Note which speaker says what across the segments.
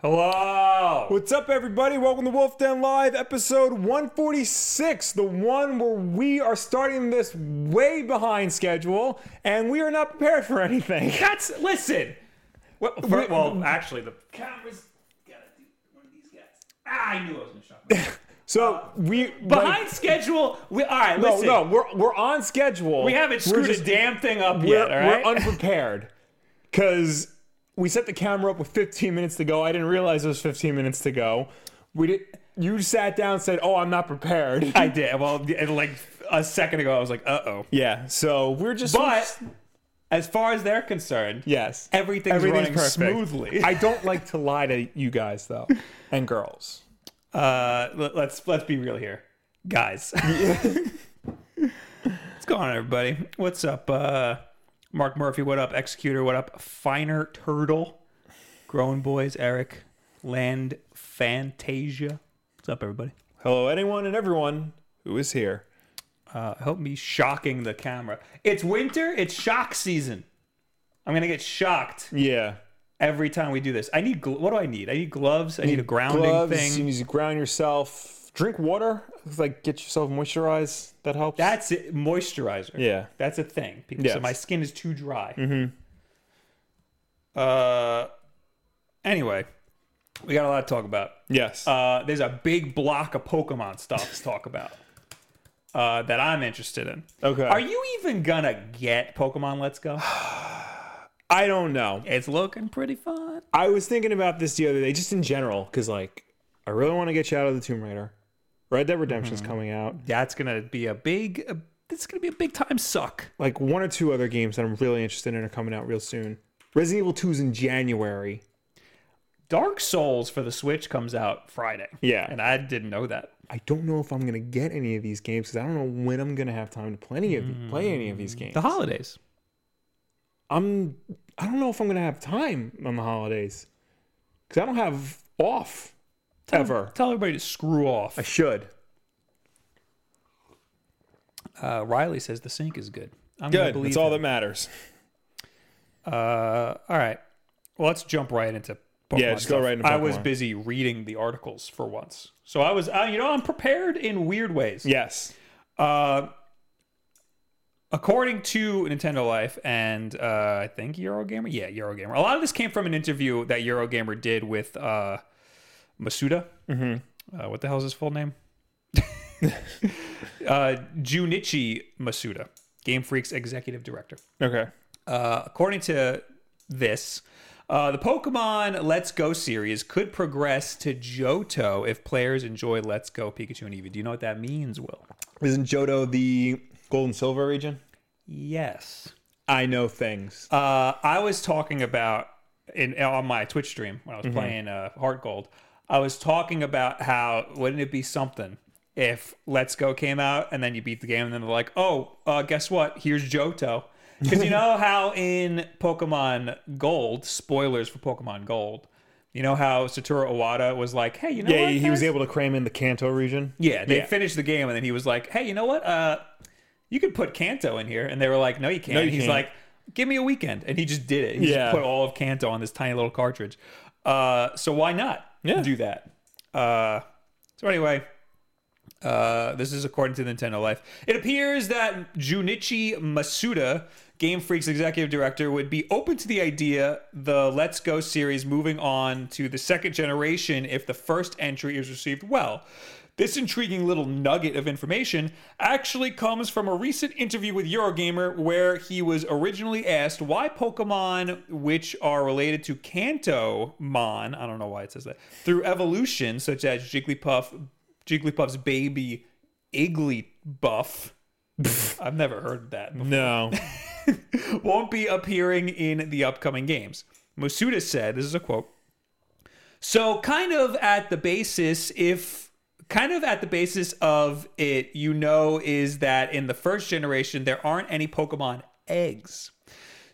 Speaker 1: Hello.
Speaker 2: What's up, everybody? Welcome to Wolf Den Live, episode 146, the one where we are starting this way behind schedule and we are not prepared for anything.
Speaker 1: That's listen. Well, fir- well, actually, the cameras gotta do one of these guys. Ah, I knew I was gonna shut. myself.
Speaker 2: So we
Speaker 1: Behind schedule. We, all right,
Speaker 2: no,
Speaker 1: listen.
Speaker 2: no, we're we're on schedule.
Speaker 1: We haven't
Speaker 2: we're
Speaker 1: screwed
Speaker 2: just
Speaker 1: a damn thing up
Speaker 2: we're,
Speaker 1: yet. All right.
Speaker 2: we're unprepared because we set the camera up with 15 minutes to go. I didn't realize it was 15 minutes to go. We did. You sat down and said, "Oh, I'm not prepared."
Speaker 1: I did. Well, and like a second ago, I was like, uh oh.
Speaker 2: yeah. So we're just
Speaker 1: But as far as they're concerned,
Speaker 2: Yes.
Speaker 1: everything's,
Speaker 2: Everything's
Speaker 1: running
Speaker 2: perfect.
Speaker 1: smoothly.
Speaker 2: I don't like to lie to you guys though, and girls.
Speaker 1: uh, let- let's let's be real here, guys. What's going on, everybody? What's up, uh, Mark Murphy? What up, Executor? What up, Finer Turtle? Grown boys, Eric, Land Fantasia. What's up, everybody?
Speaker 2: Hello, anyone and everyone who is here.
Speaker 1: Uh, help me shocking the camera. It's winter. It's shock season. I'm gonna get shocked
Speaker 2: Yeah.
Speaker 1: every time we do this. I need. Gl- what do I need? I need gloves. I need a grounding
Speaker 2: Gloves.
Speaker 1: thing.
Speaker 2: You need to ground yourself. Drink water. Like get yourself moisturized. That helps.
Speaker 1: That's it. Moisturizer.
Speaker 2: yeah.
Speaker 1: That's a thing. People
Speaker 2: Yes.
Speaker 1: say my skin is too dry. Mm-hmm. Uh, anyway, we got a lot to talk about.
Speaker 2: Yes.
Speaker 1: Uh, there's a big block of Pokemon stuff to talk about uh, that I'm interested in.
Speaker 2: okay.
Speaker 1: Are you even gonna get Pokemon Let's Go?
Speaker 2: I don't know.
Speaker 1: It's looking pretty fun.
Speaker 2: I was thinking about this the other day, just in general, because like I really want to get you out of the Tomb Raider. Red Dead Redemption's coming out.
Speaker 1: That's gonna be a big. Uh, this is gonna be a big time suck.
Speaker 2: Like one or two other games that I'm really interested in are coming out real soon. Resident Evil 2's in January.
Speaker 1: Dark Souls for the Switch comes out Friday.
Speaker 2: Yeah.
Speaker 1: and I didn't know that.
Speaker 2: I don't know if I'm gonna get any of these games because I don't know when I'm gonna have time to play any of play any of these games.
Speaker 1: The holidays.
Speaker 2: I'm I don't know if I'm gonna have time on the holidays because I don't have off ever.
Speaker 1: Tell everybody to screw off.
Speaker 2: I should.
Speaker 1: Uh, Riley says the sink is good. I'm gonna
Speaker 2: Good.
Speaker 1: believe
Speaker 2: That's all that
Speaker 1: him.
Speaker 2: matters.
Speaker 1: Uh, all right. Well, let's jump right into. Pokemon
Speaker 2: Yeah, just go
Speaker 1: stuff.
Speaker 2: right into
Speaker 1: I was
Speaker 2: Pokemon.
Speaker 1: busy reading the articles for once, so I was, uh, you know, I'm prepared in weird ways.
Speaker 2: Yes.
Speaker 1: Uh, according to Nintendo Life and uh, I think Eurogamer, yeah, Eurogamer. A lot of this came from an interview that Eurogamer did with uh, Masuda. Mm-hmm. Uh, what the hell is his full name? uh, Junichi Masuda, Game Freak's executive director.
Speaker 2: Okay.
Speaker 1: Uh, according to this, uh, the Pokemon Let's Go series could progress to Johto if players enjoy Let's Go Pikachu and Eevee. Do you know what that means, Will?
Speaker 2: Isn't Johto the gold and silver region?
Speaker 1: Yes.
Speaker 2: I know things.
Speaker 1: Uh, I was talking about in on my Twitch stream when I
Speaker 2: Mm-hmm.
Speaker 1: was playing uh, Heart Gold. I was talking about how wouldn't it be something if Let's Go came out and then you beat the game and then they're like, oh, uh, guess what? Here's Johto. Because you know how in Pokemon Gold, spoilers for Pokemon Gold, you know how Satoru Iwata was like, hey, you know
Speaker 2: yeah,
Speaker 1: what?
Speaker 2: he he was
Speaker 1: guys?
Speaker 2: able to cram in the Kanto region.
Speaker 1: Yeah, they
Speaker 2: Yeah.
Speaker 1: finished the game, and then he was like, "Hey, you know what? Uh, you could put Kanto in here." And they were like, "No, you can't."
Speaker 2: you
Speaker 1: and he's
Speaker 2: can't.
Speaker 1: like, "Give me a weekend," and he just did it. He
Speaker 2: Yeah.
Speaker 1: just put all of Kanto on this tiny little cartridge. Uh, so why not
Speaker 2: Yeah.
Speaker 1: do that? Uh, so anyway, uh, this is according to Nintendo Life. It appears that Junichi Masuda, Game Freak's executive director, would be open to the idea the Let's Go series moving on to the second generation if the first entry is received well. This intriguing little nugget of information actually comes from a recent interview with Eurogamer where he was originally asked why Pokemon, which are related to Kantomon, I don't know why it says that, through evolution, such as Jigglypuff, Jigglypuff's baby Igglybuff. I've never heard that. before.
Speaker 2: No.
Speaker 1: Won't be appearing in the upcoming games. Masuda said, this is a quote. So kind of at the basis if kind of at the basis of it you know is that in the first generation there aren't any Pokemon eggs.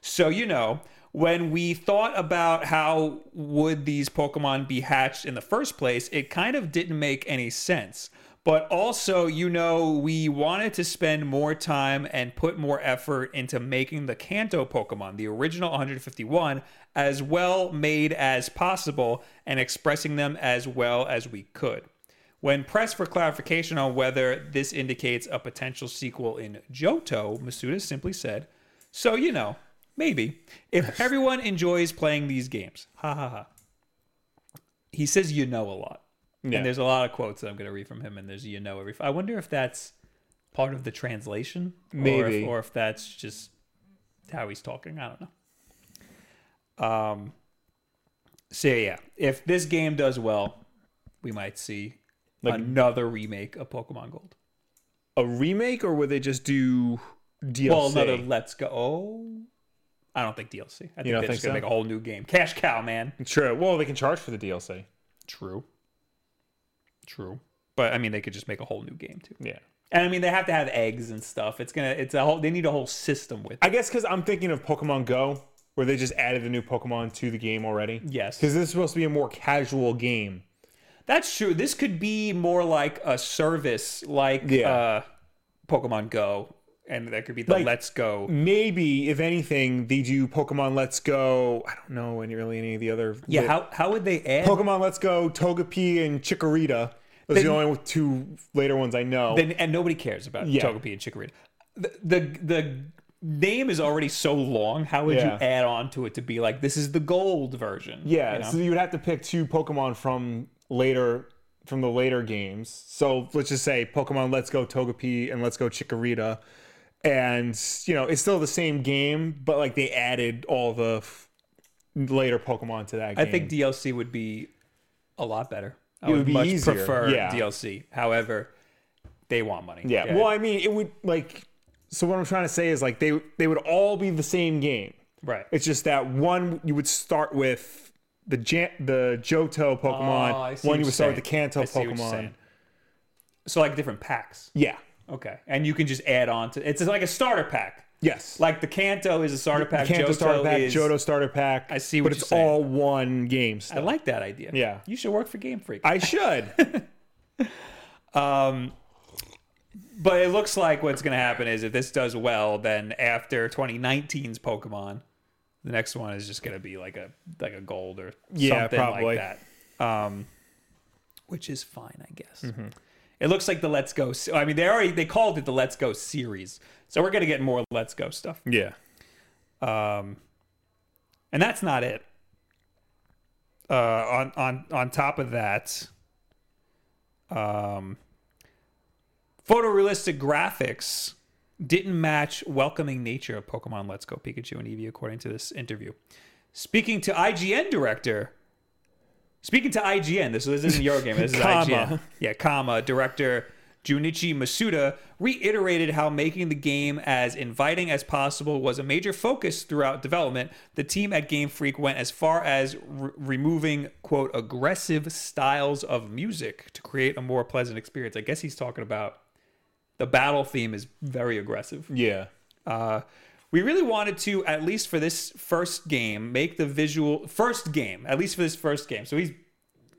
Speaker 1: So you know, when we thought about how would these Pokemon be hatched in the first place, it kind of didn't make any sense. But also, you know, we wanted to spend more time and put more effort into making the Kanto Pokemon, the original 151, as well made as possible and expressing them as well as we could. When pressed for clarification on whether this indicates a potential sequel in Johto, Masuda simply said, So, you know, maybe. If everyone enjoys playing these games. Ha ha ha. He says, You know, a lot.
Speaker 2: Yeah.
Speaker 1: And there's a lot of quotes that I'm going to read from him, and there's you know every. I wonder if that's part of the translation, or
Speaker 2: Maybe.
Speaker 1: if, or if that's just how he's talking. I don't know. Um. So yeah, if this game does well, we might see another remake of Pokemon Gold.
Speaker 2: A remake, or would they just do DLC?
Speaker 1: Well, another Let's Go. Oh, I don't think DLC. I think
Speaker 2: don't
Speaker 1: they're
Speaker 2: think
Speaker 1: just gonna
Speaker 2: so?
Speaker 1: make a whole new game. Cash cow, man.
Speaker 2: True. Well, they can charge for the DLC.
Speaker 1: True. True. But I mean, they could just make a whole new game too.
Speaker 2: Yeah.
Speaker 1: And I mean, they have to have eggs and stuff. It's gonna, it's a whole. They need a whole system with.
Speaker 2: I guess because I'm thinking of Pokemon Go, where they just added a new Pokemon to the game already.
Speaker 1: Yes.
Speaker 2: Because this is supposed to be a more casual game.
Speaker 1: That's true. This could be more like a service, like
Speaker 2: Yeah.
Speaker 1: uh, Pokemon Go, and that could be the
Speaker 2: Like- Mm,
Speaker 1: Let's Go.
Speaker 2: Maybe, if anything, they do Pokemon Let's Go. I don't know any really any of the other.
Speaker 1: Yeah. How how would they add?
Speaker 2: Pokemon Let's Go, Togepi, and Chikorita. Those are the
Speaker 1: Then-
Speaker 2: only two later ones I know.
Speaker 1: then, and nobody cares about
Speaker 2: Yeah.
Speaker 1: Togepi and Chikorita. The, the the name is already so long. How would
Speaker 2: Yeah.
Speaker 1: you add on to it to be like this is the gold version?
Speaker 2: yeah,
Speaker 1: you know?
Speaker 2: so you would have to pick two Pokemon from later from the later games. So let's just say Pokemon Let's Go Togepi and Let's Go Chikorita, and you know it's still the same game, but like they added all the f- later Pokemon to that game.
Speaker 1: I think DLC would be a lot better. I
Speaker 2: It
Speaker 1: would,
Speaker 2: would be
Speaker 1: much
Speaker 2: easier,
Speaker 1: prefer
Speaker 2: yeah.
Speaker 1: DLC. However, they want money.
Speaker 2: yeah. Well, I mean, it would like. So what I'm trying to say is like they they would all be the same game.
Speaker 1: right.
Speaker 2: It's just that one you would start with the Jan- the Johto Pokemon.
Speaker 1: Oh, I
Speaker 2: One
Speaker 1: see what
Speaker 2: you
Speaker 1: you're
Speaker 2: would start with the
Speaker 1: saying.
Speaker 2: Kanto
Speaker 1: I see what you're
Speaker 2: Pokemon.
Speaker 1: saying. So like different packs.
Speaker 2: Yeah.
Speaker 1: Okay. And you can just add on to it's like a starter pack.
Speaker 2: Yes.
Speaker 1: Like the Kanto is a starter pack.
Speaker 2: Kanto
Speaker 1: Johto
Speaker 2: starter pack,
Speaker 1: is,
Speaker 2: Johto starter pack. I
Speaker 1: see
Speaker 2: but
Speaker 1: what
Speaker 2: it's
Speaker 1: you're saying.
Speaker 2: all one game.
Speaker 1: I
Speaker 2: Stuff.
Speaker 1: like that idea.
Speaker 2: Yeah.
Speaker 1: You should work for Game Freak.
Speaker 2: I should.
Speaker 1: Um, but it looks like what's going to happen is if this does well, then after 2019's Pokemon, the next one is just going to be like a like a gold or
Speaker 2: Yeah,
Speaker 1: something
Speaker 2: probably.
Speaker 1: like that. Um, which is fine, I guess. It looks like the Let's Go. se- I mean, they already they called it the Let's Go series, so we're going to get more Let's Go stuff.
Speaker 2: yeah.
Speaker 1: Um, and that's not it. Uh, on on on top of that, um, photorealistic graphics didn't match welcoming nature of Pokemon Let's Go Pikachu and Eevee, according to this interview. Speaking to IGN director, speaking to IGN, this, this isn't your game, this is
Speaker 2: Comma.
Speaker 1: IGN. Yeah, comma, director Junichi Masuda reiterated how making the game as inviting as possible was a major focus throughout development. The team at Game Freak went as far as re- removing, quote, aggressive styles of music to create a more pleasant experience. I guess he's talking about the battle theme is very aggressive.
Speaker 2: Yeah.
Speaker 1: Uh, we really wanted to, at least for this first game, make the visual first game, at least for this first game. So he's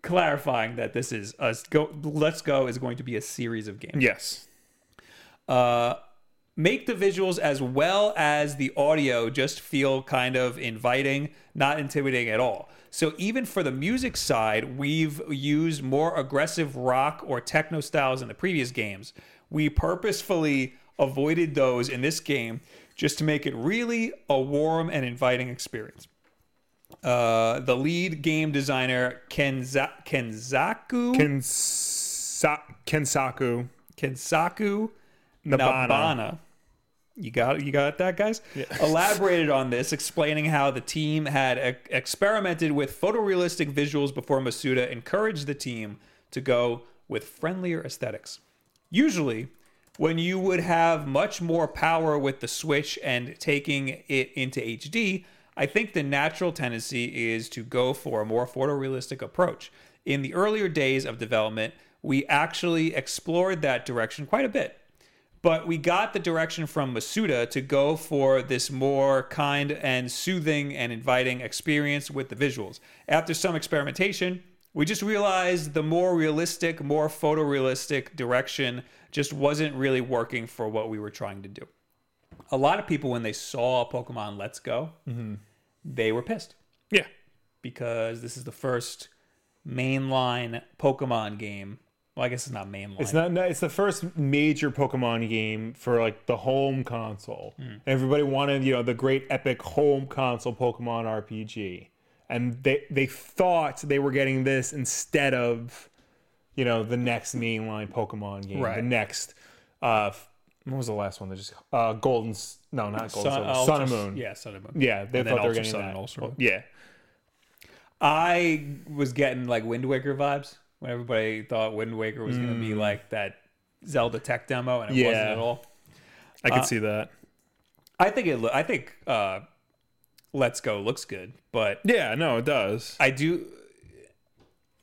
Speaker 1: clarifying that this is us go. Let's go is going to be a series of games.
Speaker 2: Yes.
Speaker 1: Uh, make the visuals as well as the audio just feel kind of inviting, not intimidating at all. So even for the music side, we've used more aggressive rock or techno styles in the previous games. We purposefully avoided those in this game just to make it really a warm and inviting experience. Uh, the lead game designer Kenza- Kenzaku
Speaker 2: Kensa- Kensaku.
Speaker 1: Kensaku
Speaker 2: Nabana.
Speaker 1: Nabana. You got you got that, guys. Elaborated on this, explaining how the team had e- experimented with photorealistic visuals before Masuda encouraged the team to go with friendlier aesthetics. Usually, when you would have much more power with the Switch and taking it into HD, I think the natural tendency is to go for a more photorealistic approach. In the earlier days of development, we actually explored that direction quite a bit. But we got the direction from Masuda to go for this more kind and soothing and inviting experience with the visuals. After some experimentation, We just realized the more realistic, more photorealistic direction just wasn't really working for what we were trying to do. A lot of people, when they saw Pokemon Let's Go,
Speaker 2: Mm-hmm.
Speaker 1: they were pissed
Speaker 2: Yeah.
Speaker 1: because this is the first mainline Pokemon game. Well, I guess it's not mainline.
Speaker 2: It's not. no, It's the first major Pokemon game for like the home console.
Speaker 1: Hmm.
Speaker 2: Everybody wanted, you know, the great epic home console Pokemon RPG, and they they thought they were getting this instead of, you know, the next mainline Pokemon game. The
Speaker 1: Right.
Speaker 2: next, uh, f- what was the last one? They just uh, Golden. S- No, not Golden. Sun,
Speaker 1: Ultra-
Speaker 2: Sun and Moon.
Speaker 1: Yeah, Sun and Moon.
Speaker 2: Yeah, they
Speaker 1: And then
Speaker 2: thought they were
Speaker 1: Ultra
Speaker 2: getting
Speaker 1: Sun
Speaker 2: that.
Speaker 1: and Ultra Moon.
Speaker 2: Yeah.
Speaker 1: I was getting like Wind Waker vibes when everybody thought Wind Waker was going to be like that Zelda tech demo, and it wasn't
Speaker 2: Mm. Yeah.
Speaker 1: at all.
Speaker 2: I
Speaker 1: Uh,
Speaker 2: could see that.
Speaker 1: I think it. Lo- I think uh, Let's Go looks good, but
Speaker 2: Yeah, no, it does.
Speaker 1: I do.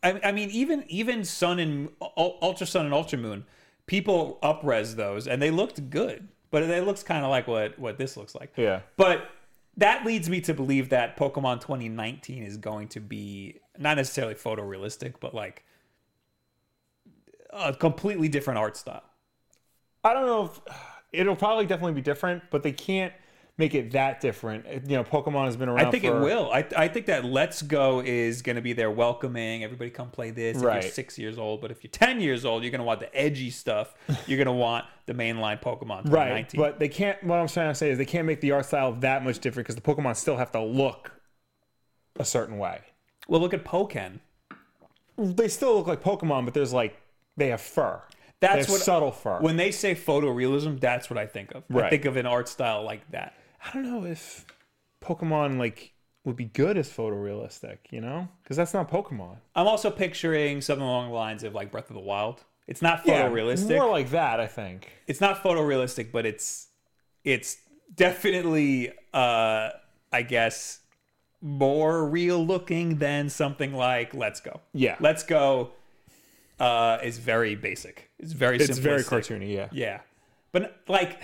Speaker 1: I, I mean, even even Sun and Ul- Ultra Sun and Ultra Moon, people upres those, and they looked good, but it looks kind of like what what this looks like.
Speaker 2: Yeah.
Speaker 1: But that leads me to believe that Pokemon 2019 is going to be not necessarily photorealistic, but like a completely different art style.
Speaker 2: I don't know if it'll probably definitely be different, but they can't make it that different. You know, Pokemon has been around.
Speaker 1: I think
Speaker 2: for,
Speaker 1: it will. I, I think that Let's Go is going to be their welcoming. Everybody come play this. If
Speaker 2: Right.
Speaker 1: you're six years old, but if you're 10 years old, you're going to want the edgy stuff. You're going to want the mainline Pokemon 2019.
Speaker 2: Right, but they can't. What I'm trying to say is they can't make the art style that much different because the Pokemon still have to look a certain way.
Speaker 1: well, look at Pokken.
Speaker 2: They still look like Pokemon, but there's like they have fur. they
Speaker 1: That's
Speaker 2: have
Speaker 1: what
Speaker 2: subtle fur.
Speaker 1: when they say photorealism. That's what I think of. I
Speaker 2: Right.
Speaker 1: think of an art style like that.
Speaker 2: I don't know if Pokemon like would be good as photorealistic. You know, because that's not Pokemon.
Speaker 1: I'm also picturing something along the lines of like Breath of the Wild. It's not photorealistic.
Speaker 2: more like that. I think.
Speaker 1: it's not photorealistic, but it's it's definitely uh I guess more real looking than something like Let's Go.
Speaker 2: Yeah.
Speaker 1: Let's Go uh is very basic. It's very
Speaker 2: It's very
Speaker 1: simplistic.
Speaker 2: cartoony. Yeah.
Speaker 1: Yeah. But like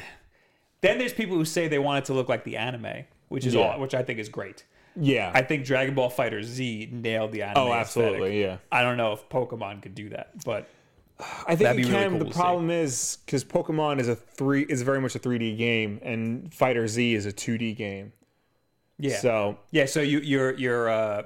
Speaker 1: then there's people who say they want it to look like the anime, which is
Speaker 2: Yeah.
Speaker 1: all, which I think is great.
Speaker 2: Yeah.
Speaker 1: I think Dragon Ball Fighter Z nailed the anime.
Speaker 2: oh, absolutely.
Speaker 1: aesthetic.
Speaker 2: Yeah.
Speaker 1: I don't know if Pokemon could do that, but
Speaker 2: I think
Speaker 1: That'd
Speaker 2: you
Speaker 1: be really
Speaker 2: can. but
Speaker 1: cool to
Speaker 2: the
Speaker 1: see.
Speaker 2: problem is because Pokemon is a three is very much a 3D game, and Fighter Z is a 2D game.
Speaker 1: yeah.
Speaker 2: So
Speaker 1: Yeah, so you, your your uh,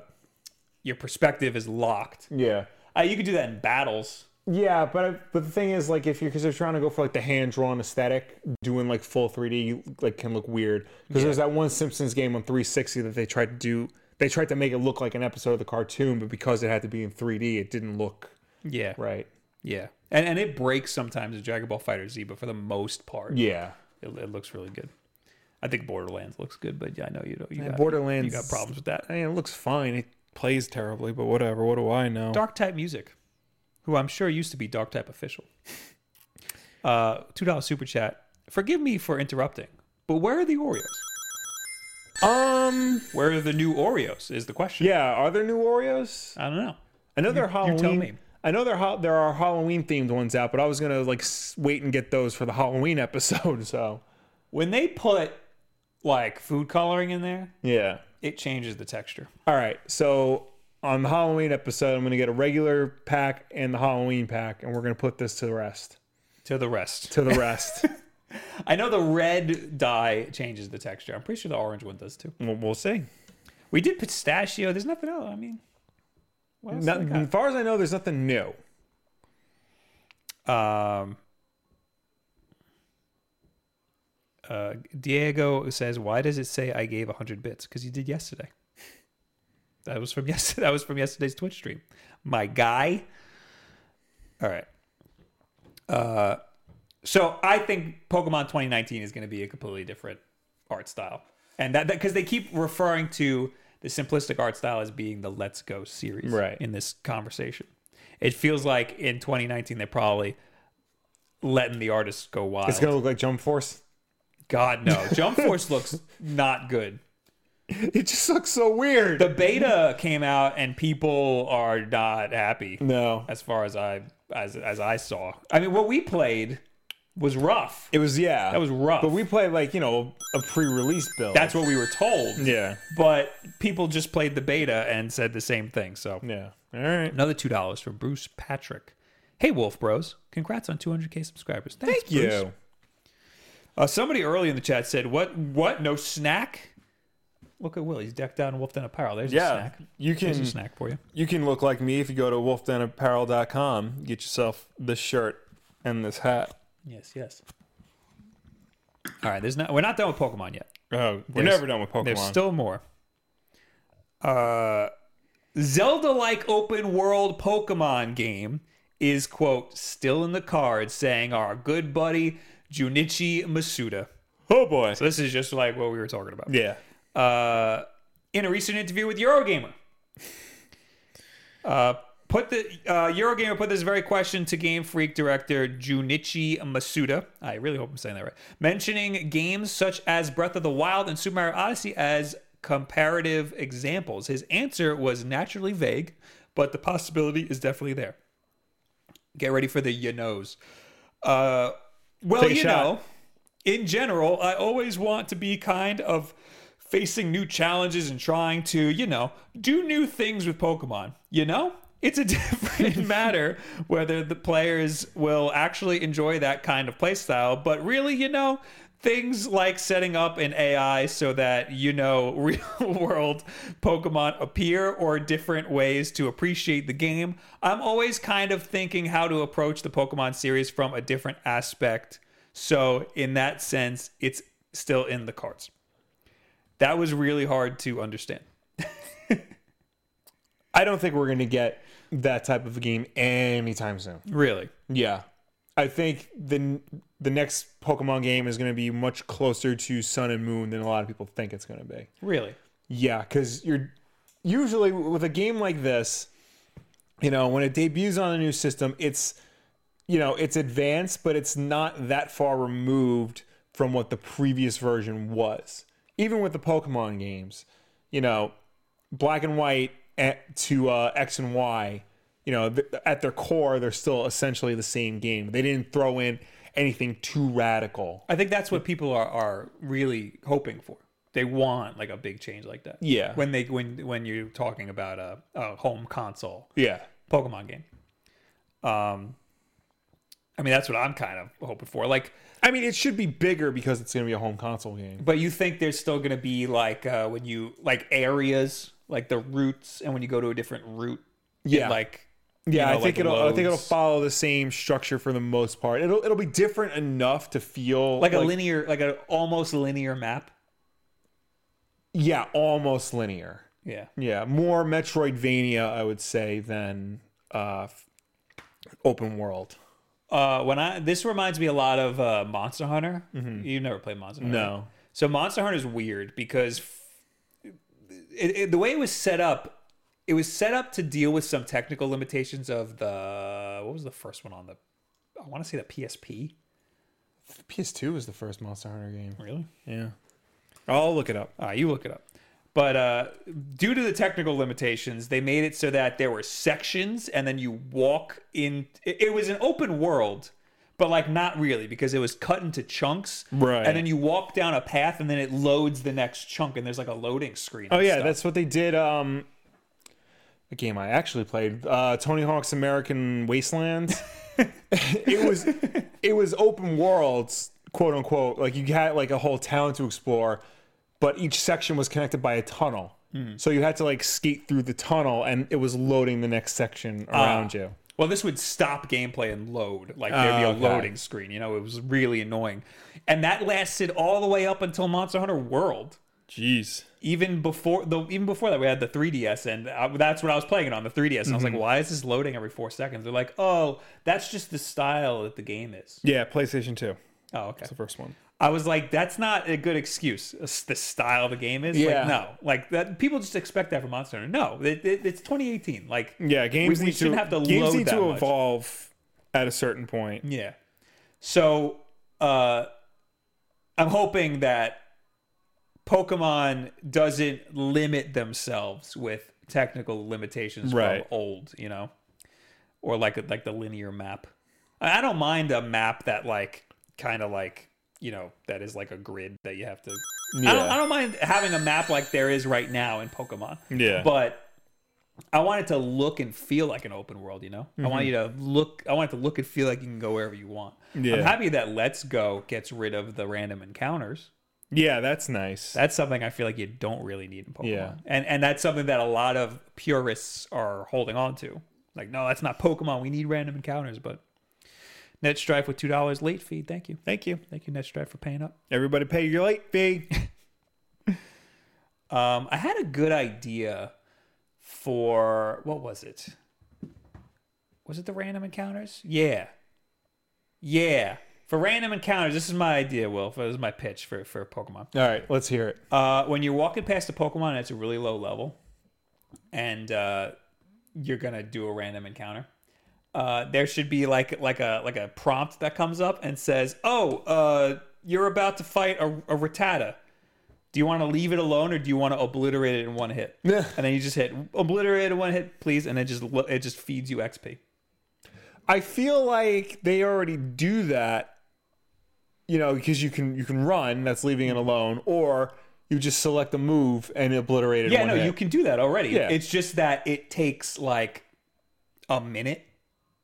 Speaker 1: your perspective is locked.
Speaker 2: yeah,
Speaker 1: Uh, you could do that in battles.
Speaker 2: yeah. But I, but the thing is, like, if you're because you're trying to go for like the hand drawn aesthetic, doing like full 3D like can look weird. Because there's that one Simpsons game on 360 that they tried to do. They tried to make it look like an episode of the cartoon, but because it had to be in 3D, it didn't look
Speaker 1: Yeah,
Speaker 2: right.
Speaker 1: yeah, and and it breaks sometimes in Dragon Ball Fighter Z, but for the most part,
Speaker 2: Yeah.
Speaker 1: it, it looks really good. I think Borderlands looks good, but yeah, I know you know you got
Speaker 2: Borderlands.
Speaker 1: you got problems with that.
Speaker 2: I mean, it looks fine. It plays terribly, but whatever. What do I know?
Speaker 1: Dark Type Music, who I'm sure used to be Dark Type Official. Uh, Two dollar super chat. Forgive me for interrupting, but where are the Oreos?
Speaker 2: Um.
Speaker 1: Where are the new Oreos? Is the question.
Speaker 2: Yeah, are there new Oreos?
Speaker 1: I don't know.
Speaker 2: I know they're Halloween.
Speaker 1: tell me.
Speaker 2: I know there ho- there are Halloween themed ones out, but I was gonna like s- wait and get those for the Halloween episode. So
Speaker 1: When they put like food coloring in there,
Speaker 2: yeah.
Speaker 1: it changes the texture.
Speaker 2: All right. So on the Halloween episode, I'm gonna get a regular pack and the Halloween pack, and we're gonna put this to the rest.
Speaker 1: to the rest.
Speaker 2: To the rest.
Speaker 1: I know the red dye changes the texture. I'm pretty sure the orange one does too.
Speaker 2: we'll, we'll see.
Speaker 1: We did pistachio. There's nothing else. I mean, what else
Speaker 2: Not,
Speaker 1: do
Speaker 2: as far as I know, there's nothing new.
Speaker 1: they got? Um, uh, Diego says, "Why does it say I gave 100 bits? Because you did yesterday. That was from yesterday. That was from yesterday's Twitch stream. My guy. All right. Uh, so I think Pokemon 2019 is going to be a completely different art style, and that because they keep referring to the simplistic art style as being the Let's Go series,
Speaker 2: Right.
Speaker 1: In this conversation, it feels like in 2019 they're probably letting the artists go wild.
Speaker 2: It's gonna look like Jump Force.
Speaker 1: God no, Jump Force looks not good.
Speaker 2: It just looks so weird.
Speaker 1: The beta came out and people are not happy
Speaker 2: no.
Speaker 1: as far as I as as I saw. I mean, what we played was rough.
Speaker 2: It was yeah.
Speaker 1: That was rough.
Speaker 2: But we played like you know a pre-release bill.
Speaker 1: That's what we were told.
Speaker 2: yeah,
Speaker 1: But people just played the beta and said the same thing. So
Speaker 2: yeah. All right.
Speaker 1: another two dollars from Bruce Patrick. Hey Wolf Bros, congrats on 200k subscribers. Thanks,
Speaker 2: Thank you.
Speaker 1: Bruce. Uh, somebody early in the chat said, "What? What? No snack? Look at Will. He's decked out in Wolfden apparel. There's a
Speaker 2: Yeah, Hmm.
Speaker 1: snack.
Speaker 2: you can
Speaker 1: There's a snack for you.
Speaker 2: you can look like me if you go to wolfdenapparel.com. Get yourself this shirt and this hat.
Speaker 1: Yes, yes. All right. There's not. We're not done with Pokemon yet.
Speaker 2: Oh, we're
Speaker 1: There's-
Speaker 2: never done with Pokemon.
Speaker 1: There's still more. Uh, Zelda-like open world Pokemon game is quote still in the cards, saying our good buddy Junichi Masuda.
Speaker 2: oh boy.
Speaker 1: So this is just like what we were talking about.
Speaker 2: yeah.
Speaker 1: uh, in a recent interview with Eurogamer. Uh, put the uh, Eurogamer put this very question to Game Freak director Junichi Masuda. I really hope I'm saying that right. Mentioning games such as Breath of the Wild and Super Mario Odyssey as comparative examples. His answer was naturally vague, but the possibility is definitely there. Get ready for the you knows. Uh, well,
Speaker 2: Take a
Speaker 1: you
Speaker 2: shot.
Speaker 1: know, in general, I always want to be kind of facing new challenges and trying to, you know, do new things with Pokemon. You know, it's a different matter whether the players will actually enjoy that kind of playstyle, but really, you know, things like setting up an AI so that, you know, real world Pokemon appear or different ways to appreciate the game. I'm always kind of thinking how to approach the Pokemon series from a different aspect. So, in that sense, it's still in the cards. That was really hard to understand.
Speaker 2: I don't think we're going to get that type of a game anytime soon.
Speaker 1: Really.
Speaker 2: Yeah. I think the the next Pokemon game is going to be much closer to Sun and Moon than a lot of people think it's going to be.
Speaker 1: Really.
Speaker 2: Yeah, because you're usually with a game like this, you know, when it debuts on a new system, it's you know it's advanced, but it's not that far removed from what the previous version was. Even with the Pokemon games, you know, Black and White at, to uh, X and Y, you know, th- at their core, they're still essentially the same game. They didn't throw in anything too radical.
Speaker 1: I think that's what people are, are really hoping for. They want like a big change like that.
Speaker 2: Yeah.
Speaker 1: When they when when you're talking about a, a home console
Speaker 2: Yeah,
Speaker 1: Pokemon game. Um I mean that's what I'm kind of hoping for. Like
Speaker 2: I mean, it should be bigger because it's going to be a home console game.
Speaker 1: but you think there's still going to be like uh when you like areas, like the routes and when you go to a different route, it,
Speaker 2: Yeah.
Speaker 1: like
Speaker 2: Yeah,
Speaker 1: you know,
Speaker 2: I think
Speaker 1: like,
Speaker 2: it'll. I think it'll
Speaker 1: loads.
Speaker 2: follow the same structure for the most part. It'll it'll be different enough to feel
Speaker 1: like a linear like a almost linear map.
Speaker 2: yeah, almost linear.
Speaker 1: Yeah.
Speaker 2: Yeah, more Metroidvania, I would say, than uh, f- open world.
Speaker 1: uh, when I this reminds me a lot of uh, Monster Hunter. You've never played Monster Hunter,
Speaker 2: No.
Speaker 1: right? So Monster Hunter is weird because f- it, it, the way it was set up, it was set up to deal with some technical limitations of the what was the first one on the I want to say the PSP.
Speaker 2: PS2 was the first Monster Hunter game.
Speaker 1: Really?
Speaker 2: Yeah, I'll look it up.
Speaker 1: Uh, you look it up. But uh, due to the technical limitations, they made it so that there were sections, and then you walk in. It, it was an open world, but like not really because it was cut into chunks.
Speaker 2: Right.
Speaker 1: And then you walk down a path, and then it loads the next chunk, and there's like a loading screen.
Speaker 2: Oh yeah, that's what they did. Um, a game I actually played, uh, Tony Hawk's American Wasteland. it was it was open worlds, quote unquote. Like you had like a whole town to explore, but each section was connected by a tunnel.
Speaker 1: Mm-hmm.
Speaker 2: So you had to like skate through the tunnel, and it was loading the next section
Speaker 1: Ah,
Speaker 2: around you.
Speaker 1: Well, this would stop gameplay and load. Like there'd be
Speaker 2: Oh,
Speaker 1: a
Speaker 2: okay.
Speaker 1: loading screen. You know, it was really annoying, and that lasted all the way up until Monster Hunter World.
Speaker 2: Jeez.
Speaker 1: even before the even before that we had the 3ds and I, that's what i was playing it on the 3ds and i was like why is this loading every four seconds they're like oh that's just the style that the game is
Speaker 2: Yeah, PlayStation Two,
Speaker 1: oh okay
Speaker 2: the first one.
Speaker 1: i was like that's not a good excuse It's the style the game is
Speaker 2: Yeah.
Speaker 1: like no like that people just expect that from monster Hunter. no it, it- it's 2018 like
Speaker 2: Yeah, games
Speaker 1: we
Speaker 2: need to
Speaker 1: shouldn't have to
Speaker 2: games
Speaker 1: load
Speaker 2: need
Speaker 1: that
Speaker 2: to
Speaker 1: much.
Speaker 2: evolve at a certain point.
Speaker 1: Yeah. So uh I'm hoping that Pokemon doesn't limit themselves with technical limitations
Speaker 2: Right.
Speaker 1: from old, you know? Or like like the linear map. I I don't mind a map that like kind of like you know that is like a grid that you have to. I, don't, I
Speaker 2: Yeah.
Speaker 1: don't mind having a map like there is right now in Pokemon.
Speaker 2: Yeah.
Speaker 1: But I want it to look and feel like an open world. You know, I
Speaker 2: Mm-hmm.
Speaker 1: want you to look. I want it to look and feel like you can go wherever you want. I'm
Speaker 2: Yeah.
Speaker 1: happy that Let's Go gets rid of the random encounters.
Speaker 2: Yeah, that's nice.
Speaker 1: That's something I feel like you don't really need in Pokemon.
Speaker 2: Yeah.
Speaker 1: And and that's something that a lot of purists are holding on to. Like, no, that's not Pokemon. We need random encounters, but NetStrife with two dollars late fee. Thank you.
Speaker 2: Thank you.
Speaker 1: Thank you, NetStrife, for paying up.
Speaker 2: Everybody pay your late fee.
Speaker 1: Um, I had a good idea for what was it? Was it the random encounters? Yeah. Yeah. For random encounters, this is my idea, Will. This is my pitch for, for Pokemon.
Speaker 2: All right, let's hear it.
Speaker 1: Uh, when you're walking past a Pokemon and it's a really low level, and uh, you're gonna do a random encounter, uh, there should be like like a like a prompt that comes up and says, "Oh, uh, you're about to fight a, a Rattata. Do you want to leave it alone or do you want to obliterate it in one hit?"
Speaker 2: Yeah.
Speaker 1: and then you just hit obliterate in one hit, please, and it just lo- it just feeds you XP.
Speaker 2: I feel like they already do that. You know, because you can you can run. That's leaving it alone, or you just select a move and obliterate it. in
Speaker 1: Yeah,
Speaker 2: one
Speaker 1: no,
Speaker 2: hit.
Speaker 1: you can do that already.
Speaker 2: Yeah.
Speaker 1: It's just that it takes like a minute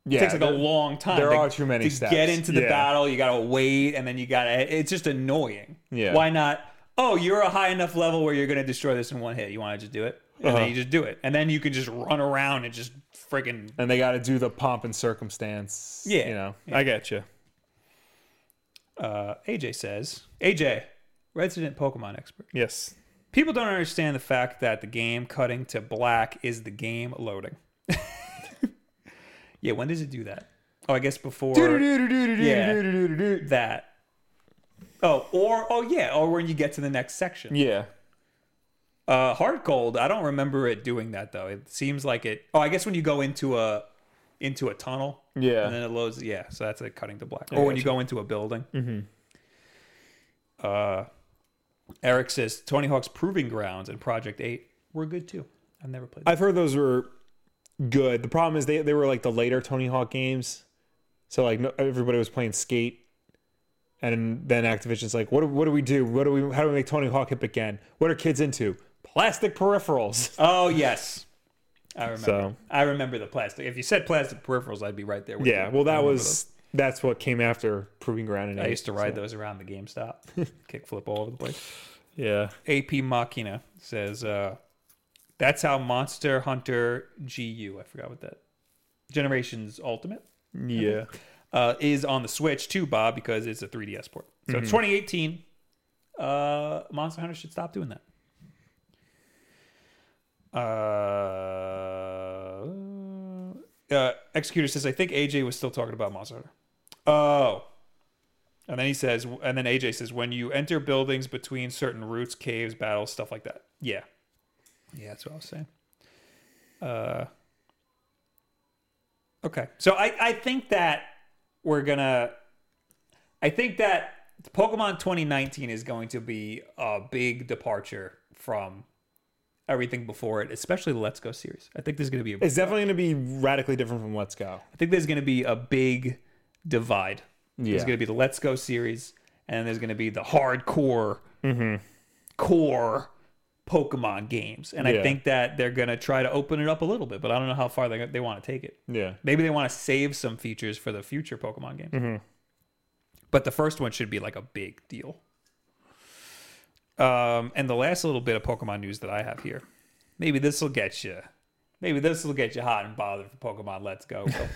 Speaker 2: Yeah,
Speaker 1: takes like a long time.
Speaker 2: there
Speaker 1: to-
Speaker 2: are too many
Speaker 1: to
Speaker 2: steps.
Speaker 1: get into the
Speaker 2: Yeah.
Speaker 1: battle. You gotta wait, and then you gotta. It's just annoying.
Speaker 2: Yeah.
Speaker 1: Why not? Oh, you're a high enough level where you're gonna destroy this in one hit. You want to just do it, and
Speaker 2: Uh-huh.
Speaker 1: then you just do it, and then you can just run around and just freaking.
Speaker 2: and they got to do the pomp and circumstance.
Speaker 1: Yeah.
Speaker 2: you know, I get you.
Speaker 1: Uh, AJ says, AJ, resident Pokemon expert.
Speaker 2: Yes,
Speaker 1: People don't understand the fact that the game cutting to black is the game loading. yeah, when does it do that? Oh, I guess before.
Speaker 2: yeah.
Speaker 1: that. Oh, or oh yeah, or when you get to the next section.
Speaker 2: yeah,
Speaker 1: Uh, hard cold. I don't remember it doing that though. It seems like it. Oh, I guess when you go into a into a tunnel,
Speaker 2: Yeah.
Speaker 1: and then it loads. Yeah, so that's like cutting to black. Or when you
Speaker 2: gotcha.
Speaker 1: go into a building. Mm-hmm. Uh, Eric says Tony Hawk's Proving Grounds and Project Eight were good too. I've never played.
Speaker 2: I've heard those were good. The problem is they they were like the later Tony Hawk games, so like no, everybody was playing Skate, and then Activision's like, what do, what do we do? What do we how do we make Tony Hawk hip again? What are kids into? Plastic peripherals.
Speaker 1: oh yes, I remember.
Speaker 2: So-
Speaker 1: I remember the plastic. If you said plastic peripherals, I'd be right there. With
Speaker 2: Yeah,
Speaker 1: you.
Speaker 2: well that
Speaker 1: I remember
Speaker 2: was that's what came after Proving Ground. And
Speaker 1: I used to ride those around the GameStop, kickflip all over the place.
Speaker 2: yeah.
Speaker 1: AP Machina says, uh, "That's how Monster Hunter GU. I forgot what that Generations Ultimate
Speaker 2: Yeah.
Speaker 1: uh, is on the Switch too, Bob, because it's a 3DS port. So it's 2018, uh, Monster Hunter should stop doing that." Uh, uh, Executor says, "I think AJ was still talking about Monster Hunter." Oh. And then he says, and then AJ says, when you enter buildings between certain routes, caves, battles, stuff like that. Yeah. Yeah, that's what I was saying. Uh, okay. So I, I think that we're going to, I think that Pokemon 2019 is going to be a big departure from everything before it, especially the Let's Go series. I think there's going to be a
Speaker 2: It's definitely going to be radically different from Let's Go.
Speaker 1: I think there's going to be a big divide. There's
Speaker 2: Yeah.
Speaker 1: going to be the Let's Go series, and there's going to be the hardcore,
Speaker 2: Mm-hmm.
Speaker 1: core Pokemon games. And I
Speaker 2: Yeah.
Speaker 1: think that they're going to try to open it up a little bit, but I don't know how far they, they want to take it.
Speaker 2: Yeah.
Speaker 1: Maybe they want to save some features for the future Pokemon games. But the first one should be like a big deal. Um, and the last little bit of Pokemon news that I have here, maybe this will get you, maybe this will get you hot and bothered for Pokemon Let's Go. Will.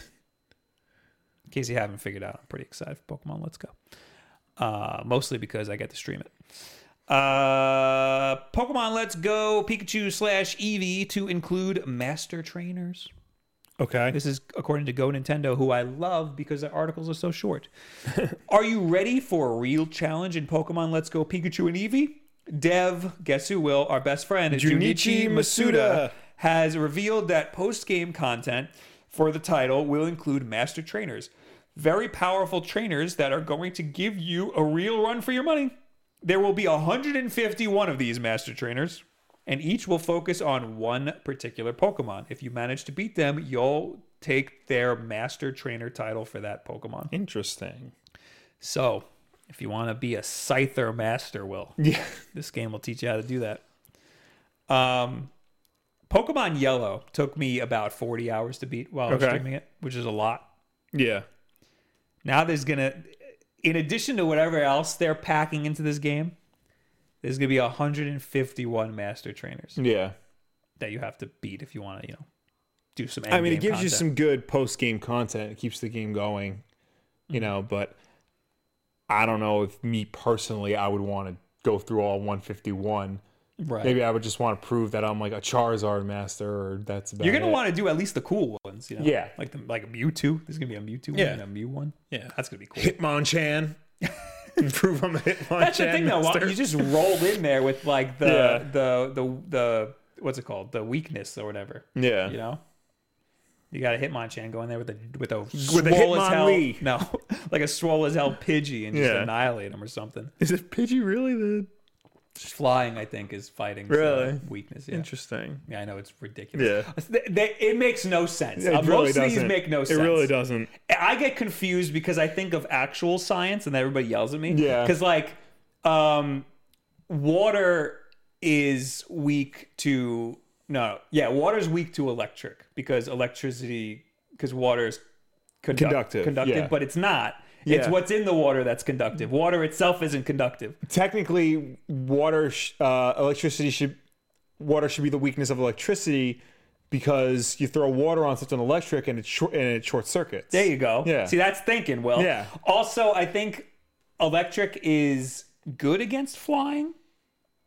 Speaker 1: In case you haven't figured out, I'm pretty excited for Pokemon Let's Go. Uh, mostly because I get to stream it. Uh, Pokemon Let's Go Pikachu slash Eevee to include master trainers.
Speaker 2: Okay.
Speaker 1: This is according to Go Nintendo, who I love because their articles are so short. are you ready for a real challenge in Pokemon Let's Go Pikachu and Eevee? Dev, guess who will, our best friend,
Speaker 2: Junichi Masuda.
Speaker 1: has revealed that post game content for the title will include master trainers. Very powerful trainers that are going to give you a real run for your money. There will be 151 of these master trainers, and each will focus on one particular Pokemon. If you manage to beat them, you'll take their master trainer title for that Pokemon.
Speaker 2: Interesting.
Speaker 1: So, if you want to be a Scyther master, will
Speaker 2: Yeah.
Speaker 1: this game will teach you how to do that. Um, Pokemon Yellow took me about 40 hours to beat while I was
Speaker 2: Okay.
Speaker 1: streaming it, which is a lot.
Speaker 2: Yeah.
Speaker 1: Now there's gonna, in addition to whatever else they're packing into this game, there's gonna be 151 master trainers
Speaker 2: Yeah.
Speaker 1: that you have to beat if you want to, you know, do some.
Speaker 2: I mean, it
Speaker 1: endgame
Speaker 2: gives you
Speaker 1: content.
Speaker 2: some good post game content. It keeps the game going, you know, but I don't know if me personally, I would want to go through all 151.
Speaker 1: right.
Speaker 2: Maybe I would just want to prove that I'm like a Charizard master or that's about
Speaker 1: You're gonna
Speaker 2: it.
Speaker 1: want to do at least the cool ones, you know.
Speaker 2: Yeah.
Speaker 1: like the like a Mewtwo. There's gonna be a Mewtwo
Speaker 2: Yeah.
Speaker 1: one and a Mew one.
Speaker 2: Yeah.
Speaker 1: that's gonna be cool.
Speaker 2: Hitmonchan. Improve on the Hitmonchan.
Speaker 1: That's the thing though. why-
Speaker 2: master.
Speaker 1: You just rolled in there with like the
Speaker 2: Yeah.
Speaker 1: the the the what's it called? The weakness or whatever.
Speaker 2: yeah.
Speaker 1: You know. You got a Hitmonchan going there with a with a
Speaker 2: With a
Speaker 1: swole as hell
Speaker 2: Hitmonlee.
Speaker 1: no like a swole as hell Pidgey and just
Speaker 2: Yeah.
Speaker 1: annihilate him or something.
Speaker 2: Is it Pidgey really the
Speaker 1: Flying, I think, is fighting uh,
Speaker 2: Really?
Speaker 1: weakness. Yeah.
Speaker 2: interesting?
Speaker 1: yeah, I know it's ridiculous.
Speaker 2: Yeah.
Speaker 1: They- they- it makes no sense. Uh, Most of these make no sense.
Speaker 2: It really doesn't.
Speaker 1: I get confused because I think of actual science and everybody yells at me.
Speaker 2: Yeah.
Speaker 1: Because like, um, water is weak to no, yeah, water is weak to electric because electricity because water is conduct,
Speaker 2: Conductive,
Speaker 1: conductive,
Speaker 2: yeah.
Speaker 1: but it's not. It's
Speaker 2: Yeah.
Speaker 1: what's in the water that's conductive. Water itself isn't conductive.
Speaker 2: Technically, water, sh- uh, electricity should, water should be the weakness of electricity, because you throw water on something electric and it short and it short circuits.
Speaker 1: There you go.
Speaker 2: Yeah.
Speaker 1: See, that's thinking. Well,
Speaker 2: Yeah.
Speaker 1: Also, I think electric is good against flying.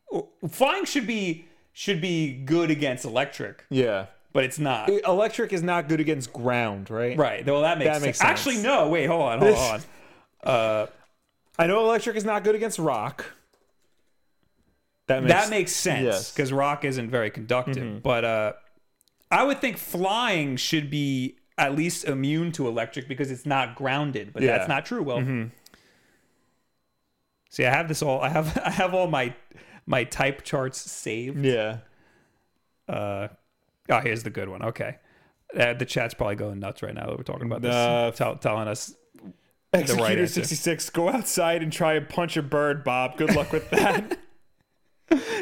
Speaker 1: Or- Flying should be should be good against electric,
Speaker 2: yeah.
Speaker 1: but it's not.
Speaker 2: Electric is not good against ground, right?
Speaker 1: right. Well, that makes,
Speaker 2: That makes
Speaker 1: sense.
Speaker 2: sense.
Speaker 1: Actually, no. Wait. Hold on. Hold on. Uh,
Speaker 2: I know electric is not good against rock. That makes
Speaker 1: that makes sense
Speaker 2: Yes. Mm-hmm.
Speaker 1: because rock isn't very conductive. But uh, I would think flying should be at least immune to electric because it's not grounded. But
Speaker 2: Yeah. Mm-hmm.
Speaker 1: that's not true. Well, see, I have this all. I have I have all my my type charts saved.
Speaker 2: yeah.
Speaker 1: Uh, oh, here's the good one. Okay, uh, the chat's probably going nuts right now that we're talking about this,
Speaker 2: Uh,
Speaker 1: tell, telling us
Speaker 2: Executor
Speaker 1: right answer.
Speaker 2: 66, go outside and try and punch a bird, Bob. Good luck with that.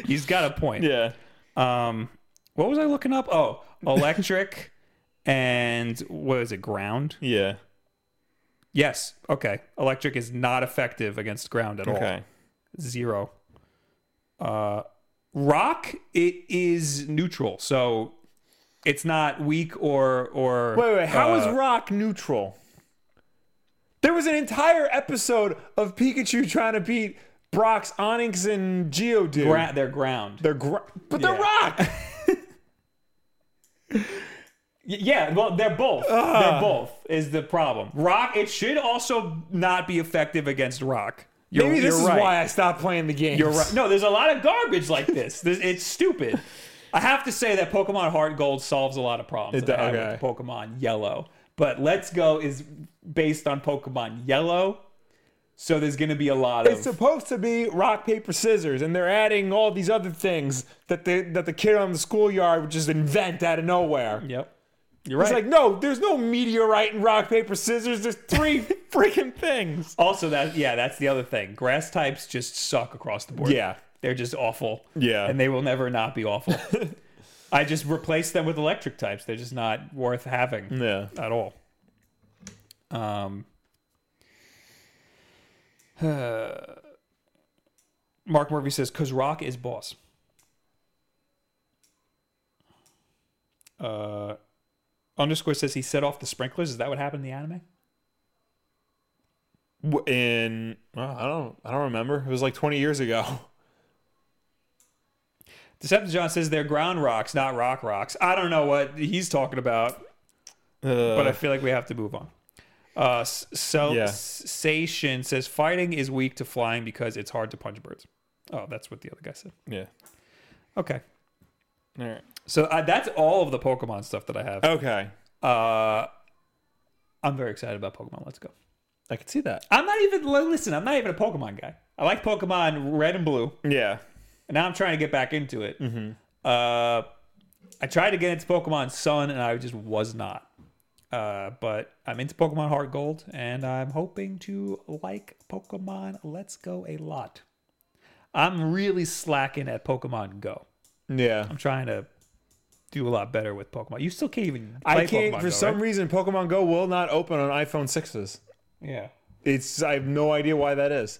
Speaker 1: he's got a point.
Speaker 2: yeah.
Speaker 1: Um, what was I looking up? Oh, electric and what is it? Ground.
Speaker 2: Yeah.
Speaker 1: Yes. Okay. Electric is not effective against ground at all.
Speaker 2: Okay.
Speaker 1: Zero. Uh, rock. It is neutral, so it's not weak or or.
Speaker 2: Wait, wait. How is
Speaker 1: uh,
Speaker 2: rock neutral? There was an entire episode of Pikachu trying to beat Brock's Onyx and Geodude.
Speaker 1: gra- they're ground?
Speaker 2: they're gr- but they're
Speaker 1: Yeah.
Speaker 2: rock.
Speaker 1: Y- yeah. Well, they're both. They're both is the problem. Rock. It should also not be effective against rock. You're,
Speaker 2: Maybe this
Speaker 1: you're
Speaker 2: is
Speaker 1: right.
Speaker 2: why I stopped playing the game.
Speaker 1: You're right. No, there's a lot of garbage like this. This- it's stupid. I have to say that Pokemon Heart Gold solves a lot of problems
Speaker 2: It
Speaker 1: that I
Speaker 2: do-
Speaker 1: have with Pokemon Yellow. But Let's Go is based on Pokemon Yellow, so there's going to be a lot
Speaker 2: It's
Speaker 1: of
Speaker 2: supposed to be rock paper scissors, and they're adding all these other things that the that the kid on the schoolyard would just invent out of nowhere.
Speaker 1: yep. You're
Speaker 2: It's
Speaker 1: right.
Speaker 2: like, no, there's no meteorite and rock paper scissors. There's three freaking things.
Speaker 1: also, that yeah, that's the other thing. Grass types just suck across the board.
Speaker 2: Yeah.
Speaker 1: they're just awful.
Speaker 2: Yeah.
Speaker 1: and they will never not be awful. I just replaced them with electric types. They're just not worth having.
Speaker 2: Yeah.
Speaker 1: at all. Um, Mark Murphy says, "Cause Rock is boss." Uh, underscore says he set off the sprinklers. Is that what happened in the anime?
Speaker 2: In well, I don't I don't remember. It was like 20 years ago.
Speaker 1: Decepticon says they're ground rocks, not rock rocks. I don't know what he's talking about,
Speaker 2: Uh,
Speaker 1: but I feel like we have to move on. Uh, S- Sel-
Speaker 2: Yeah.
Speaker 1: Sation says fighting is weak to flying because it's hard to punch birds. Oh, that's what the other guy said.
Speaker 2: yeah.
Speaker 1: Okay.
Speaker 2: All right.
Speaker 1: So uh, that's all of the Pokemon stuff that I have.
Speaker 2: Okay.
Speaker 1: Uh, I'm very excited about Pokemon. Let's go.
Speaker 2: I can see that.
Speaker 1: I'm not even li- listen. I'm not even a Pokemon guy. I like Pokemon Red and Blue,
Speaker 2: Yeah.
Speaker 1: and now I'm trying to get back into it. Uh, I tried to get into Pokemon Sun, and I just was not. Uh, but I'm into Pokemon Heart Gold, and I'm hoping to like Pokemon Let's Go a lot. I'm really slacking at Pokemon Go.
Speaker 2: Yeah.
Speaker 1: I'm trying to do a lot better with Pokemon. You still can't even.
Speaker 2: I
Speaker 1: play
Speaker 2: can't.
Speaker 1: Pokemon
Speaker 2: for
Speaker 1: Go,
Speaker 2: some
Speaker 1: right?
Speaker 2: reason, Pokemon Go will not open on iPhone sixes.
Speaker 1: Yeah.
Speaker 2: It's. I have no idea why that is.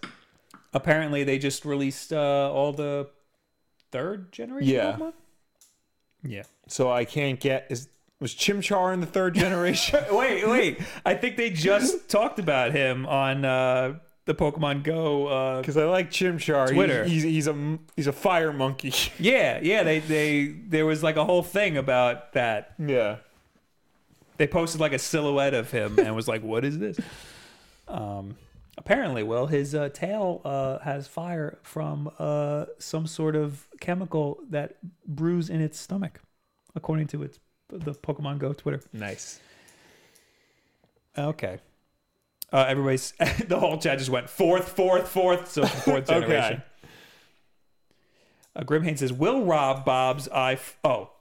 Speaker 1: Apparently, they just released uh, all the third generation
Speaker 2: Yeah.
Speaker 1: Pokemon. Yeah.
Speaker 2: So I can't get. Is was Chimchar in the third generation?
Speaker 1: Wait, wait. I think they just talked about him on uh, the Pokemon Go. Uh,
Speaker 2: Because I like Chimchar. He-
Speaker 1: Twitter.
Speaker 2: He's, he's a m- he's a fire monkey.
Speaker 1: yeah, yeah. They they there was like a whole thing about that.
Speaker 2: yeah.
Speaker 1: They posted like a silhouette of him and was like, "What is this?" Um. Apparently, well, his uh, tail uh, has fire from uh, some sort of chemical that brews in its stomach, according to its the Pokemon Go Twitter.
Speaker 2: Nice.
Speaker 1: Okay. Uh, everybody's the whole chat just went fourth, fourth, fourth, so it's the fourth
Speaker 2: Okay.
Speaker 1: generation. Uh, Grimhain says, "Will Rob Bob's I f- oh,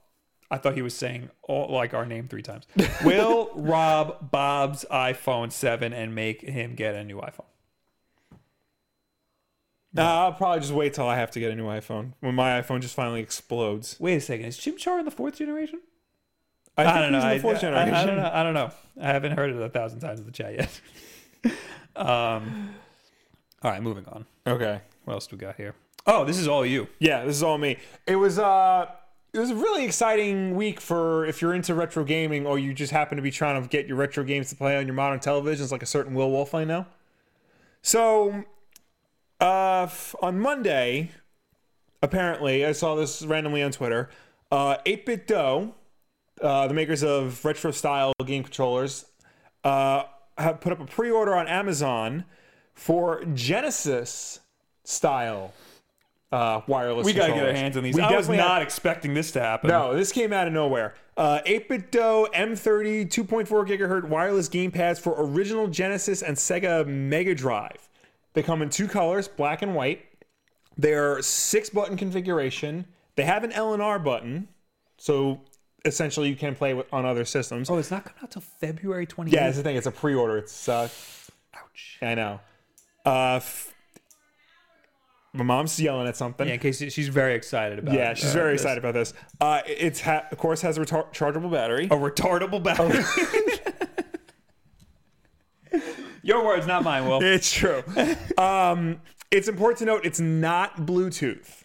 Speaker 1: I thought he was saying all, like our name three times. Will Rob Bob's iPhone seven and make him get a new iPhone?
Speaker 2: Nah, I'll probably just wait till I have to get a new iPhone when my iPhone just finally explodes.
Speaker 1: Wait a second, is Chimchar in the fourth generation?
Speaker 2: I, think
Speaker 1: I don't know.
Speaker 2: he's in
Speaker 1: I,
Speaker 2: the fourth
Speaker 1: I-
Speaker 2: generation.
Speaker 1: I, don't know. I don't know. I haven't heard it a thousand times in the chat yet. um, all right, moving on.
Speaker 2: Okay.
Speaker 1: What else do we got here? Oh, this is all you.
Speaker 2: Yeah, this is all me. It was uh it was a really exciting week for if you're into retro gaming or you just happen to be trying to get your retro games to play on your modern televisions like a certain Will Wolf I know. So uh f- on Monday, apparently, I saw this randomly on Twitter. Uh 8-bit dough, uh, the makers of retro style game controllers, uh, have put up a pre-order on Amazon for Genesis style uh, wireless.
Speaker 1: We gotta get our
Speaker 2: controllers.
Speaker 1: hands on these.
Speaker 2: We
Speaker 1: I was
Speaker 2: definitely
Speaker 1: not
Speaker 2: have-
Speaker 1: expecting this to happen.
Speaker 2: no, this came out of nowhere. Uh, 8-bit dough M30 2.4 gigahertz wireless gamepads for original Genesis and Sega Mega Drive. They come in two colors, black and white. They're six button configuration. They have an L and R button, so essentially you can play with, on other systems.
Speaker 1: Oh, it's not coming out till February 28th.
Speaker 2: Yeah, that's the thing. It's a pre-order. It's uh,
Speaker 1: Ouch.
Speaker 2: I know. Uh, f- my mom's yelling at something.
Speaker 1: Yeah, in case she's very excited about.
Speaker 2: Yeah, she's
Speaker 1: uh,
Speaker 2: very
Speaker 1: this.
Speaker 2: excited about this. Uh, it's ha- of course has a retar- rechargeable battery.
Speaker 1: A retardable battle. Your words, not mine. Will.
Speaker 2: It's true. um, it's important to note it's not Bluetooth.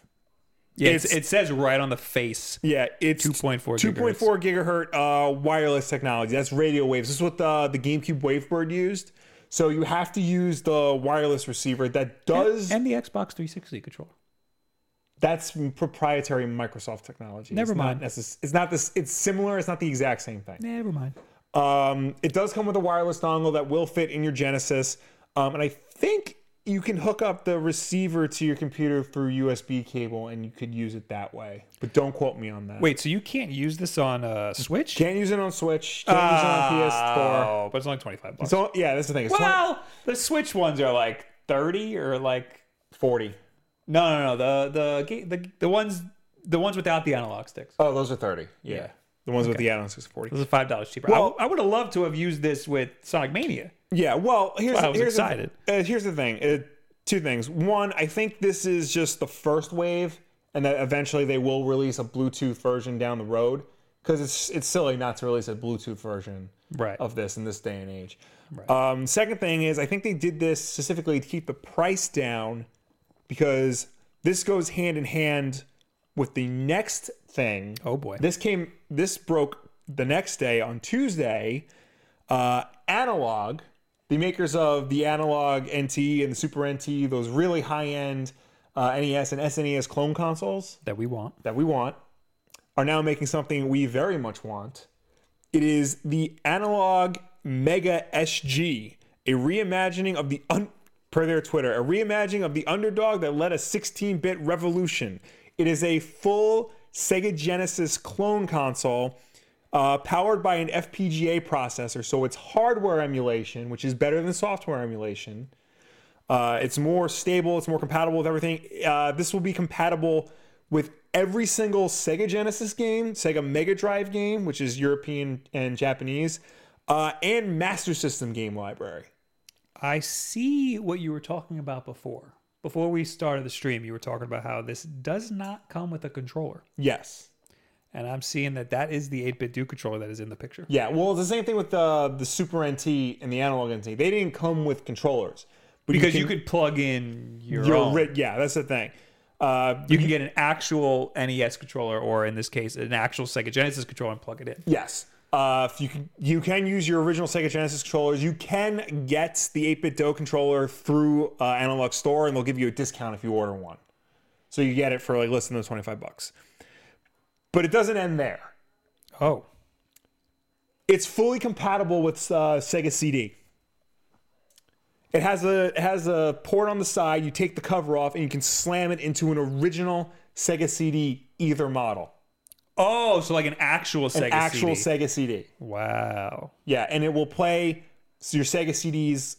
Speaker 1: Yeah,
Speaker 2: it's-
Speaker 1: it says right on the face.
Speaker 2: Yeah, it's
Speaker 1: 2.4
Speaker 2: 2.4 gigahertz uh, wireless technology. That's radio waves. This is what uh, the the GameCube WaveBird used. So you have to use the wireless receiver that does.
Speaker 1: And the Xbox 360 controller.
Speaker 2: that's proprietary Microsoft technology.
Speaker 1: Never
Speaker 2: It's not
Speaker 1: mind.
Speaker 2: necess- it's not this. It's similar. It's not the exact same thing.
Speaker 1: Never mind.
Speaker 2: Um, it does come with a wireless dongle that will fit in your Genesis, um, and I think you can hook up the receiver to your computer through USB cable, and you could use it that way. But don't quote me on that.
Speaker 1: Wait, so you can't use this on uh, Switch?
Speaker 2: Can't use it on Switch. Can't use it on PS4.
Speaker 1: Oh, but it's only 25 bucks.
Speaker 2: So yeah, that's the thing. It's
Speaker 1: well, the Switch ones are like 30 or like
Speaker 2: 20, 40.
Speaker 1: no, no, no. The the ga- the the ones the ones without the analog sticks.
Speaker 2: Oh, those are thirty. Yeah,
Speaker 1: Yeah.
Speaker 2: the ones with the add-ons is forty.
Speaker 1: This is five dollars cheaper. I
Speaker 2: Well-
Speaker 1: w- I, would have loved to have used this with Sonic Mania.
Speaker 2: Yeah, well, here's
Speaker 1: why I was
Speaker 2: here's the-
Speaker 1: excited.
Speaker 2: uh, here's the thing. Uh, two things. One, I think this is just the first wave, and that eventually they will release a Bluetooth version down the road because it's it's silly not to release a Bluetooth version
Speaker 1: Right.
Speaker 2: of this in this day and age. Um, second thing is, I think they did this specifically to keep the price down because this goes hand in hand with the next thing.
Speaker 1: Oh, boy.
Speaker 2: This came. This broke the next day on Tuesday. Uh, analog, the makers of the Analog NT and the Super NT, those really high-end uh, NES and SNES clone consoles
Speaker 1: That we want.
Speaker 2: that we want are now making something we very much want. It is the analog Mega SG, a reimagining of the un- per their Twitter, a reimagining of the underdog that led a 16-bit revolution. It is a full Sega Genesis clone console uh, powered by an FPGA processor, so it's hardware emulation, which is better than software emulation. Uh, it's more stable. It's more compatible with everything. Uh, this will be compatible with every single Sega Genesis game, Sega Mega Drive game, which is European and Japanese, uh, and Master System game library.
Speaker 1: I see what you were talking about before. Before we started the stream, you were talking about how this does not come with a controller.
Speaker 2: Yes.
Speaker 1: And I'm seeing that that is the 8 bit Duke controller that is in the picture.
Speaker 2: Yeah, well, it's the same thing with the the Super NT and the Analog NT. They didn't come with controllers but
Speaker 1: Because you, could plug in your,
Speaker 2: your
Speaker 1: own.
Speaker 2: ri- yeah, that's the thing. Uh,
Speaker 1: you can get an actual NES controller, or in this case, an actual Sega Genesis controller, and plug it in.
Speaker 2: Yes. Uh, if you can, you can use your original Sega Genesis controllers. You can get the 8-bit Do controller through uh, Analog Store, and they'll give you a discount if you order one. So you get it for like less than 25 bucks. But it doesn't end there.
Speaker 1: Oh,
Speaker 2: It's fully compatible with uh, Sega CD. It has a it has a port on the side. You take the cover off, and you can slam it into an original Sega CD, either model,
Speaker 1: oh, so like an actual Sega
Speaker 2: actual
Speaker 1: CD.
Speaker 2: Sega CD.
Speaker 1: wow.
Speaker 2: Yeah, and it will play your Sega CDs,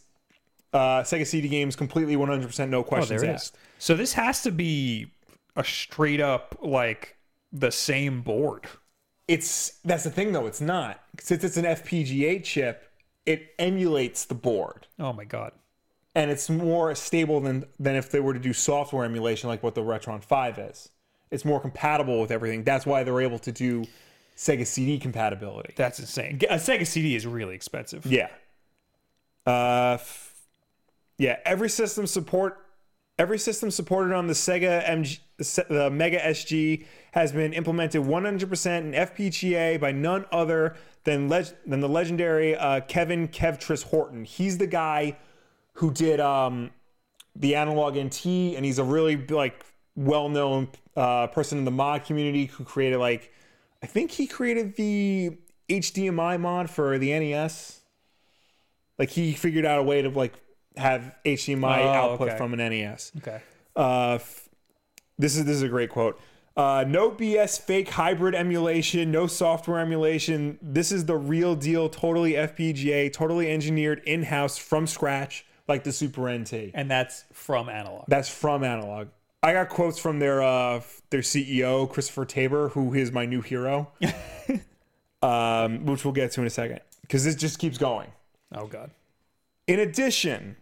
Speaker 2: uh, Sega CD games completely 100%, no
Speaker 1: Oh, there
Speaker 2: questions
Speaker 1: it is.
Speaker 2: asked.
Speaker 1: So this has to be a straight up like the same board.
Speaker 2: It's that's the thing though, it's not since it's an FPGA chip. It emulates the board,
Speaker 1: Oh my god.
Speaker 2: and it's more stable than than if they were to do software emulation like what the Retron Five is. It's more compatible with everything. That's why they're able to do Sega CD compatibility.
Speaker 1: That's insane. A Sega CD is really expensive.
Speaker 2: Yeah. Uh, f- yeah. Every system support, every system supported on the Sega MG, Se- the Mega SG has been implemented 100% in FPGA by none other than leg- than the legendary uh, Kevin Kevtris Horton. He's the guy who did um, the analog NT, and he's a really like well-known uh, person in the mod community who created like I think he created the HDMI mod for the NES. Like he figured out a way to like have HDMI
Speaker 1: Oh,
Speaker 2: output
Speaker 1: okay.
Speaker 2: from an E NES.
Speaker 1: Okay.
Speaker 2: Uh, f- this is this is a great quote. Uh, no BS fake hybrid emulation, no software emulation. This is the real deal, totally FPGA, totally engineered in house from scratch, like the Super NT.
Speaker 1: And that's from analog.
Speaker 2: That's from Analog. I got quotes from their uh, their CEO Christopher Tabor, who is my new hero, um, which we'll get to in a second because this just keeps going.
Speaker 1: Oh god.
Speaker 2: In addition,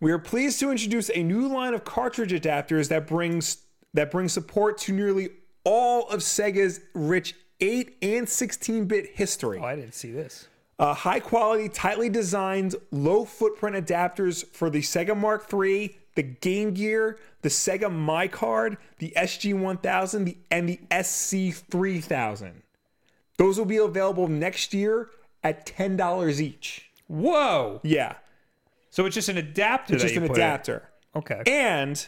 Speaker 2: we are pleased to introduce a new line of cartridge adapters that brings that brings support to nearly all of Sega's rich 8 and 16-bit history.
Speaker 1: Oh, I didn't see this.
Speaker 2: Uh, high quality, tightly designed, low footprint adapters for the Sega Mark III, the Game Gear, the Sega My Card, the SG1000, the, and the SC3000. Those will be available next year at $10 each.
Speaker 1: Whoa.
Speaker 2: Yeah,
Speaker 1: So it's just an adapter. that
Speaker 2: just
Speaker 1: you
Speaker 2: an
Speaker 1: put in.
Speaker 2: adapter.
Speaker 1: Okay.
Speaker 2: And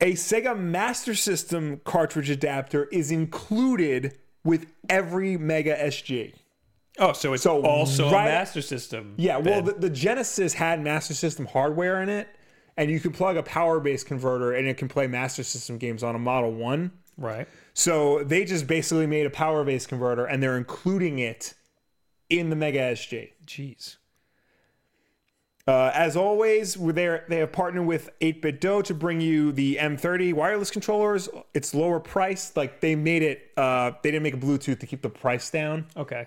Speaker 2: a Sega Master System cartridge adapter is included with every Mega SG.
Speaker 1: oh, so it's
Speaker 2: So
Speaker 1: also
Speaker 2: right-
Speaker 1: a master system.
Speaker 2: Yeah, well,
Speaker 1: then.
Speaker 2: the, the Genesis had Master System hardware in it, and you could plug a power based converter and it can play Master System games on a Model 1.
Speaker 1: right.
Speaker 2: So they just basically made a power based converter and they're including it in the Mega SG.
Speaker 1: Jeez.
Speaker 2: Uh, as always, we're there, they have partnered with 8-Bit Do to bring you the M30 wireless controllers. It's lower priced. Like they made it, uh, they didn't make a Bluetooth to keep the price down.
Speaker 1: Okay.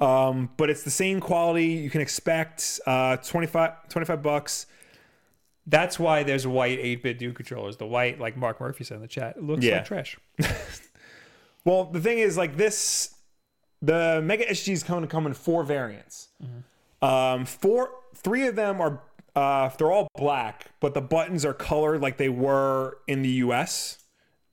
Speaker 2: Um, but it's the same quality you can expect. Uh, 25, 25 bucks.
Speaker 1: That's why there's white 8-bit Duke controllers. The white, like Mark Murphy said in the chat, it looks
Speaker 2: Yeah.
Speaker 1: like trash.
Speaker 2: Well, the thing is, like this, the Mega SG is going to come in four variants.
Speaker 1: Mm-hmm.
Speaker 2: Um, four, three of them are uh, they're all black, but the buttons are colored like they were in the U.S.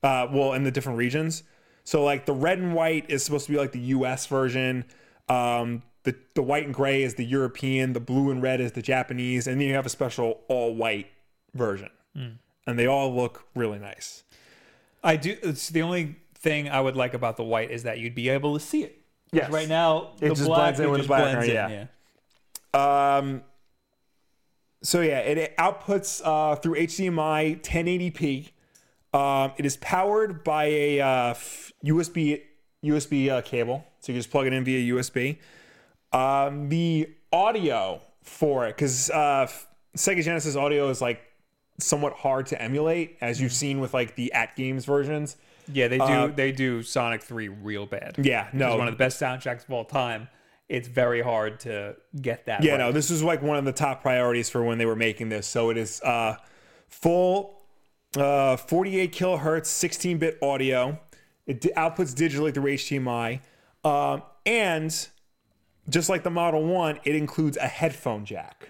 Speaker 2: Uh, well, in the different regions. So, like the red and white is supposed to be like the U.S. version. Um, the the white and gray is the European. The blue and red is the Japanese, and then you have a special all white version.
Speaker 1: Mm.
Speaker 2: And they all look really nice.
Speaker 1: I do. It's the only thing I would like about the white is that you'd be able to see it. 'Cause
Speaker 2: Yes.
Speaker 1: Right now, the
Speaker 2: just
Speaker 1: black
Speaker 2: blends in
Speaker 1: it
Speaker 2: with
Speaker 1: just
Speaker 2: the black,
Speaker 1: blends
Speaker 2: right?
Speaker 1: in,
Speaker 2: Yeah.
Speaker 1: yeah.
Speaker 2: Um, so yeah, it, it outputs uh, through HDMI 1080p. Um, it is powered by a uh, f- USB USB uh, cable, so you just plug it in via USB. Um, the audio for it, because uh, f- Sega Genesis audio is like somewhat hard to emulate, as you've seen with like the at games versions.
Speaker 1: Yeah, they do. they do Sonic Three real bad.
Speaker 2: Uh, Yeah,
Speaker 1: It's
Speaker 2: no,
Speaker 1: one of the best soundtracks of all time, it's very hard to get that.
Speaker 2: Yeah,
Speaker 1: right.
Speaker 2: no, this was like one of the top priorities for when they were making this. So it is uh, full uh, 48 kilohertz, 16 bit audio. It di- outputs digitally through HDMI. Um, and just like the Model 1, it includes a headphone jack.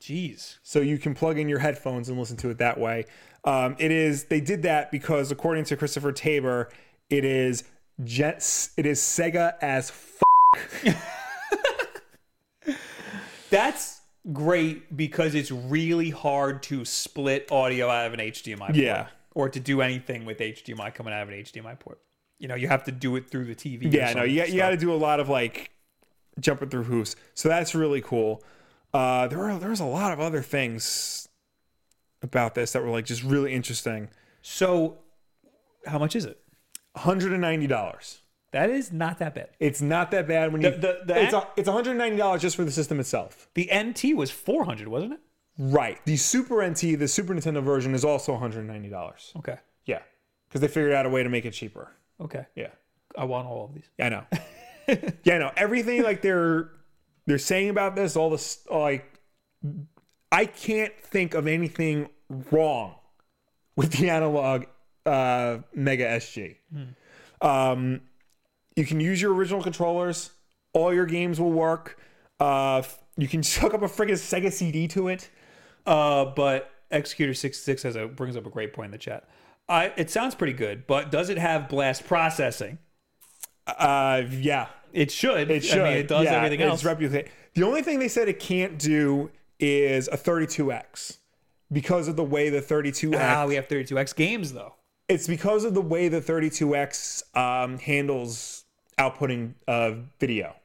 Speaker 1: Jeez.
Speaker 2: So you can plug in your headphones and listen to it that way. Um, it is they did that because according to Christopher Tabor, it is jets it is Sega as f-
Speaker 1: That's great because it's really hard to split audio out of an HDMI port
Speaker 2: yeah.
Speaker 1: or to do anything with HDMI coming out of an HDMI port. You know, you have to do it through the TV. or
Speaker 2: Yeah, no,
Speaker 1: some
Speaker 2: you, got- you
Speaker 1: stuff.
Speaker 2: got to do a lot of like jumping through hoops. So that's really cool. Uh, there are there's a lot of other things about this that were like just really interesting.
Speaker 1: So, how much is it?
Speaker 2: $190.
Speaker 1: That is not that bad.
Speaker 2: It's not that bad when you
Speaker 1: the- the
Speaker 2: it's, a, it's $190 just for the system itself.
Speaker 1: The NT was 400, wasn't it?
Speaker 2: Right. The Super NT, the Super Nintendo version is also $190.
Speaker 1: Okay.
Speaker 2: Yeah. Cuz they figured out a way to make it cheaper.
Speaker 1: Okay.
Speaker 2: Yeah.
Speaker 1: I want all of these.
Speaker 2: Yeah, I know. yeah, I know. Everything like they're they're saying about this, all this like I can't think of anything wrong with the analog uh Mega SG. Um you can use your original controllers, all your games will work. Uh you can hook up a friggin' Sega CD to it.
Speaker 1: Uh, but Executor 66 has a brings up a great point in the chat. I, it sounds pretty good, but does it have blast processing?
Speaker 2: Uh yeah.
Speaker 1: It should.
Speaker 2: It should.
Speaker 1: I mean, it does
Speaker 2: Yeah,
Speaker 1: everything else.
Speaker 2: It's reputa- the only thing they said it can't do is a 32x because of the way the 32x.
Speaker 1: ah, we have 32x games though.
Speaker 2: it's because of the way the 32x um, handles outputting uh, video.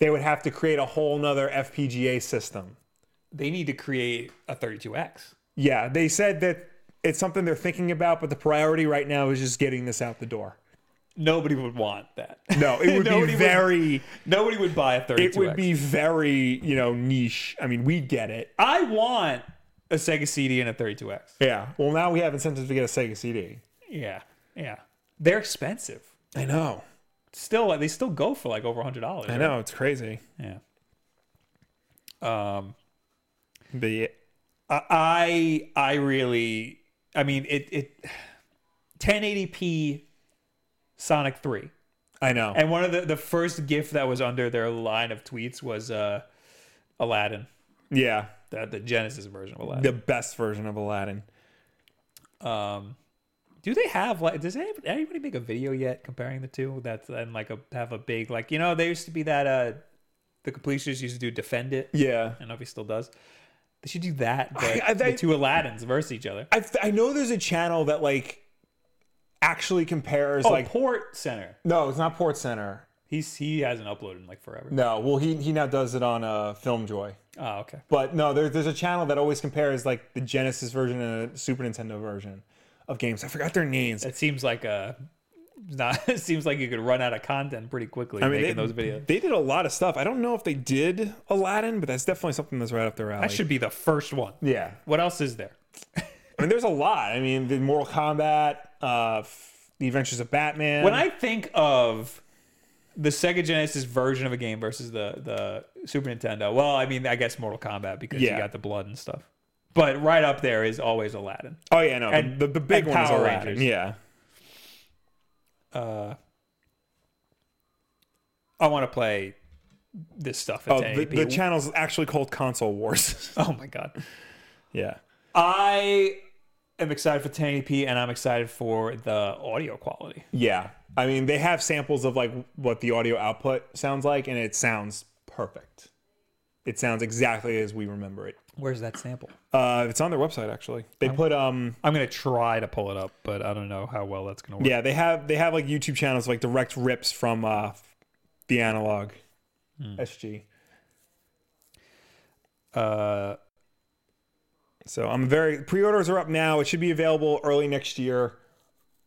Speaker 2: They would have to create a whole nother FPGA system.
Speaker 1: They need to create a 32x.
Speaker 2: Yeah, they said that it's something they're thinking about, but the priority right now is just getting this out the door.
Speaker 1: Nobody would want that.
Speaker 2: No, it would
Speaker 1: Nobody
Speaker 2: be very.
Speaker 1: Nobody would buy a 32x.
Speaker 2: it would be very, you know, niche. I mean, we get it.
Speaker 1: I want a Sega CD and a 32x.
Speaker 2: Yeah. Well, now we have incentives to get a Sega CD.
Speaker 1: Yeah, yeah. They're expensive.
Speaker 2: I know.
Speaker 1: Still, they still go for like over hundred dollars.
Speaker 2: I know. It's crazy.
Speaker 1: Yeah. Um,
Speaker 2: The
Speaker 1: I I really, I mean, it it, 1080p, Sonic Three,
Speaker 2: I know.
Speaker 1: and one of the the first GIF that was under their line of tweets was uh, Aladdin,
Speaker 2: yeah.
Speaker 1: the the Genesis version of Aladdin.
Speaker 2: The best version of Aladdin.
Speaker 1: Um, do they have like? Does anybody, anybody make a video yet comparing the two? That's and like a have a big like you know there used to be that uh, the completionists used to do defend it.
Speaker 2: Yeah.
Speaker 1: I don't know if he still does. They should do that. But
Speaker 2: I- I-
Speaker 1: the
Speaker 2: I-
Speaker 1: two Aladdins versus each other.
Speaker 2: I, I know there's a channel that like actually compares
Speaker 1: Oh,
Speaker 2: like
Speaker 1: Port Center.
Speaker 2: no, it's not Port Center.
Speaker 1: He's he hasn't uploaded in like forever.
Speaker 2: No, well he he now does it on uh, FilmJoy.
Speaker 1: Oh, okay.
Speaker 2: But no, there, there's a channel that always compares like the Genesis version and the Super Nintendo version of games. I forgot their names.
Speaker 1: It seems like a not. It seems like you could run out of content pretty quickly
Speaker 2: I mean,
Speaker 1: making those videos.
Speaker 2: They did a lot of stuff. I don't know if they did Aladdin, but that's definitely something that's right up their alley.
Speaker 1: That should be the first one.
Speaker 2: yeah.
Speaker 1: What else is there?
Speaker 2: I mean, there's a lot. I mean, the Mortal Kombat, uh, f- the Adventures of Batman.
Speaker 1: When I think of the Sega Genesis version of a game versus the the Super Nintendo, well, I mean, I guess Mortal Kombat because
Speaker 2: Yeah.
Speaker 1: you got the blood and stuff. But right up there is always Aladdin.
Speaker 2: oh yeah, no,
Speaker 1: and-
Speaker 2: the, the big
Speaker 1: and
Speaker 2: one is
Speaker 1: Power
Speaker 2: Aladdin.
Speaker 1: Rangers.
Speaker 2: Yeah,
Speaker 1: Uh, I want to play this stuff. At
Speaker 2: oh, the,
Speaker 1: 1080p.
Speaker 2: the channel's actually called Console Wars.
Speaker 1: oh my god.
Speaker 2: yeah,
Speaker 1: I am excited for 1080p and I'm excited for the audio quality.
Speaker 2: yeah. I mean, they have samples of like what the audio output sounds like, and it sounds perfect. It sounds exactly as we remember it.
Speaker 1: Where's that sample?
Speaker 2: Uh, it's on their website actually. They put um,
Speaker 1: I'm gonna try to pull it up, but I don't know how well that's gonna work.
Speaker 2: yeah, they have they have like YouTube channels like direct rips from uh, the analog SG.
Speaker 1: Uh,
Speaker 2: So I'm very pre-orders are up now. It should be available early next year.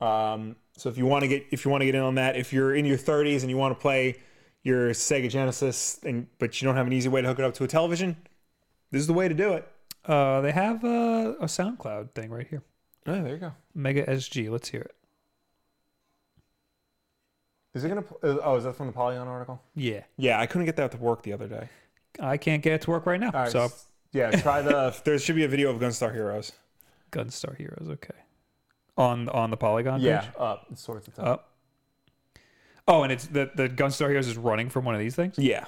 Speaker 2: Um, so if you want to get if you want to get in on that, if you're in your 30s and you want to play your Sega Genesis and but you don't have an easy way to hook it up to a television, this is the way to do it.
Speaker 1: uh, they have a, a SoundCloud thing right here.
Speaker 2: Oh, there you go.
Speaker 1: Mega SG. Let's hear it.
Speaker 2: Is it gonna? pl- uh, Oh, is that from the Polygon article?
Speaker 1: Yeah,
Speaker 2: Yeah, I couldn't get that to work the other day.
Speaker 1: I can't get it to work right now.
Speaker 2: All right,
Speaker 1: so
Speaker 2: s- yeah, try the. there should be a video of Gunstar Heroes.
Speaker 1: Gunstar Heroes, okay, on on the Polygon.
Speaker 2: Yeah,
Speaker 1: page?
Speaker 2: up it's towards the top.
Speaker 1: Up. Oh, and it's the the Gunstar Heroes is running from one of these things.
Speaker 2: yeah,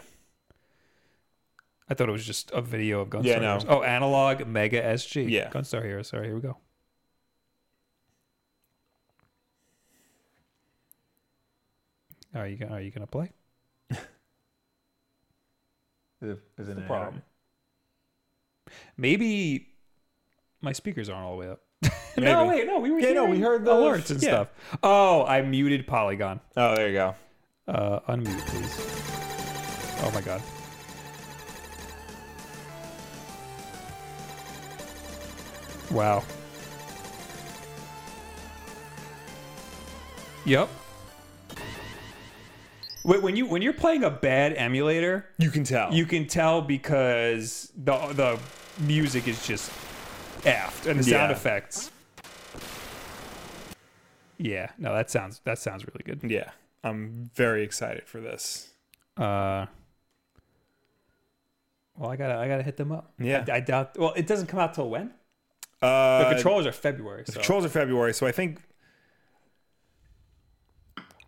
Speaker 1: I thought it was just a video of Gunstar
Speaker 2: Yeah, no.
Speaker 1: Heroes. Oh, Analog Mega SG.
Speaker 2: Yeah.
Speaker 1: Gunstar Heroes. Sorry, here we go. Are you gonna, are you gonna play?
Speaker 2: is it- is it
Speaker 1: the
Speaker 2: an
Speaker 1: problem.
Speaker 2: error?
Speaker 1: Maybe my speakers aren't all the way up. no,
Speaker 2: Maybe.
Speaker 1: wait, no, we were
Speaker 2: Yeah, no, we
Speaker 1: hearing
Speaker 2: heard the-
Speaker 1: alerts and
Speaker 2: yeah.
Speaker 1: stuff. Oh, I muted Polygon.
Speaker 2: Oh, there you go.
Speaker 1: Uh, unmute, please. Oh my god. Wow. Yep. Wait, when you when you're playing a bad emulator,
Speaker 2: You can tell.
Speaker 1: you can tell because the the music is just aft and the
Speaker 2: Yeah.
Speaker 1: sound effects. Yeah, no, that sounds that sounds really good.
Speaker 2: yeah, I'm very excited for this.
Speaker 1: Uh, well, I gotta I gotta hit them up.
Speaker 2: Yeah.
Speaker 1: I, I doubt. Well, it doesn't come out till when? The
Speaker 2: Uh,
Speaker 1: controllers are February. So.
Speaker 2: Controls are February, so I think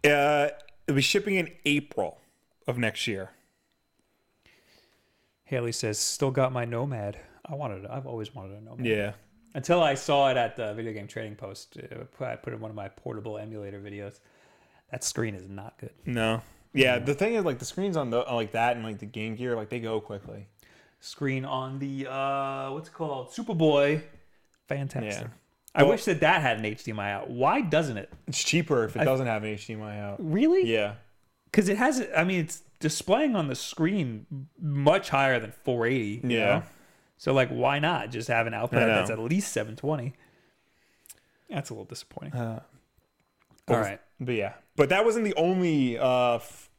Speaker 2: uh, it'll be shipping in April of next year.
Speaker 1: Haley says, "Still got my Nomad. I wanted. I've always wanted a Nomad.
Speaker 2: Yeah.
Speaker 1: Until I saw it at the video game trading post. uh, pu- I put in one of my portable emulator videos. That screen is not good.
Speaker 2: No. Yeah, the thing is, like the screens on the on, like that and like the Game Gear, like they go quickly.
Speaker 1: Screen on the uh, what's it called Superboy. Fantastic.
Speaker 2: Yeah.
Speaker 1: I wish that that had an HDMI out. Why doesn't it?
Speaker 2: It's cheaper if it doesn't have an HDMI out.
Speaker 1: Really?
Speaker 2: Yeah.
Speaker 1: because it has i mean it's displaying on the screen much higher than 480 you
Speaker 2: Yeah.
Speaker 1: know? so like why not just have an output
Speaker 2: I know.
Speaker 1: that's at least 720 that's a little disappointing
Speaker 2: Uh,
Speaker 1: all right
Speaker 2: But yeah, but that wasn't the only uh, f-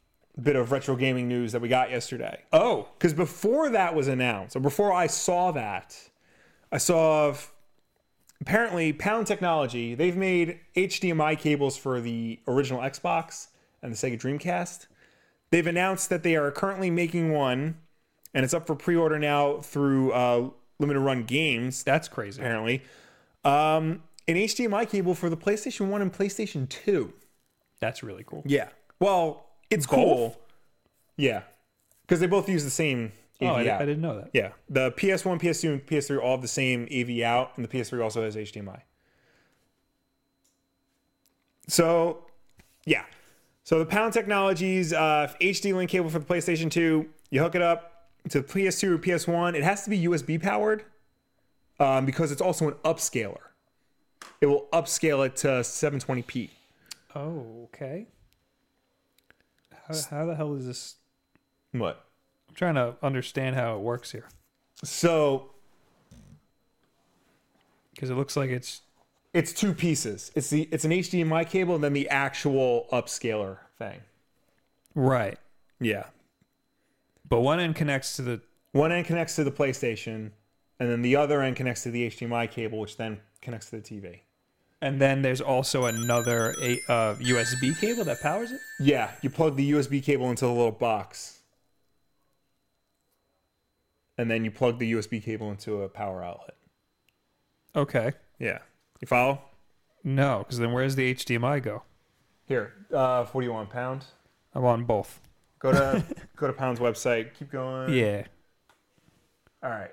Speaker 2: bit of retro gaming news that we got yesterday.
Speaker 1: oh
Speaker 2: Because before that was announced, or before I saw that, I saw f- apparently Pound Technology, they've made HDMI cables for the original Xbox and the Sega Dreamcast. They've announced that they are currently making one, and it's up for pre order now through uh, Limited Run Games,
Speaker 1: that's crazy
Speaker 2: apparently. Um, an HDMI cable for the PlayStation 1 and PlayStation 2.
Speaker 1: that's really cool
Speaker 2: Yeah. Well, it's cool. Yeah. Because they both use the same AV
Speaker 1: oh I,
Speaker 2: out.
Speaker 1: I didn't know that
Speaker 2: Yeah. The PS1, PS2, and PS3 all have the same AV out, and the PS3 also has HDMI. So, yeah. So the Pound Technologies uh, HD link cable for the PlayStation 2, you hook it up to the PS2 or PS1. It has to be USB powered um, because it's also an upscaler. It will upscale it to 720p.
Speaker 1: oh okay how, how the hell is this
Speaker 2: What?
Speaker 1: i'm trying to understand how it works here
Speaker 2: So
Speaker 1: because it looks like it's
Speaker 2: It's two pieces. It's the it's an HDMI cable and then the actual upscaler thing.
Speaker 1: right
Speaker 2: Yeah.
Speaker 1: but one end connects to the
Speaker 2: One end connects to the PlayStation, and then the other end connects to the HDMI cable, which then connects to the TV.
Speaker 1: and then there's also another a, uh, usb cable that powers it
Speaker 2: Yeah, you plug the USB cable into the little box. And then you plug the USB cable into a power outlet.
Speaker 1: okay
Speaker 2: Yeah. You follow?
Speaker 1: No, because then where's the HDMI go?
Speaker 2: Here. Uh what do you want, pound?
Speaker 1: I'm on both.
Speaker 2: Go to go to Pound's website. Keep going.
Speaker 1: Yeah.
Speaker 2: All right.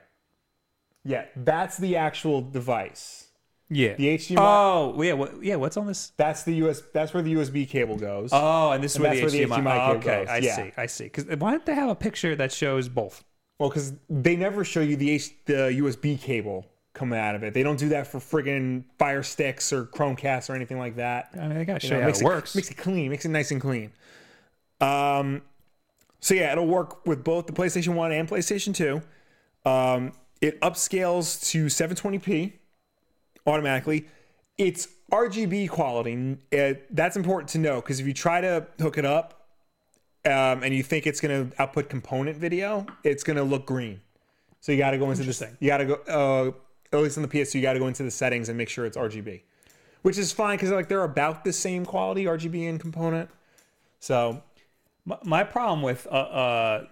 Speaker 2: Yeah, that's the actual device.
Speaker 1: Yeah.
Speaker 2: The HDMI
Speaker 1: Oh, yeah. What, yeah. What's on this?
Speaker 2: That's the US. That's where the USB cable goes.
Speaker 1: Oh, and this is
Speaker 2: And
Speaker 1: where the,
Speaker 2: that's where the
Speaker 1: HDMI.
Speaker 2: HDMI
Speaker 1: oh,
Speaker 2: cable
Speaker 1: okay,
Speaker 2: goes,
Speaker 1: I
Speaker 2: yeah.
Speaker 1: see. I see. Because why don't they have a picture that shows both?
Speaker 2: well, because they never show you the H- the USB cable coming out of it. They don't do that for friggin' Fire Sticks or Chromecast or anything like that.
Speaker 1: I mean, they gotta show
Speaker 2: You know,
Speaker 1: you how
Speaker 2: makes
Speaker 1: it works.
Speaker 2: Makes it clean. Makes it nice and clean. Um. So yeah, it'll work with both the PlayStation One and PlayStation Two. Um, it upscales to 720p automatically. It's RGB quality. Uh, that's important to know because if you try to hook it up um, and you think it's going to output component video, it's going to look green. So you got to go into this.
Speaker 1: Interesting.
Speaker 2: You got to go. Uh, at least on the PS2, you got to go into the settings and make sure it's RGB, which is fine because like they're about the same quality RGB and component. So
Speaker 1: My, my problem with uh, uh,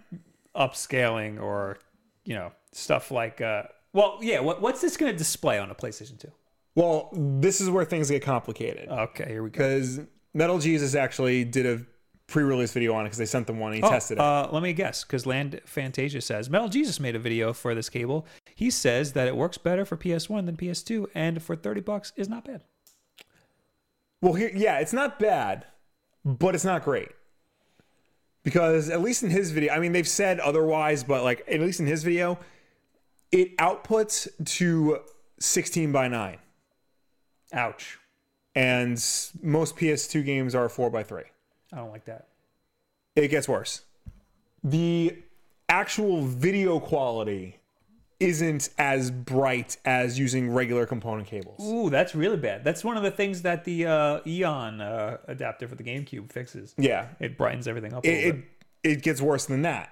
Speaker 1: upscaling or you know stuff like uh, well, yeah. What, what's this going to display on a PlayStation Two?
Speaker 2: well, this is where things get complicated
Speaker 1: Okay, here we go.
Speaker 2: because Metal Jesus actually did a pre-release video on it because they sent them one and he tested it.
Speaker 1: Uh, let me guess, because Land Fantasia says Metal Jesus made a video for this cable. He says that it works better for PS1 than PS2, and for thirty bucks is not bad.
Speaker 2: Well, here, yeah, it's not bad, but it's not great. Because at least in his video, I mean, they've said otherwise, but like at least in his video, it outputs to 16 by 9,
Speaker 1: Ouch!
Speaker 2: and s- most PS2 games are 4 by 3.
Speaker 1: I don't like that.
Speaker 2: It gets worse. The actual video quality isn't as bright as using regular component cables.
Speaker 1: Ooh, that's really bad. That's one of the things that the uh, Eon uh, adapter for the GameCube fixes.
Speaker 2: Yeah,
Speaker 1: It brightens everything up. a little
Speaker 2: it,
Speaker 1: bit.
Speaker 2: it it gets worse than that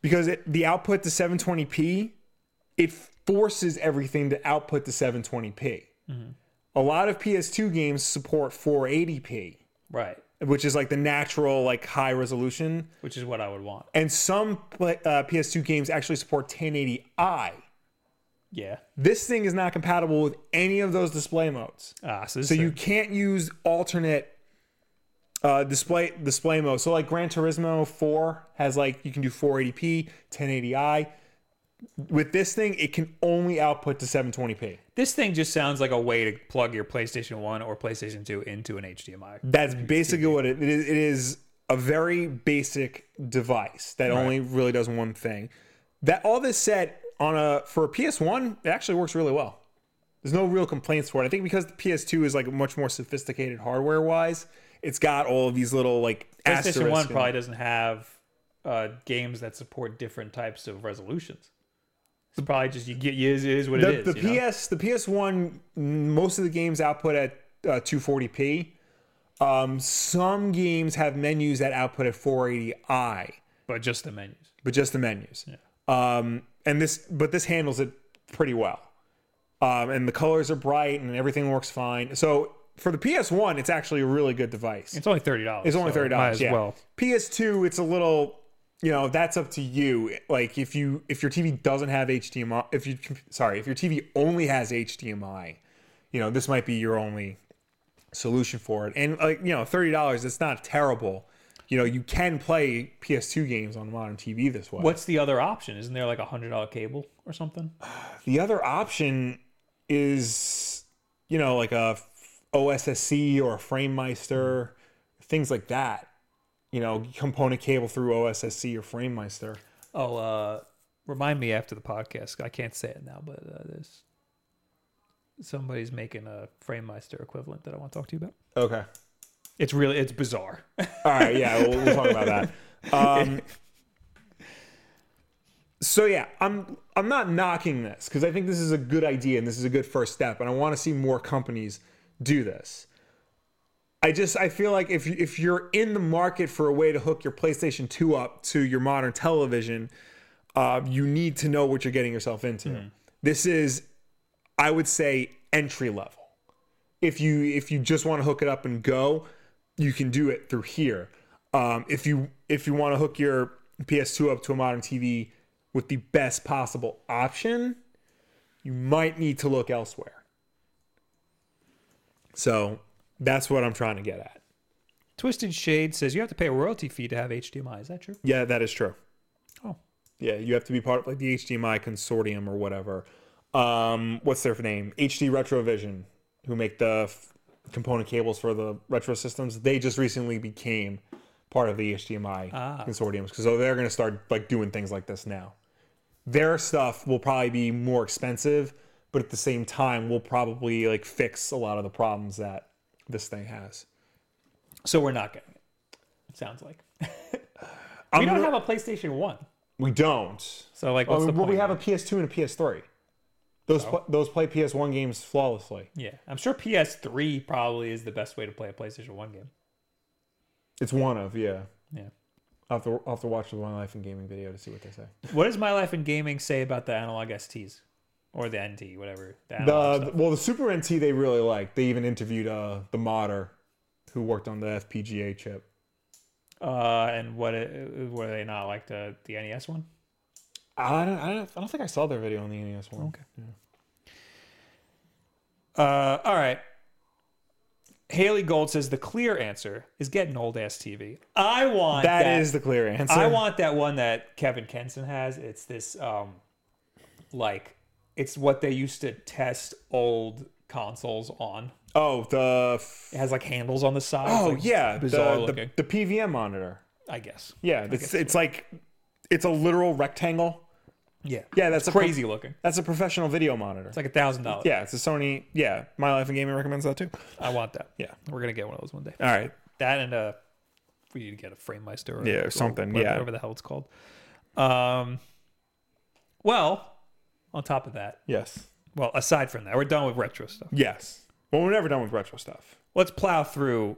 Speaker 2: because it, the output to 720p it forces everything to output to 720p a lot of ps2 games support 480p
Speaker 1: right,
Speaker 2: which is like the natural like high resolution
Speaker 1: which is what I would want.
Speaker 2: and some pla- uh, ps2 games actually support 1080i
Speaker 1: Yeah.
Speaker 2: this thing is not compatible with any of those display modes
Speaker 1: Ah, so, this
Speaker 2: So
Speaker 1: thing-
Speaker 2: you can't use alternate uh, display display mode. So like Gran Turismo 4 has like you can do 480p, 1080i. With this thing, it can only output to 720p.
Speaker 1: this thing just sounds like a way to plug your PlayStation One or PlayStation Two into an HDMI.
Speaker 2: That's basically what it, it is. It is a very basic device that only really does one thing. That all this said on a for a PS1, it actually works really well. There's no real complaints for it. I think because the PS2 is like much more sophisticated hardware wise, it's got all of these little like
Speaker 1: PlayStation
Speaker 2: asterisk
Speaker 1: One
Speaker 2: and-
Speaker 1: probably doesn't have uh, games that support different types of resolutions. It's probably just you get it is, it is what
Speaker 2: the,
Speaker 1: it is.
Speaker 2: the
Speaker 1: you know?
Speaker 2: PS the PS1 mm, most of the games output at uh, 240p. Um, some games have menus that output at 480i,
Speaker 1: but just the menus.
Speaker 2: but just the menus. Um, and this but this handles it pretty well. Um, and the colors are bright and everything works fine. So for the PS1, it's actually a really good device.
Speaker 1: It's only thirty dollars.
Speaker 2: It's only thirty dollars.
Speaker 1: as
Speaker 2: Yeah.
Speaker 1: Well,
Speaker 2: PS2, it's a little, you know, that's up to you. Like if you if your TV doesn't have HDMI, if you sorry, if your TV only has HDMI, you know, this might be your only solution for it. And like you know, thirty dollars, it's not terrible. You know, you can play PS2 games on modern TV this way.
Speaker 1: what's the other option? Isn't there like a hundred dollar cable or something?
Speaker 2: The other option is, you know, like a OSSC or a FrameMeister, things like that. You know, component cable through OSSC or FrameMeister.
Speaker 1: Oh, uh, remind me after the podcast. I can't say it now, but uh, there's somebody's making a FrameMeister equivalent that I want to talk to you about.
Speaker 2: Okay.
Speaker 1: It's really it's bizarre.
Speaker 2: All right. Yeah, we'll, we'll talk about that. Um, so yeah, I'm I'm not knocking this because I think this is a good idea and this is a good first step, and I want to see more companies do this. I just I feel like if you- if you're in the market for a way to hook your PlayStation 2 up to your modern television, uh, you need to know what you're getting yourself into. This is, I would say, entry level. If you if you just want to hook it up and go, you can do it through here. Um, if you if you want to hook your PS2 up to a modern TV with the best possible option, you might need to look elsewhere. So that's what I'm trying to get at.
Speaker 1: Twisted Shade says you have to pay a royalty fee to have HDMI. Is that true?
Speaker 2: Yeah, that is true.
Speaker 1: Oh.
Speaker 2: Yeah, you have to be part of like the HDMI consortium or whatever. Um, what's their name? HD Retrovision, who make the f- component cables for the retro systems. They just recently became part of the HDMI
Speaker 1: Ah.
Speaker 2: consortiums because so they're going to start like doing things like this now. Their stuff will probably be more expensive, but at the same time, will probably like fix a lot of the problems that this thing has.
Speaker 1: So we're not getting it. It sounds like we
Speaker 2: I'm
Speaker 1: don't
Speaker 2: re-
Speaker 1: have a PlayStation One.
Speaker 2: we don't.
Speaker 1: So like, what's
Speaker 2: I mean,
Speaker 1: the
Speaker 2: well,
Speaker 1: point? Oh.
Speaker 2: we have a PS2 and a PS3. Those pl- those play PS1 games flawlessly.
Speaker 1: yeah, I'm sure PS3 probably is the best way to play a PlayStation One game.
Speaker 2: It's one of yeah.
Speaker 1: Yeah.
Speaker 2: I'll have, to, I'll have to watch the One Life in Gaming video to see what they say.
Speaker 1: What does My Life in Gaming say about the analog STs or the NT, whatever? The analog
Speaker 2: The, well, the Super NT they really liked. They even interviewed uh, the modder who worked on the FPGA chip.
Speaker 1: Uh, and what it, were they not like the the NES one?
Speaker 2: I don't, I don't. I don't think I saw their video on the NES one.
Speaker 1: Okay. Uh, all right. Haley Gold says the clear answer is get an old ass TV. I want
Speaker 2: that is the clear answer.
Speaker 1: I want that one that Kevin Kenson has. It's this um like it's what they used to test old consoles on.
Speaker 2: oh the f-
Speaker 1: It has like handles on the side.
Speaker 2: oh
Speaker 1: It's, like,
Speaker 2: yeah
Speaker 1: bizarre
Speaker 2: the, the,
Speaker 1: looking.
Speaker 2: the PVM monitor.
Speaker 1: I guess.
Speaker 2: Yeah, it's it's like it's a literal rectangle.
Speaker 1: Yeah.
Speaker 2: Yeah, that's a pro-
Speaker 1: Crazy looking. It's
Speaker 2: that's a professional video monitor.
Speaker 1: like a thousand dollars.
Speaker 2: yeah, it's a Sony. Yeah, My Life and Gaming recommends that too.
Speaker 1: I want that.
Speaker 2: Yeah.
Speaker 1: We're gonna get one of those one day.
Speaker 2: All right.
Speaker 1: That and uh we need to get a frame meister or
Speaker 2: Yeah, or something,
Speaker 1: whatever,
Speaker 2: yeah.
Speaker 1: whatever the hell it's called. Um well, on top of that,
Speaker 2: Yes.
Speaker 1: well, aside from that, we're done with retro stuff.
Speaker 2: Yes. Well, we're never done with retro stuff.
Speaker 1: Let's plow through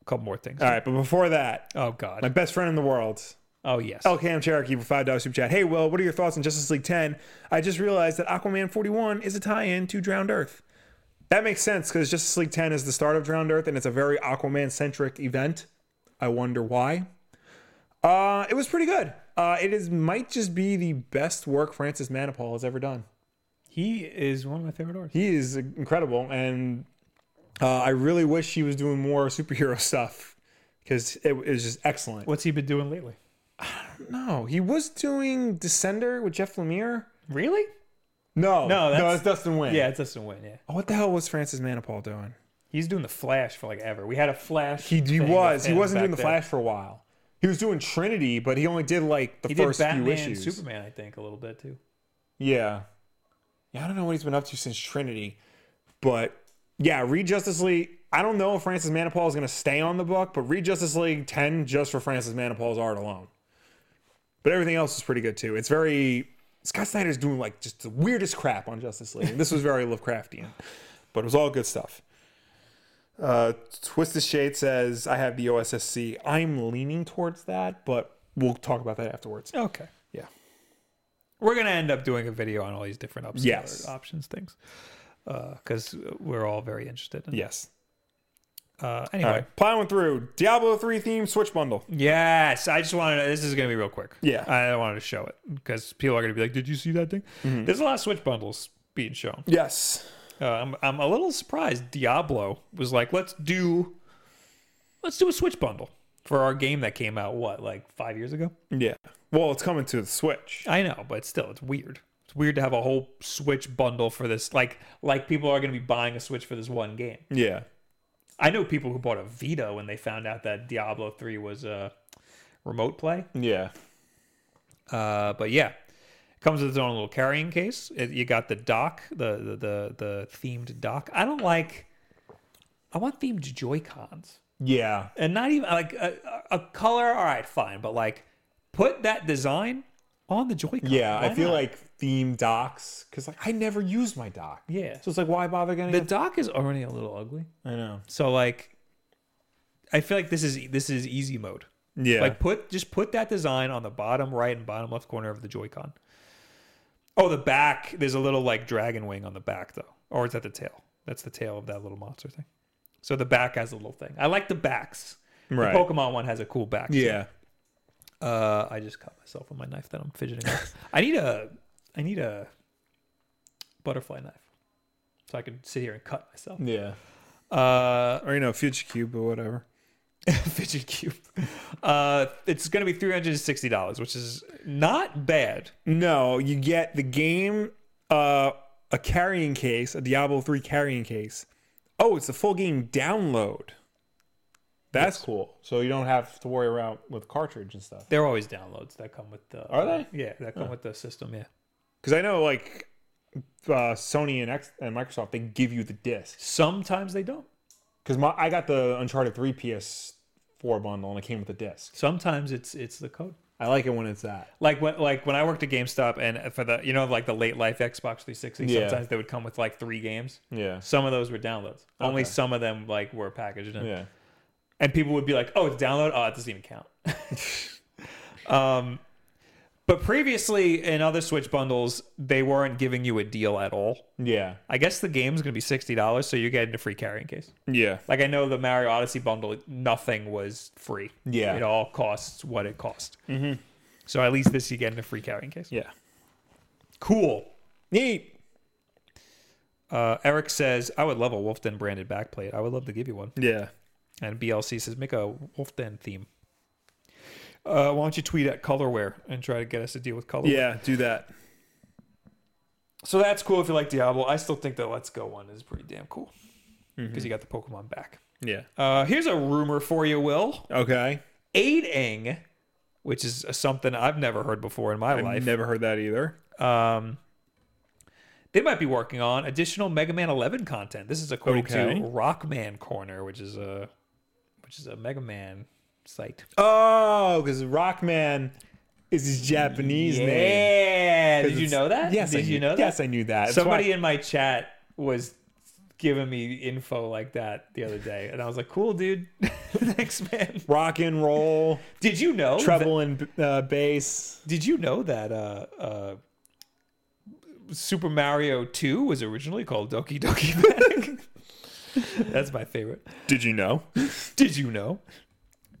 Speaker 1: a couple more things.
Speaker 2: All right, but before that,
Speaker 1: Oh God.
Speaker 2: my best friend in the world,
Speaker 1: oh yes.
Speaker 2: LKM Cherokee for five dollars super chat. Hey, Will, what are your thoughts on Justice League Ten? I just realized that Aquaman forty one is a tie in to Drowned Earth. That makes sense because Justice League ten is the start of Drowned Earth, and it's a very Aquaman centric event. I wonder why. Uh, it was pretty good. Uh, it is might just be the best work Francis Manipal has ever done.
Speaker 1: He is one of my favorite artists.
Speaker 2: He is incredible, and uh, I really wish he was doing more superhero stuff because it is just excellent.
Speaker 1: What's he been doing lately?
Speaker 2: No, he was doing Descender with Jeff Lemire.
Speaker 1: Really?
Speaker 2: No,
Speaker 1: No, that's-
Speaker 2: that's Dustin Wynn.
Speaker 1: Yeah, it's Dustin Wynn. Yeah,
Speaker 2: What the hell was Francis Manipal doing?
Speaker 1: he's doing the Flash for like ever. We had a Flash.
Speaker 2: He, he
Speaker 1: thing
Speaker 2: was.
Speaker 1: with
Speaker 2: He
Speaker 1: him
Speaker 2: wasn't
Speaker 1: back
Speaker 2: doing the
Speaker 1: then.
Speaker 2: Flash for a while. He was doing Trinity, but he only did like the
Speaker 1: He did
Speaker 2: first few
Speaker 1: Batman, and
Speaker 2: issues.
Speaker 1: Superman, I think, a little bit too.
Speaker 2: Yeah. Yeah, I don't know what he's been up to since Trinity, but yeah, read Justice League. I don't know if Francis Manipal is going to stay on the book, but read Justice League 10 just for Francis Manipal's art alone. But everything else is pretty good too. It's very Scott Snyder's doing like just the weirdest crap on Justice League. And this was very Lovecraftian, but it was all good stuff. Uh, Twisted Shade says, "I have the OSSC. I'm leaning towards that, but we'll talk about that afterwards."
Speaker 1: Okay.
Speaker 2: Yeah.
Speaker 1: We're gonna end up doing a video on all these different options, uh,
Speaker 2: Yes.
Speaker 1: options things, because we're all very interested. In,
Speaker 2: Yes.
Speaker 1: Uh,
Speaker 2: All
Speaker 1: anyway.
Speaker 2: right, plowing through Diablo 3 theme Switch bundle.
Speaker 1: Yes, I just wanted. To, this is gonna be real quick.
Speaker 2: Yeah.
Speaker 1: I wanted to show it because people are gonna be like, "Did you see that thing?"
Speaker 2: Mm-hmm.
Speaker 1: There's a lot of Switch bundles being shown.
Speaker 2: Yes.
Speaker 1: Uh, I'm, I'm a little surprised Diablo was like, let's do, let's do a Switch bundle for our game that came out what like five years ago.
Speaker 2: Yeah. Well, it's coming to the Switch.
Speaker 1: I know, but still, it's weird. It's weird to have a whole Switch bundle for this. Like, like people are going to be buying a Switch for this one game.
Speaker 2: Yeah.
Speaker 1: I know people who bought a Vita when they found out that Diablo three was uh, remote play.
Speaker 2: Yeah.
Speaker 1: Uh, but yeah, it comes with its own little carrying case. It, you got the dock, the, the the the themed dock. I don't like. I want themed Joy Cons.
Speaker 2: Yeah.
Speaker 1: and not even like a, a color. All right, fine, but like put that design on the Joy-Con.
Speaker 2: Yeah. I
Speaker 1: Why
Speaker 2: feel
Speaker 1: not?
Speaker 2: like theme docs because like I never use my doc.
Speaker 1: Yeah.
Speaker 2: So it's like why bother getting
Speaker 1: the
Speaker 2: it?
Speaker 1: dock is already a little ugly,
Speaker 2: I know.
Speaker 1: so like I feel like this is this is easy mode.
Speaker 2: Yeah.
Speaker 1: Like put just put that design on the bottom right and bottom left corner of the Joy-Con. Oh, the back. There's a little like dragon wing on the back though, or is that the tail? That's the tail of that little monster thing. So the back has a little thing. I like the backs.
Speaker 2: Right.
Speaker 1: The Pokemon one has a cool back. too.
Speaker 2: yeah.
Speaker 1: Uh, I just cut myself with my knife that I'm fidgeting with. I need a, I need a butterfly knife, so I can sit here and cut myself.
Speaker 2: Yeah.
Speaker 1: Uh,
Speaker 2: Or you know, Future Cube or whatever.
Speaker 1: fidget cube. Uh, it's gonna be three hundred and sixty dollars, which is not bad.
Speaker 2: No, you get the game, uh, a carrying case, a Diablo 3 carrying case. Oh, it's a full game download. That's cool. So you don't have to worry around with cartridge and stuff.
Speaker 1: They're always downloads that come with the.
Speaker 2: Are they?
Speaker 1: Yeah, that come with the system. Yeah.
Speaker 2: Because I know like uh, Sony and X and Microsoft, they give you the discs.
Speaker 1: Sometimes they don't.
Speaker 2: Because my I got the Uncharted Three PS4 bundle and it came with a disc.
Speaker 1: Sometimes it's it's the code.
Speaker 2: I like it when it's that.
Speaker 1: like when like when I worked at GameStop and for the you know like the late life Xbox 360,
Speaker 2: Yeah.
Speaker 1: sometimes they would come with like three games.
Speaker 2: Yeah.
Speaker 1: Some of those were downloads. Only some of them like were packaged in.
Speaker 2: Yeah.
Speaker 1: And people would be like, "Oh, it's a download. Oh, it doesn't even count." um, But previously in other Switch bundles, they weren't giving you a deal at all.
Speaker 2: Yeah.
Speaker 1: I guess the game's going to be $60, so you're getting a free carrying case.
Speaker 2: Yeah.
Speaker 1: Like I know the Mario Odyssey bundle, nothing was free.
Speaker 2: Yeah.
Speaker 1: it all costs what it cost. Mm-hmm. So at least this you get in a free carrying case.
Speaker 2: Yeah.
Speaker 1: Cool.
Speaker 2: Neat.
Speaker 1: Uh, Eric says, "I would love a Wolf Den branded backplate. I would love to give you one."
Speaker 2: Yeah.
Speaker 1: And BLC says, "Make a Wolf Den theme." Uh, why don't you tweet at Colorware and try to get us to deal with Colorware?
Speaker 2: Yeah. Do that.
Speaker 1: So that's cool if you like Diablo. I still think the Let's Go one is pretty damn cool
Speaker 2: Mm-hmm.
Speaker 1: because you got the Pokemon back.
Speaker 2: Yeah.
Speaker 1: Uh, here's a rumor for you, Will.
Speaker 2: Okay.
Speaker 1: aiding, which is something I've never heard before in my
Speaker 2: I've
Speaker 1: life.
Speaker 2: never heard that either.
Speaker 1: um, they might be working on additional Mega Man 11 content. This is according
Speaker 2: Okay.
Speaker 1: to Rockman Corner, which is a which is a Mega Man site.
Speaker 2: Oh, because Rockman is his Japanese name.
Speaker 1: yeah,
Speaker 2: 'Cause
Speaker 1: did you
Speaker 2: it's-
Speaker 1: know that?
Speaker 2: Yes. I
Speaker 1: did
Speaker 2: knew-
Speaker 1: you know that?
Speaker 2: Yes, I knew that. That's
Speaker 1: Somebody
Speaker 2: why-
Speaker 1: in my chat was giving me info like that the other day, and I was like, "Cool, dude, thanks, man."
Speaker 2: rock and roll,
Speaker 1: Did you know? that-
Speaker 2: treble and uh, bass.
Speaker 1: Did you know that uh, uh, Super Mario 2 was originally called Doki Doki Panic? That's my favorite.
Speaker 2: Did you know?
Speaker 1: Did you know?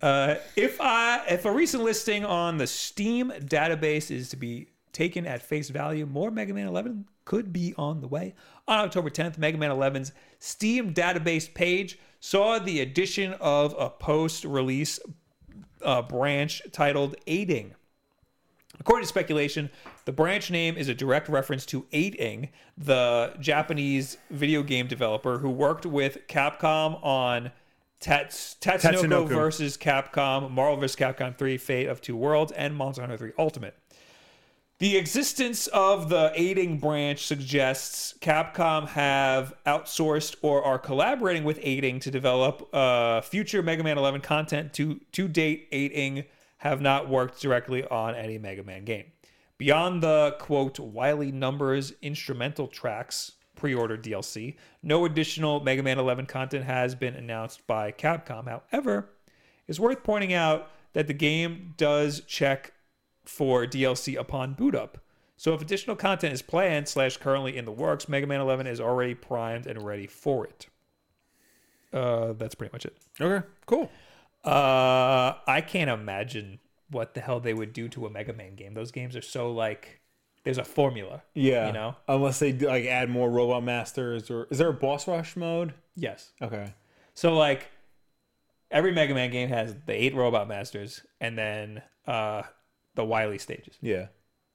Speaker 1: Uh, if I if a recent listing on the Steam database is to be taken at face value, more Mega Man 11 could be on the way. On October 10th, Mega Man 11's Steam database page saw the addition of a post-release uh, branch titled Aiding. According to speculation, the branch name is a direct reference to 8ing, the Japanese video game developer who worked with Capcom on Tats- Tatsunoko,
Speaker 2: Tatsunoko.
Speaker 1: versus Capcom, Marvel vs. Capcom 3, Fate of Two Worlds, and Monster Hunter 3 Ultimate. The existence of the aiding branch suggests Capcom have outsourced or are collaborating with aiding to develop uh, future Mega Man 11 content. To to date, aiding have not worked directly on any Mega Man game. Beyond the quote Wily Numbers instrumental tracks pre-order DLC, no additional Mega Man 11 content has been announced by Capcom. However, it's worth pointing out that the game does check for DLC upon boot up. So if additional content is planned slash currently in the works, Mega Man 11 is already primed and ready for it. Uh, that's pretty much it.
Speaker 2: Okay. Cool.
Speaker 1: Uh, I can't imagine what the hell they would do to a Mega Man game. Those games are so like there's a formula.
Speaker 2: Yeah.
Speaker 1: You know?
Speaker 2: Unless they do, like add more robot masters or is there a boss rush mode?
Speaker 1: Yes.
Speaker 2: Okay.
Speaker 1: So like every Mega Man game has the eight robot masters and then uh the Wily stages.
Speaker 2: Yeah.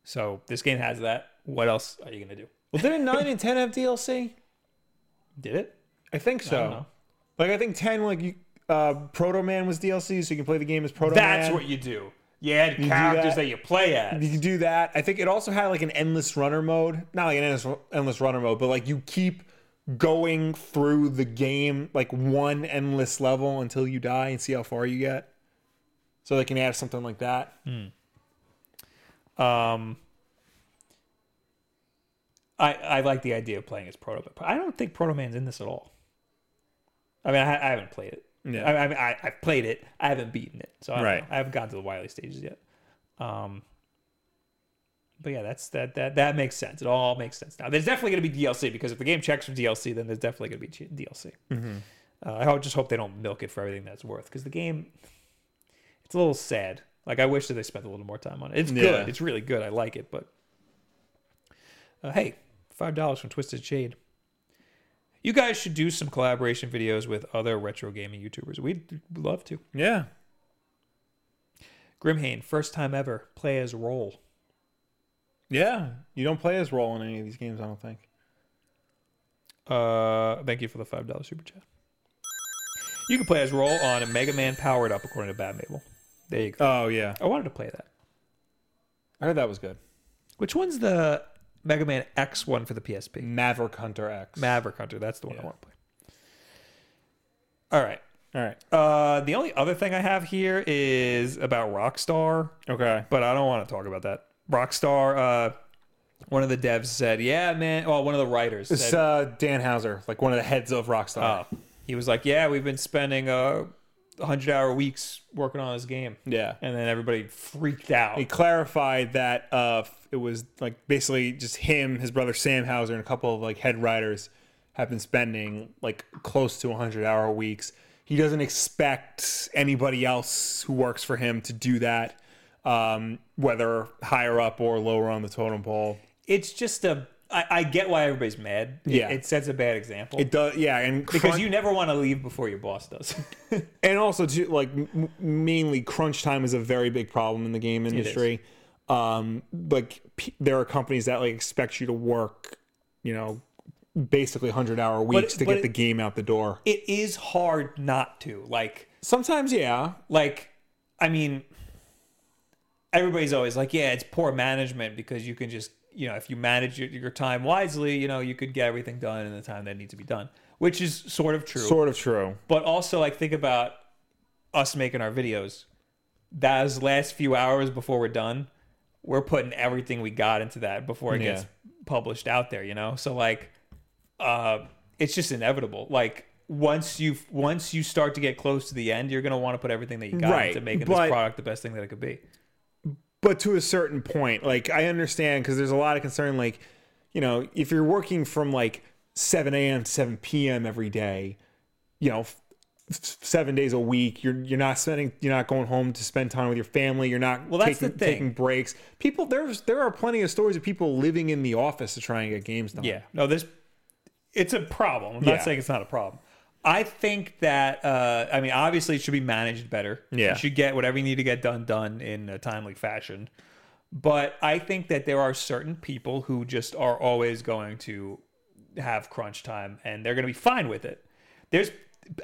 Speaker 1: So this game has that. What else are you gonna do?
Speaker 2: Well, didn't nine and ten have DLC?
Speaker 1: Did it?
Speaker 2: I think so.
Speaker 1: don't know.
Speaker 2: Like I think ten, like you, uh, Proto Man was DLC, so you can play the game as Proto Man.
Speaker 1: That's what you do. You add
Speaker 2: that.
Speaker 1: characters that you play as.
Speaker 2: You can do that. I think it also had like an endless runner mode. Not like an endless, endless runner mode, but like you keep going through the game, like one endless level until you die and see how far you get. So they can add something like that.
Speaker 1: Um, I I like the idea of playing as Proto Man. I don't think Proto Man's in this at all. I mean, I, I haven't played it.
Speaker 2: Yeah.
Speaker 1: I, I, I I've played it. I haven't beaten it, so I, don't
Speaker 2: Right.
Speaker 1: know. I haven't gotten to the Wily stages yet. Um. But yeah, that's that that that makes sense. It all makes sense now. There's definitely going to be DLC because if the game checks for DLC, then there's definitely going to be G- DLC. Uh, I ho- just hope they don't milk it for everything that's worth because the game, it's a little sad. Like I wish that they spent a little more time on it. It's
Speaker 2: Yeah.
Speaker 1: good. It's really good. I like it. But uh, hey, five dollars from Twisted Shade. You guys should do some collaboration videos with other retro gaming YouTubers. We'd love to.
Speaker 2: Yeah.
Speaker 1: Grimhane, first time ever, play as role.
Speaker 2: Yeah. You don't play as role in any of these games, I don't think.
Speaker 1: Uh, thank you for the five dollar super chat. You can play as role on a Mega Man powered up, according to Bad Mabel. There you go.
Speaker 2: Oh yeah.
Speaker 1: I wanted to play that.
Speaker 2: I heard that was good.
Speaker 1: Which one's the Mega Man X one for the PSP?
Speaker 2: Maverick Hunter X.
Speaker 1: Maverick Hunter. That's the one I
Speaker 2: Mm. Yeah.
Speaker 1: want to play. All right.
Speaker 2: All right.
Speaker 1: Uh, the only other thing I have here is about Rockstar,
Speaker 2: Okay.
Speaker 1: but I don't want to talk about that. Rockstar. Uh, one of the devs said, "Yeah, man." Well, one of the writers said,
Speaker 2: It's uh, Dan Hauser, like one of the heads of Rockstar.
Speaker 1: Uh, he was like, "Yeah, we've been spending a, 100 hour weeks working on this game.
Speaker 2: Yeah.
Speaker 1: And then everybody freaked out.
Speaker 2: He clarified that uh, it was like basically just him, his brother Sam Hauser, and a couple of like head writers have been spending like close to 100 hour weeks. He doesn't expect anybody else who works for him to do that, um, whether higher up or lower on the totem pole.
Speaker 1: It's just a. I, I get why everybody's mad. It-
Speaker 2: Yeah.
Speaker 1: It, sets a bad example.
Speaker 2: It does, yeah, and
Speaker 1: because you never want to leave before your boss does.
Speaker 2: and also too, like m- mainly crunch time is a very big problem in the game industry um like p- there are companies that like expect you to work you know basically 100 hour weeks to
Speaker 1: but
Speaker 2: get
Speaker 1: it-
Speaker 2: the game out the door
Speaker 1: it is hard not to. Like,
Speaker 2: sometimes yeah
Speaker 1: like i mean everybody's always like yeah it's poor management because you can just you know if you manage your, your time wisely you know you could get everything done in the time that needs to be done which is sort of true
Speaker 2: sort of true
Speaker 1: but also like think about us making our videos those last few hours before we're done we're putting everything we got into that before it gets
Speaker 2: Yeah.
Speaker 1: published out there you know so like uh it's just inevitable like once you once you start to get close to the end you're going to want to put everything that you got
Speaker 2: Right,
Speaker 1: into making
Speaker 2: but-
Speaker 1: this product the best thing that it could be
Speaker 2: but to a certain point like i understand because there's a lot of concern like you know if you're working from like 7 a.m to 7 p.m every day you know f- f- seven days a week you're you're not spending you're not going home to spend time with your family you're not well
Speaker 1: that's
Speaker 2: taking,
Speaker 1: the thing.
Speaker 2: taking breaks people there's there are plenty of stories of people living in the office to try and get games done
Speaker 1: Yeah. No, this it's a problem. I'm not
Speaker 2: Yeah.
Speaker 1: saying it's not a problem. I think that uh, I mean obviously it should be managed better.
Speaker 2: Yeah.
Speaker 1: You should get whatever you need to get done done in a timely fashion. But I think that there are certain people who just are always going to have crunch time and they're going to be fine with it. There's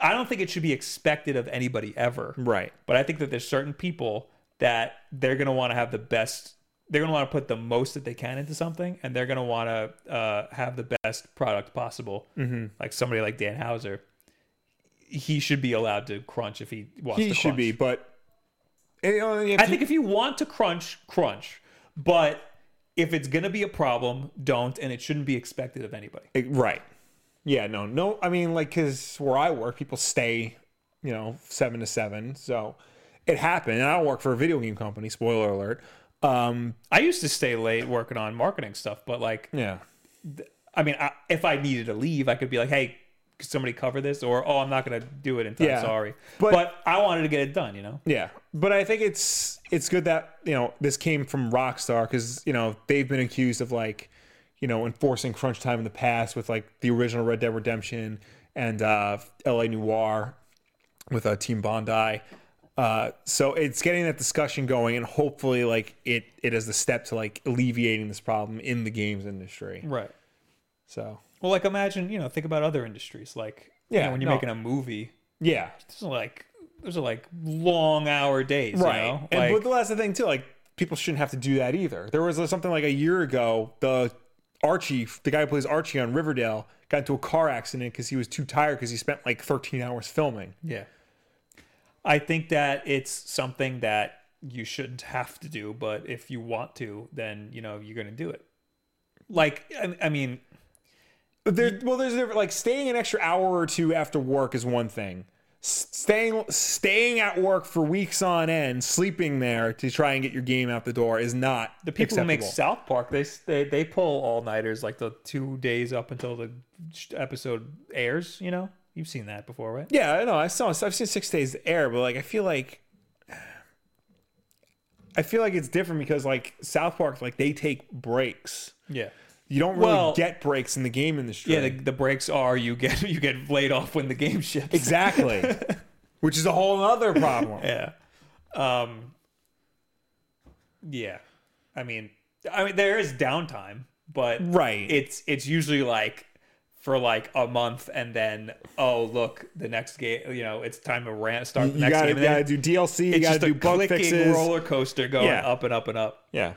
Speaker 1: I don't think it should be expected of anybody ever.
Speaker 2: right
Speaker 1: But I think that there's certain people that they're going to want to have the best. They're going to want to put the most that they can into something, and they're going to want to uh, have the best product possible. Mm-hmm. Like somebody like Dan Hauser, he should be allowed to crunch if he wants
Speaker 2: he
Speaker 1: to.
Speaker 2: should
Speaker 1: crunch.
Speaker 2: be but and, you know, you have
Speaker 1: I
Speaker 2: to-
Speaker 1: think if you want to crunch, crunch. But if it's going to be a problem, don't, and it shouldn't be expected of anybody.
Speaker 2: Like, Right. Yeah, no, no. I mean, like, because where I work, people stay, you know, seven to seven. So it happened. And I work for a video game company, spoiler alert. Um,
Speaker 1: I used to stay late working on marketing stuff, but like
Speaker 2: yeah.
Speaker 1: I mean, I, if I needed to leave, I could be like, hey, could somebody cover this? Or, oh, I'm not going to do it in time.
Speaker 2: Yeah.
Speaker 1: Sorry.
Speaker 2: But-
Speaker 1: But, I wanted to get it done, you know?
Speaker 2: Yeah, but I think it's it's good that you know this came from Rockstar because you know they've been accused of like you know enforcing crunch time in the past with like the original Red Dead Redemption and uh, L.A. Noir with uh, Team Bondi. Uh, so it's getting that discussion going, and hopefully, like it it is the step to like alleviating this problem in the games industry.
Speaker 1: Right.
Speaker 2: So
Speaker 1: Well, like, imagine, you know, think about other industries. Like, you
Speaker 2: Yeah,
Speaker 1: know, when you're
Speaker 2: no.
Speaker 1: making a movie,
Speaker 2: yeah,
Speaker 1: there's like, those are like long hour days,
Speaker 2: right.
Speaker 1: you know?
Speaker 2: and
Speaker 1: Like,
Speaker 2: but that's the thing too. Like people shouldn't have to do that either. There was something like a year ago. The Archie, the guy who plays Archie on Riverdale, got into a car accident because he was too tired because he spent like 13 hours filming.
Speaker 1: yeah. I think that it's something that you shouldn't have to do, but if you want to, then, you know, you're going to do it. Like, I, I mean,
Speaker 2: But there, well, there's different, like staying an extra hour or two after work is one thing. S- Staying staying at work for weeks on end, sleeping there to try and get your game out the door is not
Speaker 1: The people who make
Speaker 2: acceptable.
Speaker 1: South Park, they they, they pull all nighters like the two days up until the sh- episode airs. You know, you've seen that before, right?
Speaker 2: Yeah, I know. I saw. I've seen Six Days to Air, but like, I feel like, I feel like it's different because like South Park, like they take breaks.
Speaker 1: Yeah,
Speaker 2: You don't really
Speaker 1: Well-
Speaker 2: get breaks in the game industry.
Speaker 1: yeah. The, the breaks are you get you get laid off when the game ships.
Speaker 2: exactly. Which is a whole other problem.
Speaker 1: Yeah, um, yeah. I mean, I mean, there is downtime, but
Speaker 2: Right.
Speaker 1: it's it's usually like for like a month, and then oh look, the next game. You know, it's time to rant, start the
Speaker 2: you
Speaker 1: next
Speaker 2: gotta,
Speaker 1: game.
Speaker 2: you
Speaker 1: and then
Speaker 2: gotta do DLC. You
Speaker 1: it's
Speaker 2: gotta
Speaker 1: just
Speaker 2: do
Speaker 1: a
Speaker 2: bug
Speaker 1: clicking
Speaker 2: fixes.
Speaker 1: roller coaster going
Speaker 2: Yeah.
Speaker 1: up and up and up.
Speaker 2: Yeah.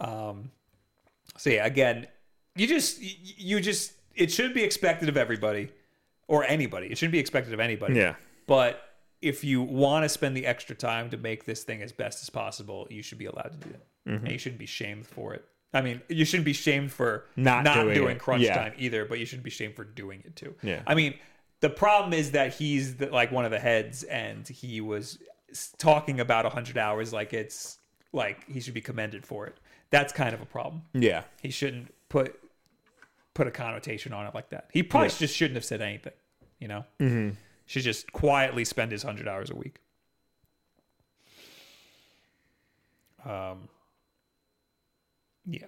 Speaker 1: Um, so yeah, again, you just y- you just it should be expected of everybody or anybody. It shouldn't be expected of anybody.
Speaker 2: Yeah.
Speaker 1: But if you want to spend the extra time to make this thing as best as possible, you should be allowed to do that,
Speaker 2: Mm-hmm.
Speaker 1: and you shouldn't be shamed for it. I mean, you shouldn't be shamed for
Speaker 2: Not
Speaker 1: not
Speaker 2: doing
Speaker 1: doing
Speaker 2: it.
Speaker 1: crunch
Speaker 2: Yeah.
Speaker 1: time either, but you shouldn't be shamed for doing it too.
Speaker 2: Yeah.
Speaker 1: I mean, The problem is that he's the, like one of the heads, and he was s- talking about 100 hours like it's like he should be commended for it. That's kind of a problem.
Speaker 2: Yeah.
Speaker 1: He shouldn't put put a connotation on it like that. He probably just shouldn't have said anything. You know, mm-hmm. should just quietly spend his 100 hours a week. Um. Yeah.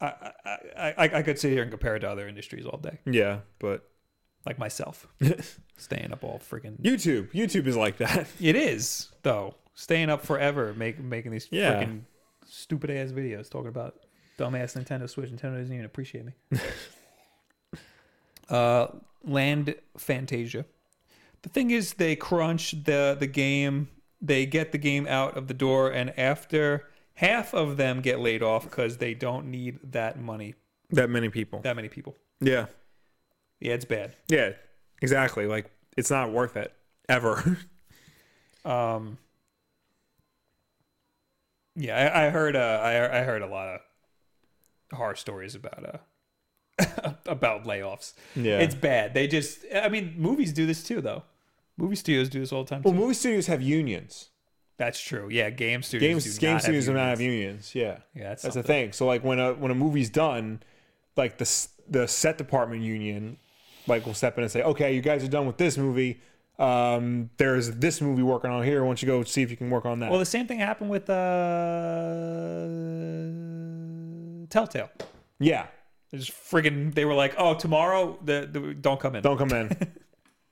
Speaker 1: I, I, I, I- I could sit here and compare it to other industries all day
Speaker 2: Yeah. But
Speaker 1: like myself, staying up all freaking.
Speaker 2: YouTube, YouTube is like that.
Speaker 1: It is though, staying up forever, make, making these
Speaker 2: Yeah.
Speaker 1: freaking stupid ass videos talking about dumbass Nintendo Switch. Nintendo doesn't even appreciate me. uh, Land Fantasia. The thing is, they crunch the the game. They get the game out of the door, and after half of them get laid off because they don't need that money,
Speaker 2: That many people.
Speaker 1: that many people.
Speaker 2: Yeah.
Speaker 1: Yeah, it's bad.
Speaker 2: Yeah. Exactly. Like it's not worth it ever.
Speaker 1: Um, yeah, I, I heard. Uh, I, I heard a lot of horror stories about uh about layoffs.
Speaker 2: Yeah.
Speaker 1: it's bad. They just. I mean, movies do this too, though. Movie studios do this all the time.
Speaker 2: well,
Speaker 1: too.
Speaker 2: movie studios have unions.
Speaker 1: That's true. Yeah, game studios.
Speaker 2: Games
Speaker 1: do
Speaker 2: game
Speaker 1: not
Speaker 2: studios do
Speaker 1: have
Speaker 2: not
Speaker 1: unions.
Speaker 2: have unions. Yeah.
Speaker 1: Yeah, that's
Speaker 2: That's the thing. So like when a when a movie's done, like the s- the set department union, like will step in and say, okay, you guys are done with this movie. Um, there's this movie working on here. Why don't you go see if you can work on that?
Speaker 1: Well, the same thing happened with uh, Telltale.
Speaker 2: yeah.
Speaker 1: They just friggin' they were like, "Oh, tomorrow, the, the don't come in."
Speaker 2: Don't come in.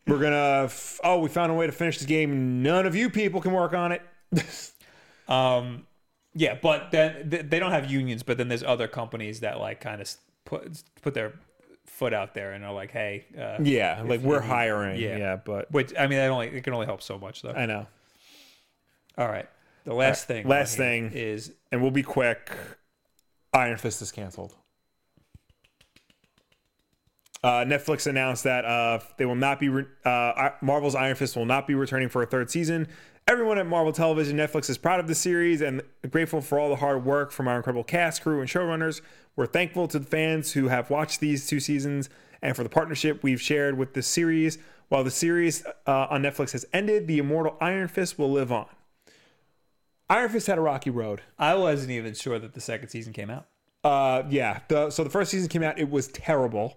Speaker 2: We're gonna. F- oh, we found a way to finish this game. None of you people can work on it.
Speaker 1: Um, yeah, but then th- they don't have unions, but then there's other companies that like kind of put put their foot out there and are like, hey, uh,
Speaker 2: Yeah, like we're hiring.
Speaker 1: yeah.
Speaker 2: Yeah, but
Speaker 1: which I mean, that only it can only help so much though.
Speaker 2: I know.
Speaker 1: All right, the last thing,
Speaker 2: last
Speaker 1: on here
Speaker 2: thing.
Speaker 1: is
Speaker 2: And we'll be quick. Iron Fist is canceled. Uh, Netflix announced that uh, they will not be re- uh, I- Marvel's Iron Fist will not be returning for a third season. Everyone at Marvel Television, Netflix is proud of the series and grateful for all the hard work from our incredible cast, crew, and showrunners. We're thankful to the fans who have watched these two seasons and for the partnership we've shared with this series. While the series uh, on Netflix has ended, the immortal Iron Fist will live on. Iron Fist had a rocky road.
Speaker 1: I wasn't even sure that the second season came out.
Speaker 2: Uh, yeah. The so the first season came out, it was terrible.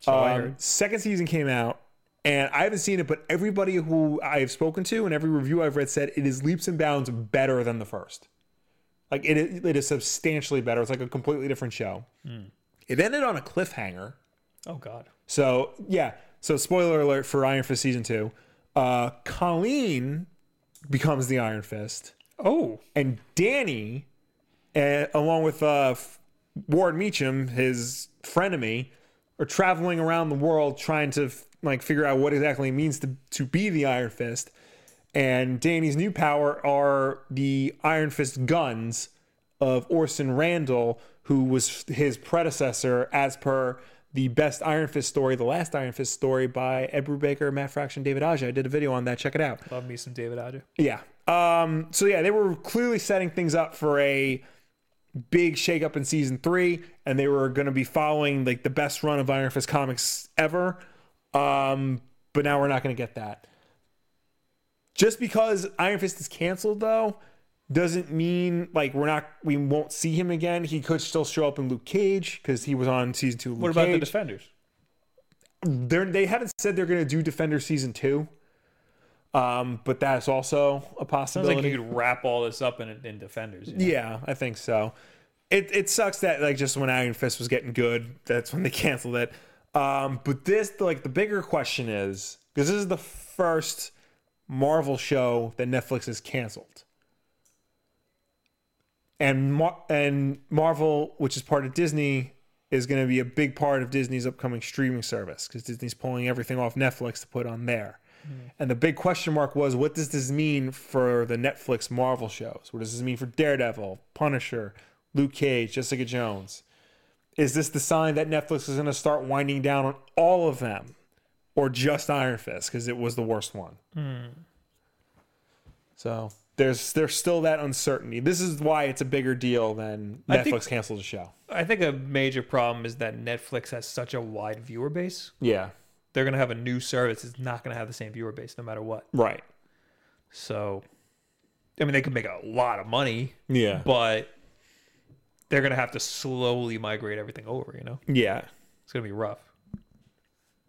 Speaker 1: So I
Speaker 2: Um,
Speaker 1: heard.
Speaker 2: second season came out, and I haven't seen it, but everybody who I've spoken to and every review I've read said it is leaps and bounds better than the first. Like it, is- it is substantially better. It's like a completely different show. It ended on a cliffhanger.
Speaker 1: Oh God,
Speaker 2: So yeah. So spoiler alert for Iron Fist season two. Uh, Colleen becomes the Iron Fist
Speaker 1: oh
Speaker 2: and Danny, uh, along with uh, F- Ward Meacham, his frenemy, are traveling around the world trying to f- like figure out what exactly it means to to be the Iron Fist. And Danny's new power are the Iron Fist guns of Orson Randall, who was his predecessor, as per the best Iron Fist story, the last Iron Fist story by Ed Brubaker, Matt Fraction, David Aja. I did a video on that. Check it out.
Speaker 1: love me some David Aja.
Speaker 2: Yeah. Um, so yeah, they were clearly setting things up for a big shakeup in season three, and they were going to be following like the best run of Iron Fist comics ever. Um, but now we're not going to get that. Just because Iron Fist is canceled, though, doesn't mean like we're not we won't see him again. He could still show up in Luke Cage because he was on season two. Of Luke
Speaker 1: What about the
Speaker 2: Cage
Speaker 1: Defenders?
Speaker 2: they're, they haven't said they're going to do Defender season two, um, but that's also a
Speaker 1: Sounds like
Speaker 2: possibility.
Speaker 1: you could wrap all this up in in Defenders. you know?
Speaker 2: yeah, I think so. It it sucks that like just when Iron Fist was getting good, that's when they canceled it. Um, but this like the bigger question is because this is the first Marvel show that Netflix has canceled. And Mar- and Marvel, which is part of Disney, is going to be a big part of Disney's upcoming streaming service because Disney's pulling everything off Netflix to put on there. And the big question mark was, what does this mean for the Netflix Marvel shows? What does this mean for Daredevil, Punisher, Luke Cage, Jessica Jones? Is this the sign that Netflix is going to start winding down on all of them, or just Iron Fist because it was the worst one? So there's there's still that uncertainty. This is why it's a bigger deal than
Speaker 1: I
Speaker 2: Netflix
Speaker 1: think-
Speaker 2: canceled the show.
Speaker 1: I think a major problem is that Netflix has such a wide viewer base
Speaker 2: Yeah.
Speaker 1: they're gonna have a new service. It's not gonna have the same viewer base no matter what.
Speaker 2: Right.
Speaker 1: So, I mean, they could make a lot of money,
Speaker 2: Yeah.
Speaker 1: but they're gonna have to slowly migrate everything over. You know,
Speaker 2: yeah.
Speaker 1: it's gonna be rough.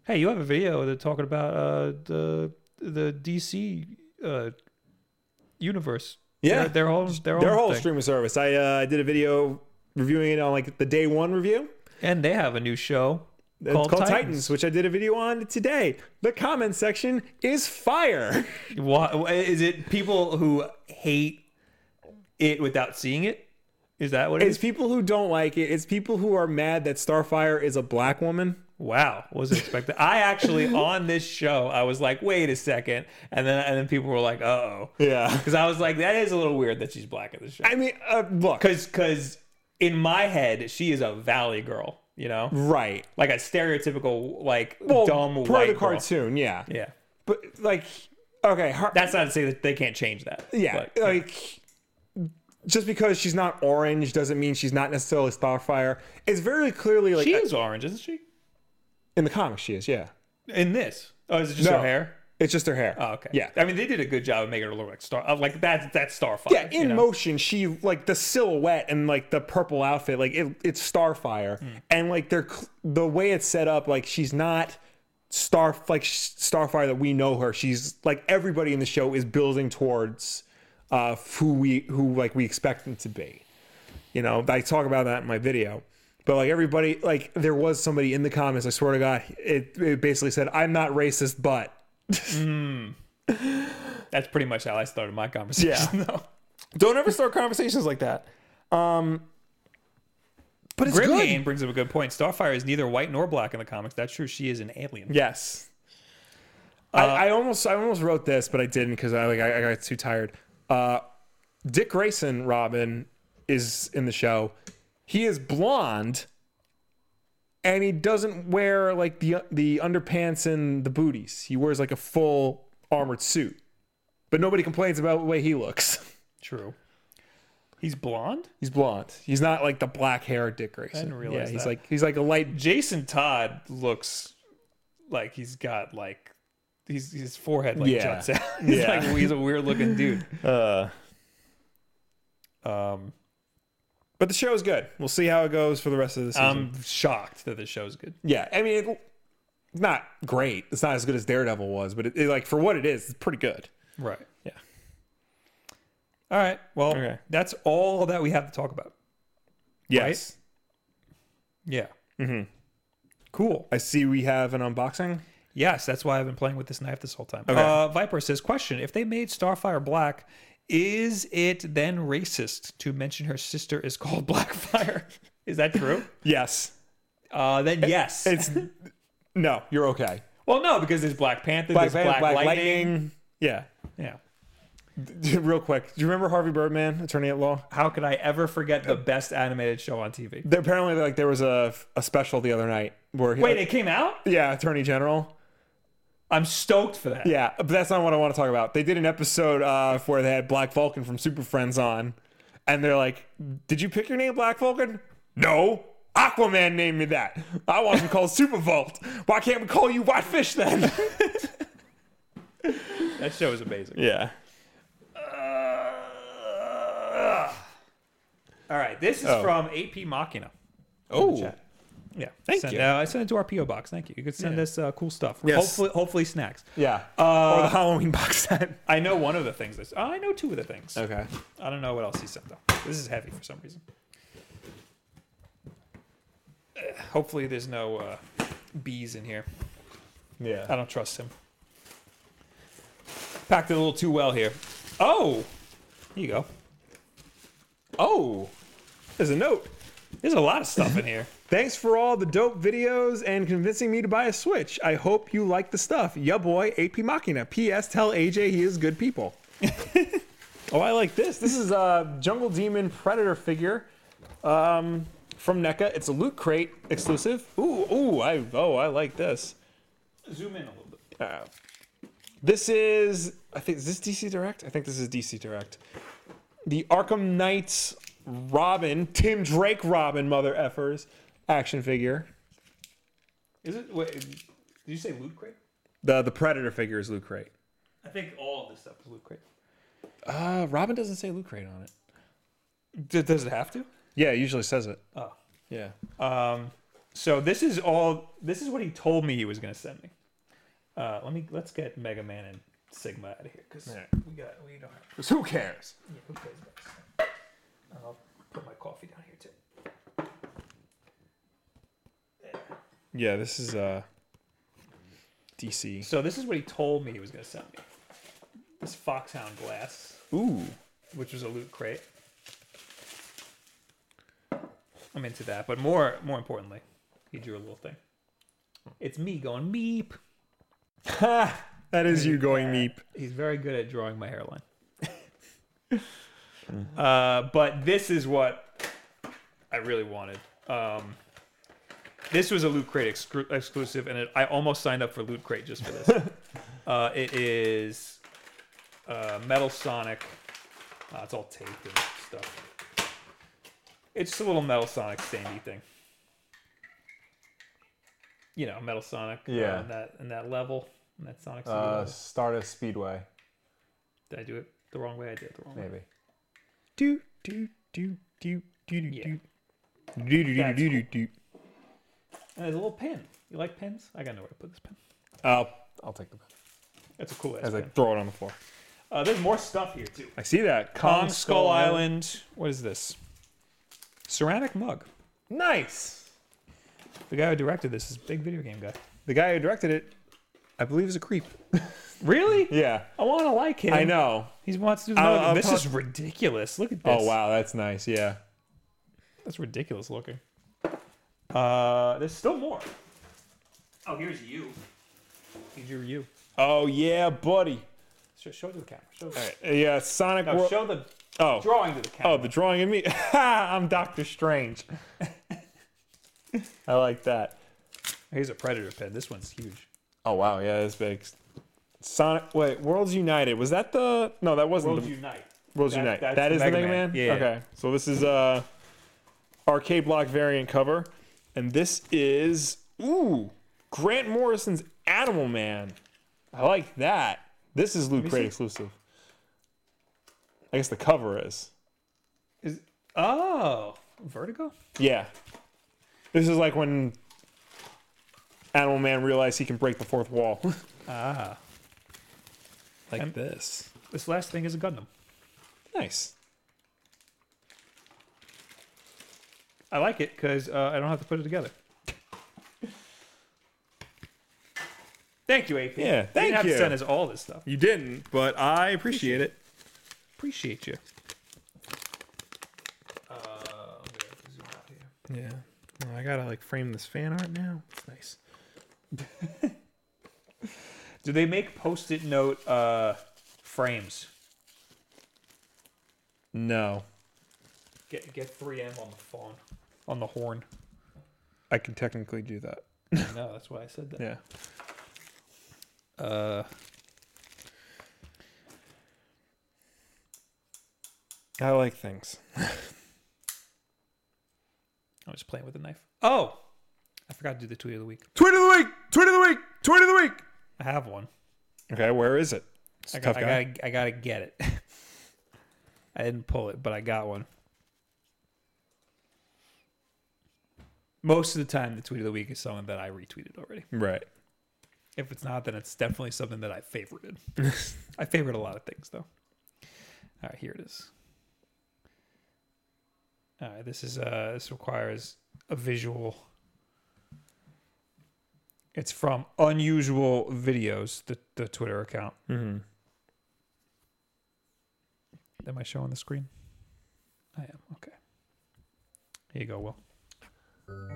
Speaker 1: Hey, you have a video that talking about uh, the the DC uh, universe.
Speaker 2: Yeah.
Speaker 1: their, their whole their,
Speaker 2: Their
Speaker 1: own
Speaker 2: whole
Speaker 1: thing.
Speaker 2: streaming service. I uh, I did a video reviewing it on like the day one review.
Speaker 1: and they have a new show
Speaker 2: It's called, Titans. which I did a video on today. The comment section is fire.
Speaker 1: Why is it people who hate it without seeing it? Is that what it
Speaker 2: It's
Speaker 1: is?
Speaker 2: people who don't like it. It's people who are mad that Starfire is a black woman.
Speaker 1: Wow, wasn't expecting. I actually on this show, I was like, wait a second, and then and then people were like, uh oh,
Speaker 2: Yeah.
Speaker 1: because I was like, that is a little weird that she's black in the show,
Speaker 2: I mean, uh, look.
Speaker 1: because because in my head she is a valley girl, you know,
Speaker 2: Right.
Speaker 1: like a stereotypical like
Speaker 2: Well,
Speaker 1: dumb
Speaker 2: per
Speaker 1: white
Speaker 2: the
Speaker 1: girl.
Speaker 2: cartoon, yeah.
Speaker 1: Yeah,
Speaker 2: But like, okay, her,
Speaker 1: that's not to say that they can't change that.
Speaker 2: yeah, uh,
Speaker 1: but-
Speaker 2: like just because she's not orange doesn't mean she's not necessarily Starfire. It's very clearly like uh,
Speaker 1: she is orange, isn't she?
Speaker 2: in the comics she is. Yeah,
Speaker 1: In this, oh, is it just
Speaker 2: No.
Speaker 1: her hair?
Speaker 2: it's just her hair.
Speaker 1: Oh, okay.
Speaker 2: Yeah.
Speaker 1: I mean, they did a good job of making her look like Star. uh, Like that. That's Starfire.
Speaker 2: Yeah, in motion, she like the silhouette and like the purple outfit, like it, it's Starfire, and like they're cl- the way it's set up, like she's not Star like sh- Starfire that we know her. She's like everybody in the show is building towards uh, who we who like we expect them to be. You know, I talk about that in my video. But like everybody, like there was somebody in the comments. I swear to God, it, it basically said, "I'm not racist, but."
Speaker 1: that's pretty much how I started my conversation. Yeah. Though.
Speaker 2: Don't ever start conversations like that. Um, but it's good.
Speaker 1: Grimane brings up a good point. Starfire is neither white nor black in the comics. That's true. She is an alien.
Speaker 2: Yes. Uh, I, I almost I almost wrote this, but I didn't because I like I, I got too tired. Uh, Dick Grayson Robin is in the show. He is blonde, and he doesn't wear like the the underpants and the booties. He wears like a full armored suit, but nobody complains about the way he looks.
Speaker 1: True. He's blonde.
Speaker 2: He's blonde. He's not like the black hair Dick Grayson.
Speaker 1: didn't realize
Speaker 2: yeah, he's
Speaker 1: that.
Speaker 2: like he's like a light.
Speaker 1: Jason Todd looks like he's got like. He's, his forehead like
Speaker 2: Yeah.
Speaker 1: juts out. He's
Speaker 2: Yeah.
Speaker 1: like he's a weird looking dude.
Speaker 2: Uh,
Speaker 1: Um,
Speaker 2: but the show is good. We'll see how it goes for the rest of the season.
Speaker 1: I'm shocked that this show's good.
Speaker 2: Yeah, I mean, it, it's not great. It's not as good as Daredevil was, but it, it, like for what it is, it's pretty good.
Speaker 1: Right.
Speaker 2: Yeah.
Speaker 1: All right. Well,
Speaker 2: Okay.
Speaker 1: that's all that we have to talk about.
Speaker 2: Yes.
Speaker 1: Yeah.
Speaker 2: Mm-hmm. Cool. I see we have an unboxing.
Speaker 1: Yes, that's why I've been playing with this knife this whole time.
Speaker 2: Okay.
Speaker 1: Uh, Viper says, question: If they made Starfire black, is it then racist to mention her sister is called Blackfire? is that true?
Speaker 2: Yes.
Speaker 1: Uh, then yes.
Speaker 2: It's no, you're okay.
Speaker 1: well, no, because there's Black Panther,
Speaker 2: Black,
Speaker 1: there's
Speaker 2: Panther,
Speaker 1: Black, Lightning.
Speaker 2: Yeah.
Speaker 1: Yeah.
Speaker 2: Real quick, do you remember Harvey Birdman, Attorney at Law?
Speaker 1: How could I ever forget the best animated show on TV?
Speaker 2: There, apparently, like there was a, a special the other night where he,
Speaker 1: Wait, it came out?
Speaker 2: yeah, Attorney General.
Speaker 1: I'm stoked for that.
Speaker 2: Yeah, but that's not what I want to talk about. They did an episode uh, where they had Black Vulcan from Super Friends on, and they're like, "Did you pick your name, Black Vulcan?" No, Aquaman named me that. I want to be called Super Volt. Why can't we call you Whitefish then?
Speaker 1: That show is amazing.
Speaker 2: yeah,
Speaker 1: Uh, all right, this is
Speaker 2: Oh.
Speaker 1: from AP Machina.
Speaker 2: Oh.
Speaker 1: Chat. yeah.
Speaker 2: Thank
Speaker 1: send,
Speaker 2: you.
Speaker 1: Uh, I sent it to our PO box. Thank you. You could send us uh, cool stuff.
Speaker 2: Yes.
Speaker 1: Hopefully, hopefully snacks.
Speaker 2: yeah.
Speaker 1: Uh,
Speaker 2: or the Halloween box set.
Speaker 1: I know one of the things. This, I know two of the things.
Speaker 2: Okay.
Speaker 1: I don't know what else he sent though. This is heavy for some reason. Uh, hopefully, there's no uh, bees in here. I
Speaker 2: Yeah.
Speaker 1: don't trust him. Packed it a little too well here. Oh, here you go.
Speaker 2: Oh, there's a note.
Speaker 1: There's a lot of stuff in here.
Speaker 2: Thanks for all the dope videos and convincing me to buy a Switch. I hope you like the stuff. Ya boy, AP Machina. P.S. Tell AJ he is good people. oh, I like this. This is a Jungle Demon Predator figure um, from NECA. It's a Loot Crate exclusive. Ooh, ooh, I oh, I like this.
Speaker 1: Zoom in a little bit.
Speaker 2: Uh, this is, I think, is this DC Direct? I think this is DC Direct. The Arkham Knights Robin, Tim Drake Robin, mother effers, action figure.
Speaker 1: Is it? Wait, Did you say Loot Crate?
Speaker 2: The the Predator figure is Loot Crate.
Speaker 1: I think all of this stuff is Loot Crate.
Speaker 2: Uh, Robin doesn't say Loot Crate on it.
Speaker 1: D- does it have to?
Speaker 2: Yeah, it usually says it.
Speaker 1: Oh.
Speaker 2: Yeah.
Speaker 1: Um, so this is all. This is what he told me he was going to send me. Uh, let me let's get Mega Man and Sigma out of here because
Speaker 2: All right.
Speaker 1: we got we don't have.
Speaker 2: Because who cares?
Speaker 1: Yeah, who cares about this stuff? I'll put my coffee down here too.
Speaker 2: Yeah, this is uh DC.
Speaker 1: So this is what he told me he was going to send me. This Foxhound glass,
Speaker 2: Ooh.
Speaker 1: which was a loot crate. I'm into that, but more more importantly, he drew a little thing. It's me going meep.
Speaker 2: Ha! That is you going meep.
Speaker 1: He's very good at drawing my hairline.
Speaker 2: Mm-hmm.
Speaker 1: uh, but this is what I really wanted. Um, this was a Loot Crate excru- exclusive, and it, I almost signed up for Loot Crate just for this. uh, it is uh, Metal Sonic. Uh, it's all taped and stuff. It's just a little Metal Sonic standy thing. You know, Metal Sonic. uh,
Speaker 2: Yeah.
Speaker 1: and that and that level, and that Sonic.
Speaker 2: Uh,
Speaker 1: level.
Speaker 2: Stardust Speedway,
Speaker 1: Did I do it the wrong way? I did it the wrong way.
Speaker 2: maybe. Do do do do do do
Speaker 1: Yeah.
Speaker 2: do do do
Speaker 1: That's
Speaker 2: do do do.
Speaker 1: And there's a little pin. You like pins? I got nowhere to put this pin.
Speaker 2: I'll I'll take the pen
Speaker 1: That's a cool ass
Speaker 2: as I
Speaker 1: pin.
Speaker 2: throw it on the floor.
Speaker 1: Uh, there's more stuff here too.
Speaker 2: I see that
Speaker 1: Kong Skull Island. What is this? Ceramic mug.
Speaker 2: Nice.
Speaker 1: The guy who directed this is a big video game guy.
Speaker 2: The guy who directed it, I believe, is a creep.
Speaker 1: Really?
Speaker 2: Yeah,
Speaker 1: I want to like him.
Speaker 2: I know.
Speaker 1: He wants to do the
Speaker 2: I'll-
Speaker 1: mug.
Speaker 2: I'll
Speaker 1: this
Speaker 2: talk-
Speaker 1: is ridiculous. Look at this.
Speaker 2: Oh wow, that's nice. Yeah.
Speaker 1: That's ridiculous looking. Uh, there's still more. Oh, here's you. He drew you.
Speaker 2: Oh yeah, buddy.
Speaker 1: Show, show it to the camera. Show,
Speaker 2: All right. Yeah, Sonic
Speaker 1: no,
Speaker 2: World.
Speaker 1: show the
Speaker 2: oh.
Speaker 1: drawing to the camera.
Speaker 2: Oh, the drawing in me. I'm Doctor Strange. I like that.
Speaker 1: Here's a Predator pin. This one's huge.
Speaker 2: Oh wow, yeah, that's big. Sonic. Wait, Worlds United. Was that the? No, that wasn't
Speaker 1: World
Speaker 2: the
Speaker 1: Unite.
Speaker 2: Worlds
Speaker 1: that-
Speaker 2: Unite.
Speaker 1: that's
Speaker 2: that
Speaker 1: the
Speaker 2: is the
Speaker 1: Mega
Speaker 2: Mega Man.
Speaker 1: Man. Yeah.
Speaker 2: Okay. So this is uh, arcade block variant cover, and this is ooh, Grant Morrison's Animal Man. I like that. This is Loot Crate
Speaker 1: see.
Speaker 2: exclusive. I guess the cover is.
Speaker 1: Is oh Vertigo?
Speaker 2: Yeah. This is like when Animal Man realized he can break the fourth wall.
Speaker 1: Ah,
Speaker 2: like this.
Speaker 1: this last thing is a Gundam.
Speaker 2: Nice.
Speaker 1: I like it because uh, I don't have to put it together. Thank you, AP.
Speaker 2: Yeah,
Speaker 1: you.
Speaker 2: thank
Speaker 1: didn't have
Speaker 2: you.
Speaker 1: to send us all this stuff.
Speaker 2: You didn't, but I appreciate it.
Speaker 1: Appreciate you. Uh,
Speaker 2: Yeah. Well, I gotta like frame this fan art now. It's nice.
Speaker 1: Do they make post-it note uh, frames?
Speaker 2: No.
Speaker 1: Get get 3M on the phone, on the horn.
Speaker 2: I can technically do that.
Speaker 1: no, that's why I said that.
Speaker 2: Yeah.
Speaker 1: Uh,
Speaker 2: I like things.
Speaker 1: I'm just playing with a knife. Oh, I forgot to do the tweet of the week.
Speaker 2: Tweet of the week! Tweet of the week! Tweet of the week!
Speaker 1: I have one.
Speaker 2: Okay, where is it? It's
Speaker 1: I
Speaker 2: a
Speaker 1: got,
Speaker 2: tough
Speaker 1: I
Speaker 2: guy.
Speaker 1: gotta, I gotta get it. I didn't pull it, but I got one. Most of the time, the tweet of the week is someone that I retweeted already.
Speaker 2: Right.
Speaker 1: If it's not, then it's definitely something that I favorited. I favorite a lot of things, though. All right, here it is. All right, this is uh, this requires a visual. It's from unusual videos, the the Twitter account.
Speaker 2: Mm-hmm.
Speaker 1: Am I showing the screen? I am. Okay. Here you go, Will.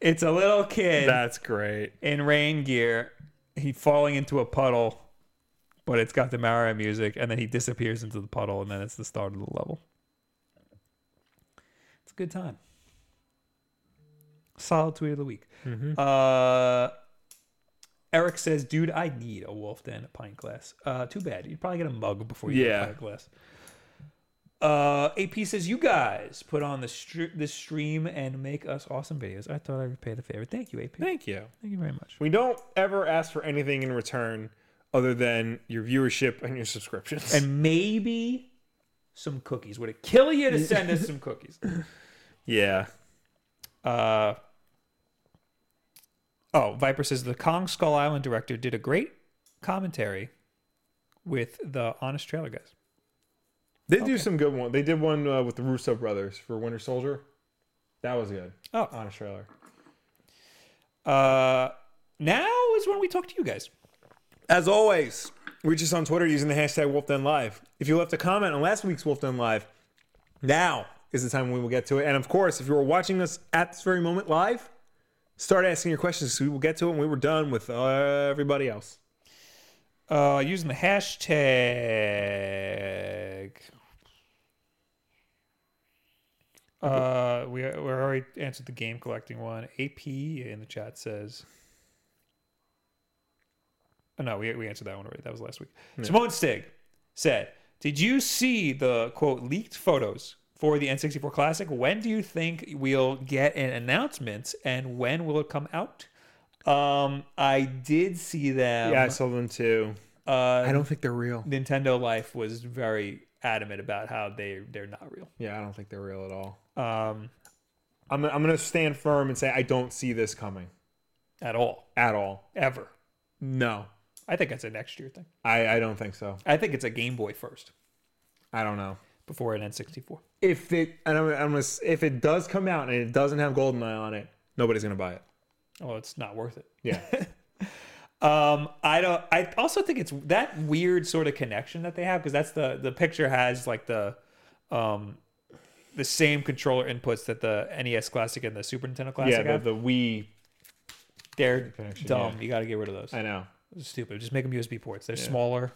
Speaker 1: it's a little kid
Speaker 2: That's great.
Speaker 1: in rain gear. He falling into a puddle, but it's got the Mara music, and then he disappears into the puddle, and then it's the start of the level. It's a good time. Solid tweet of the week.
Speaker 2: Mm-hmm.
Speaker 1: Uh, Eric says, "Dude, I need a wolf den, a pint glass. Uh, too bad. You'd probably get a mug before you
Speaker 2: Yeah.
Speaker 1: get a pint glass." Uh, AP says, "You guys put on the str- the stream and make us awesome videos." I thought I would pay the favor. Thank you, AP. Thank
Speaker 2: Thank you.
Speaker 1: you very much.
Speaker 2: We don't ever ask for anything in return other than your viewership and your subscriptions.
Speaker 1: And maybe some cookies. Would it kill you to send us some cookies?
Speaker 2: yeah.
Speaker 1: Uh, oh, Viper says the Kong Skull Island director did a great commentary with the Honest Trailer guys.
Speaker 2: They do some good ones. They did one uh, with the Russo brothers for Winter Soldier. That was good.
Speaker 1: Oh.
Speaker 2: Honest trailer.
Speaker 1: Uh, now is when we talk to you guys.
Speaker 2: As always, reach us on Twitter using the hashtag WolfDenLive. If you left a comment on last week's Wolf Den Live, now is the time when we will get to it. And of course, if you were watching us at this very moment live, start asking your questions 'cause we will get to it when we were done with uh, everybody else.
Speaker 1: Uh, using the hashtag. Uh, we we already answered the game collecting one. AP in the chat says. Oh, no, we we answered that one already. That was last week. Simone Stig said, "Did you see the quote leaked photos for the N64 Classic? When do you think we'll get an announcement, and when will it come out?" Um, I did see them.
Speaker 2: Yeah, I saw them too.
Speaker 1: Uh,
Speaker 2: I don't think they're real.
Speaker 1: Nintendo Life was very adamant about how they they're not real.
Speaker 2: Yeah, I don't think they're real at all.
Speaker 1: Um,
Speaker 2: I'm, I'm going to stand firm and say I don't see this coming
Speaker 1: at all,
Speaker 2: at all.
Speaker 1: ever.
Speaker 2: No,
Speaker 1: I think that's a next year thing.
Speaker 2: I, I don't think so.
Speaker 1: I think it's a Game Boy first
Speaker 2: I don't know.
Speaker 1: before an N64.
Speaker 2: If it and I'm, I'm gonna, s- if it does come out and it doesn't have GoldenEye on it, nobody's going to buy it.
Speaker 1: Oh, it's not worth it.
Speaker 2: Yeah.
Speaker 1: Um, I don't. I also think it's that weird sort of connection that they have because that's the the picture has like the, um, the same controller inputs that the NES Classic and the Super Nintendo Classic
Speaker 2: yeah,
Speaker 1: have.
Speaker 2: the, the Wii.
Speaker 1: they're
Speaker 2: connection,
Speaker 1: dumb.
Speaker 2: yeah.
Speaker 1: You got to get rid of those.
Speaker 2: I know.
Speaker 1: Stupid. Just make them USB ports. They're smaller.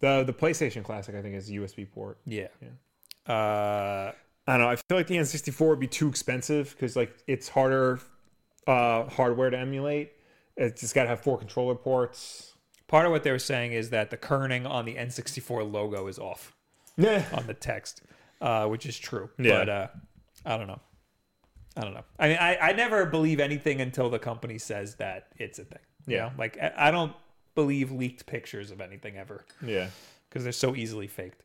Speaker 2: The the PlayStation Classic, I think, is USB port.
Speaker 1: Yeah. Uh,
Speaker 2: I don't know. I feel like the N64 would be too expensive because like it's harder uh, hardware to emulate. It's just got to have four controller ports.
Speaker 1: part of what they were saying is that the kerning on the N64 logo is off
Speaker 2: Yeah.
Speaker 1: on the text, uh, which is true.
Speaker 2: Yeah.
Speaker 1: But uh, I don't know. I don't know. I mean, I, I never believe anything until the company says that it's a thing. You
Speaker 2: Yeah.
Speaker 1: know? Like, I, I don't believe leaked pictures of anything ever
Speaker 2: Yeah.
Speaker 1: because they're so easily faked.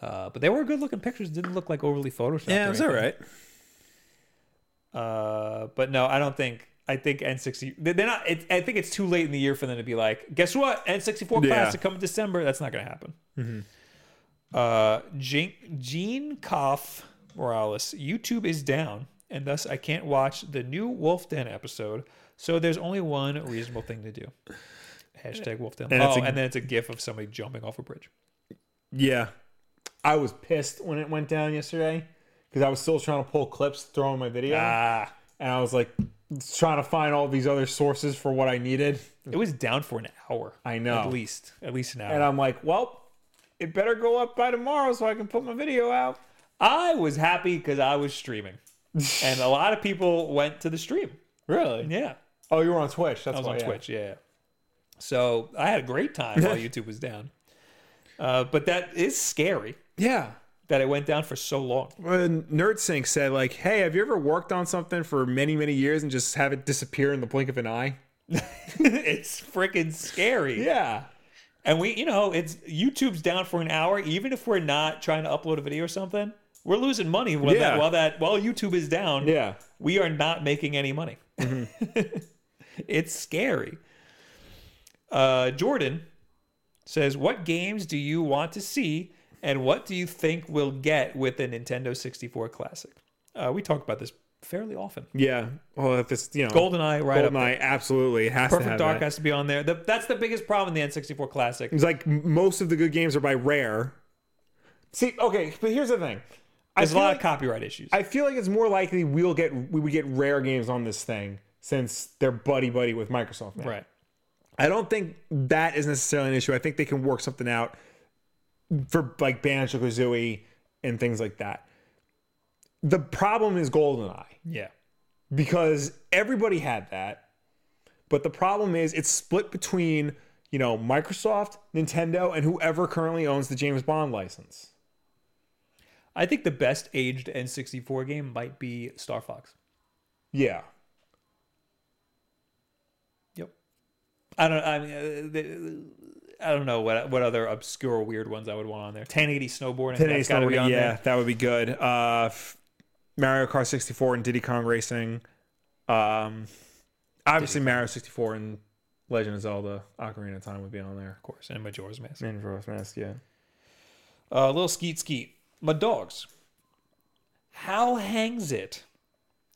Speaker 1: Uh, but they were good looking pictures. Didn't look like overly photoshopped. or anything.
Speaker 2: right.
Speaker 1: Uh, but no, I don't think. I think N60. They're not. It, I think it's too late in the year for them to be like, guess what? N64
Speaker 2: Yeah.
Speaker 1: Classic come in December. That's not going to happen. Uh, Jean, Gene Koff Morales. YouTube is down, and thus I can't watch the new Wolf Den episode. So there's only one reasonable thing to do. Hashtag Wolf Den.
Speaker 2: And it's
Speaker 1: oh,
Speaker 2: a-
Speaker 1: and then it's a gif of somebody jumping off a bridge.
Speaker 2: Yeah. I was pissed when it went down yesterday because I was still trying to pull clips, throw in my video,
Speaker 1: Ah,
Speaker 2: and I was like trying to find all these other sources for what I needed.
Speaker 1: it was down for an hour.
Speaker 2: I know.
Speaker 1: At least, at least an hour.
Speaker 2: And I'm like, well, it better go up by tomorrow so I can put my video out.
Speaker 1: I was happy because I was streaming, and a lot of people went to the stream.
Speaker 2: Really?
Speaker 1: Yeah,
Speaker 2: Oh, you were on Twitch. That's
Speaker 1: I was
Speaker 2: why,
Speaker 1: on
Speaker 2: yeah.
Speaker 1: Twitch. Yeah, so I had a great time while YouTube was down. Uh, but that is scary
Speaker 2: Yeah.
Speaker 1: that it went down for so long.
Speaker 2: When NerdSync said, like, hey, have you ever worked on something for many, many years and just have it disappear in the blink of an eye?
Speaker 1: it's freaking scary.
Speaker 2: Yeah.
Speaker 1: And we, you know, it's YouTube's down for an hour. Even if we're not trying to upload a video or something, we're losing money while
Speaker 2: Yeah.
Speaker 1: that while that while YouTube is down.
Speaker 2: Yeah.
Speaker 1: we are not making any money. it's scary. Uh, Jordan says, What games do you want to see, and what do you think we'll get with a Nintendo 64 Classic? Uh, we talk about this fairly often.
Speaker 2: Yeah. Well, if it's, you know,
Speaker 1: GoldenEye, right up.
Speaker 2: GoldenEye, absolutely. It has to
Speaker 1: Perfect
Speaker 2: have
Speaker 1: Dark
Speaker 2: that.
Speaker 1: has to be on there. The, that's the biggest problem in the N64 Classic.
Speaker 2: It's like m- most of the good games are by Rare. See, okay, but here's the thing. I
Speaker 1: There's a
Speaker 2: feel,
Speaker 1: lot
Speaker 2: like,
Speaker 1: of copyright issues.
Speaker 2: I feel like it's more likely we'll get we would get Rare games on this thing since they're buddy buddy with Microsoft now.
Speaker 1: right.
Speaker 2: I don't think that is necessarily an issue. I think they can work something out for like Banjo Kazooie and things like that. The problem is GoldenEye
Speaker 1: Yeah.
Speaker 2: because everybody had that. But the problem is it's split between, you know, Microsoft, Nintendo, and whoever currently owns the James Bond license.
Speaker 1: I think the best aged N64 game might be Star Fox.
Speaker 2: Yeah.
Speaker 1: Yep. I don't. I mean, uh, the- I don't know what what other obscure weird ones I would want on there. 1080 snowboarding.
Speaker 2: 1080
Speaker 1: that's gotta be
Speaker 2: snowboarding,
Speaker 1: on
Speaker 2: yeah,
Speaker 1: there.
Speaker 2: that would be good. Uh, f- Mario Kart 64 and Diddy Kong Racing. Um, obviously Mario 64 and Legend of Zelda: Ocarina of Time would be on there.
Speaker 1: Of course, and Majora's Mask.
Speaker 2: And Majora's Mask, E yeah.
Speaker 1: Uh, little skeet skeet. My dogs. How hangs it?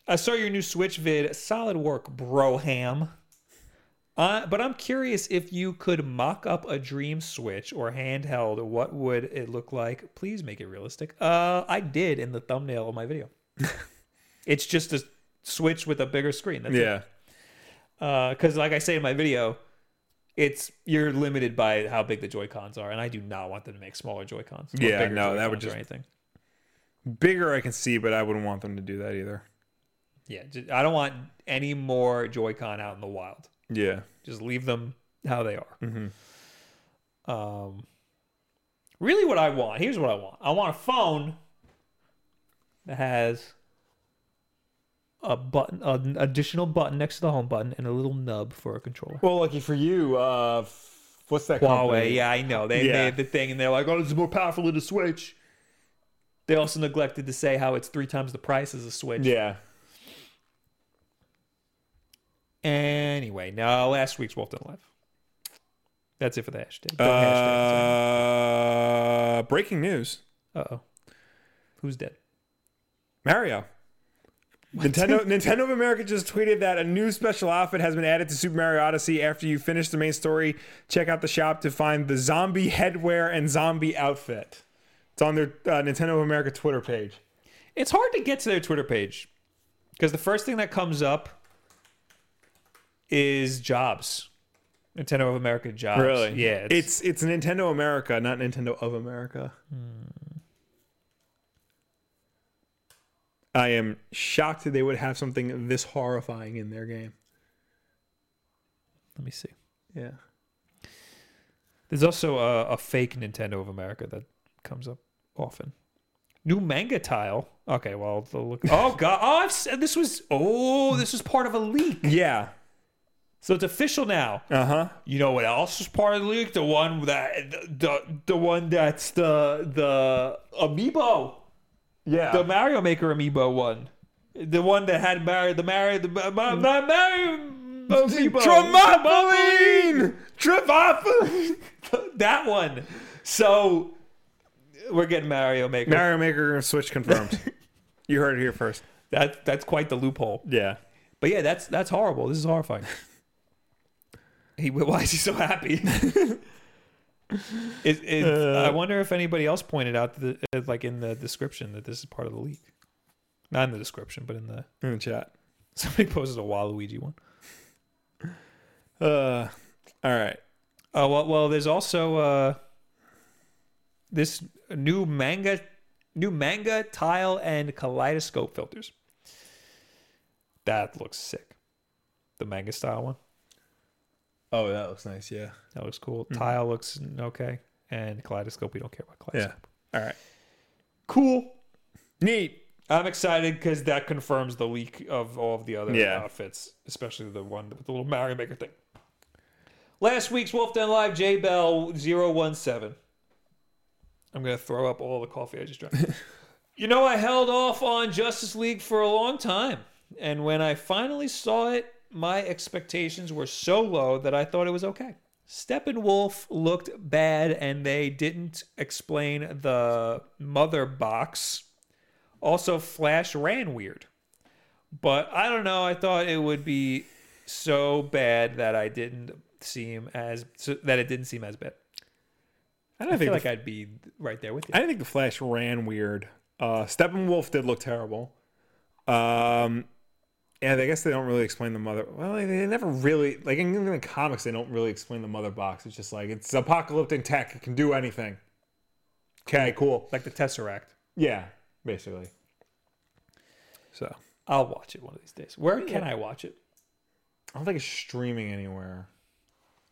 Speaker 1: I saw your new Switch vid. Solid work, bro ham. Uh, but I'm curious if you could mock up a dream Switch or handheld, what would it look like? Please make it realistic. Uh, I did in the thumbnail of my video. it's just a Switch with a bigger screen. That's it
Speaker 2: Yeah.
Speaker 1: because Uh, like I say in my video, it's you're limited by how big the Joy Cons are, and I do not want them to make smaller Joy Cons.
Speaker 2: Yeah, no, that would just-
Speaker 1: or anything.
Speaker 2: Bigger, I can see, but I wouldn't want them to do that either.
Speaker 1: Yeah, ju- I don't want any more Joy Con out in the wild.
Speaker 2: Yeah.
Speaker 1: Just leave them how they are.
Speaker 2: Mm-hmm.
Speaker 1: Um, really, what I want here's what I want. I want a phone that has a button, an additional button next to the home button, and a little nub for a controller.
Speaker 2: Well, lucky for you, uh, f- what's that
Speaker 1: Huawei, yeah, I know. They
Speaker 2: Yeah.
Speaker 1: made the thing and they're like, oh, it's more powerful than a Switch. They also neglected to say how it's three times the price as a Switch.
Speaker 2: Yeah.
Speaker 1: Anyway, now last week's Wolf Den Live. That's it for the hashtag.
Speaker 2: Uh, breaking news:
Speaker 1: Uh oh. Who's dead?
Speaker 2: Mario. Nintendo Nintendo of America just tweeted that a new special outfit has been added to Super Mario Odyssey. After you finish the main story, check out the shop to find the zombie headwear and zombie outfit. It's on their uh, Nintendo of America Twitter page.
Speaker 1: It's hard to get to their Twitter page because the first thing that comes up is jobs. Nintendo of America jobs. Yeah.
Speaker 2: It's it's, Nintendo America, not Nintendo of America. Hmm. I am shocked that they would have something this horrifying in their game.
Speaker 1: let me see.
Speaker 2: Yeah.
Speaker 1: There's also a, a fake Nintendo of America that comes up often. New manga tile. Okay, well, the look. Oh god! Oh, I've s- this was. Oh, this was part of a leak.
Speaker 2: Yeah.
Speaker 1: So it's official now.
Speaker 2: Uh huh.
Speaker 1: You know what else was part of the leak? The one that the the one that's the the amiibo,
Speaker 2: Yeah.
Speaker 1: the Mario Maker amiibo one, the one that had Mario the Mario the Ma- Ma- Ma- Mario amiibo.
Speaker 2: Tromboline! Tromboline!
Speaker 1: that one. So we're getting Mario Maker.
Speaker 2: Mario Maker and Switch confirmed. you heard it here first.
Speaker 1: that that's quite the loophole.
Speaker 2: Yeah.
Speaker 1: But yeah, that's that's horrible. This is horrifying. he why is he so happy? it, it, I wonder if anybody else pointed out the, uh, like in the description that this is part of the leak. Not in the description, but in the
Speaker 2: In the chat.
Speaker 1: somebody posted a Waluigi one.
Speaker 2: Uh, all right.
Speaker 1: Oh well, well there's also uh, this new manga, new manga tile and kaleidoscope filters. That looks sick. The manga style one
Speaker 2: Oh, that looks nice. Yeah.
Speaker 1: that looks cool. Tile looks okay, and kaleidoscope we don't care about
Speaker 2: Yeah.
Speaker 1: kaleidoscope.
Speaker 2: All right.
Speaker 1: Cool.
Speaker 2: Neat.
Speaker 1: I'm excited because that confirms the leak of all of the other
Speaker 2: Yeah.
Speaker 1: outfits, especially the one with the little Mario Maker thing. Last week's Wolf Den Live J Bell 017. I'm going to throw up all the coffee I just drank. you know, I held off on Justice League for a long time. And when I finally saw it, my expectations were so low that I thought it was okay. Steppenwolf looked bad, and they didn't explain the mother box also, Flash ran weird. But I don't know. I thought it would be so bad that I didn't seem as so, that it didn't seem as bad.
Speaker 2: I don't
Speaker 1: I
Speaker 2: think
Speaker 1: feel
Speaker 2: the
Speaker 1: like I'd be right there with you.
Speaker 2: I didn't think the Flash ran weird. Uh, Steppenwolf did look terrible. Um, and I guess they don't really explain the mother. Well, they they never really like in, in the comics. They don't really explain the mother box. It's just like it's apocalyptic tech. It can do anything. Okay, cool.
Speaker 1: Like the Tesseract.
Speaker 2: Yeah, basically. So
Speaker 1: I'll watch it one of these days. Where can I watch it?
Speaker 2: I don't think it's streaming anywhere.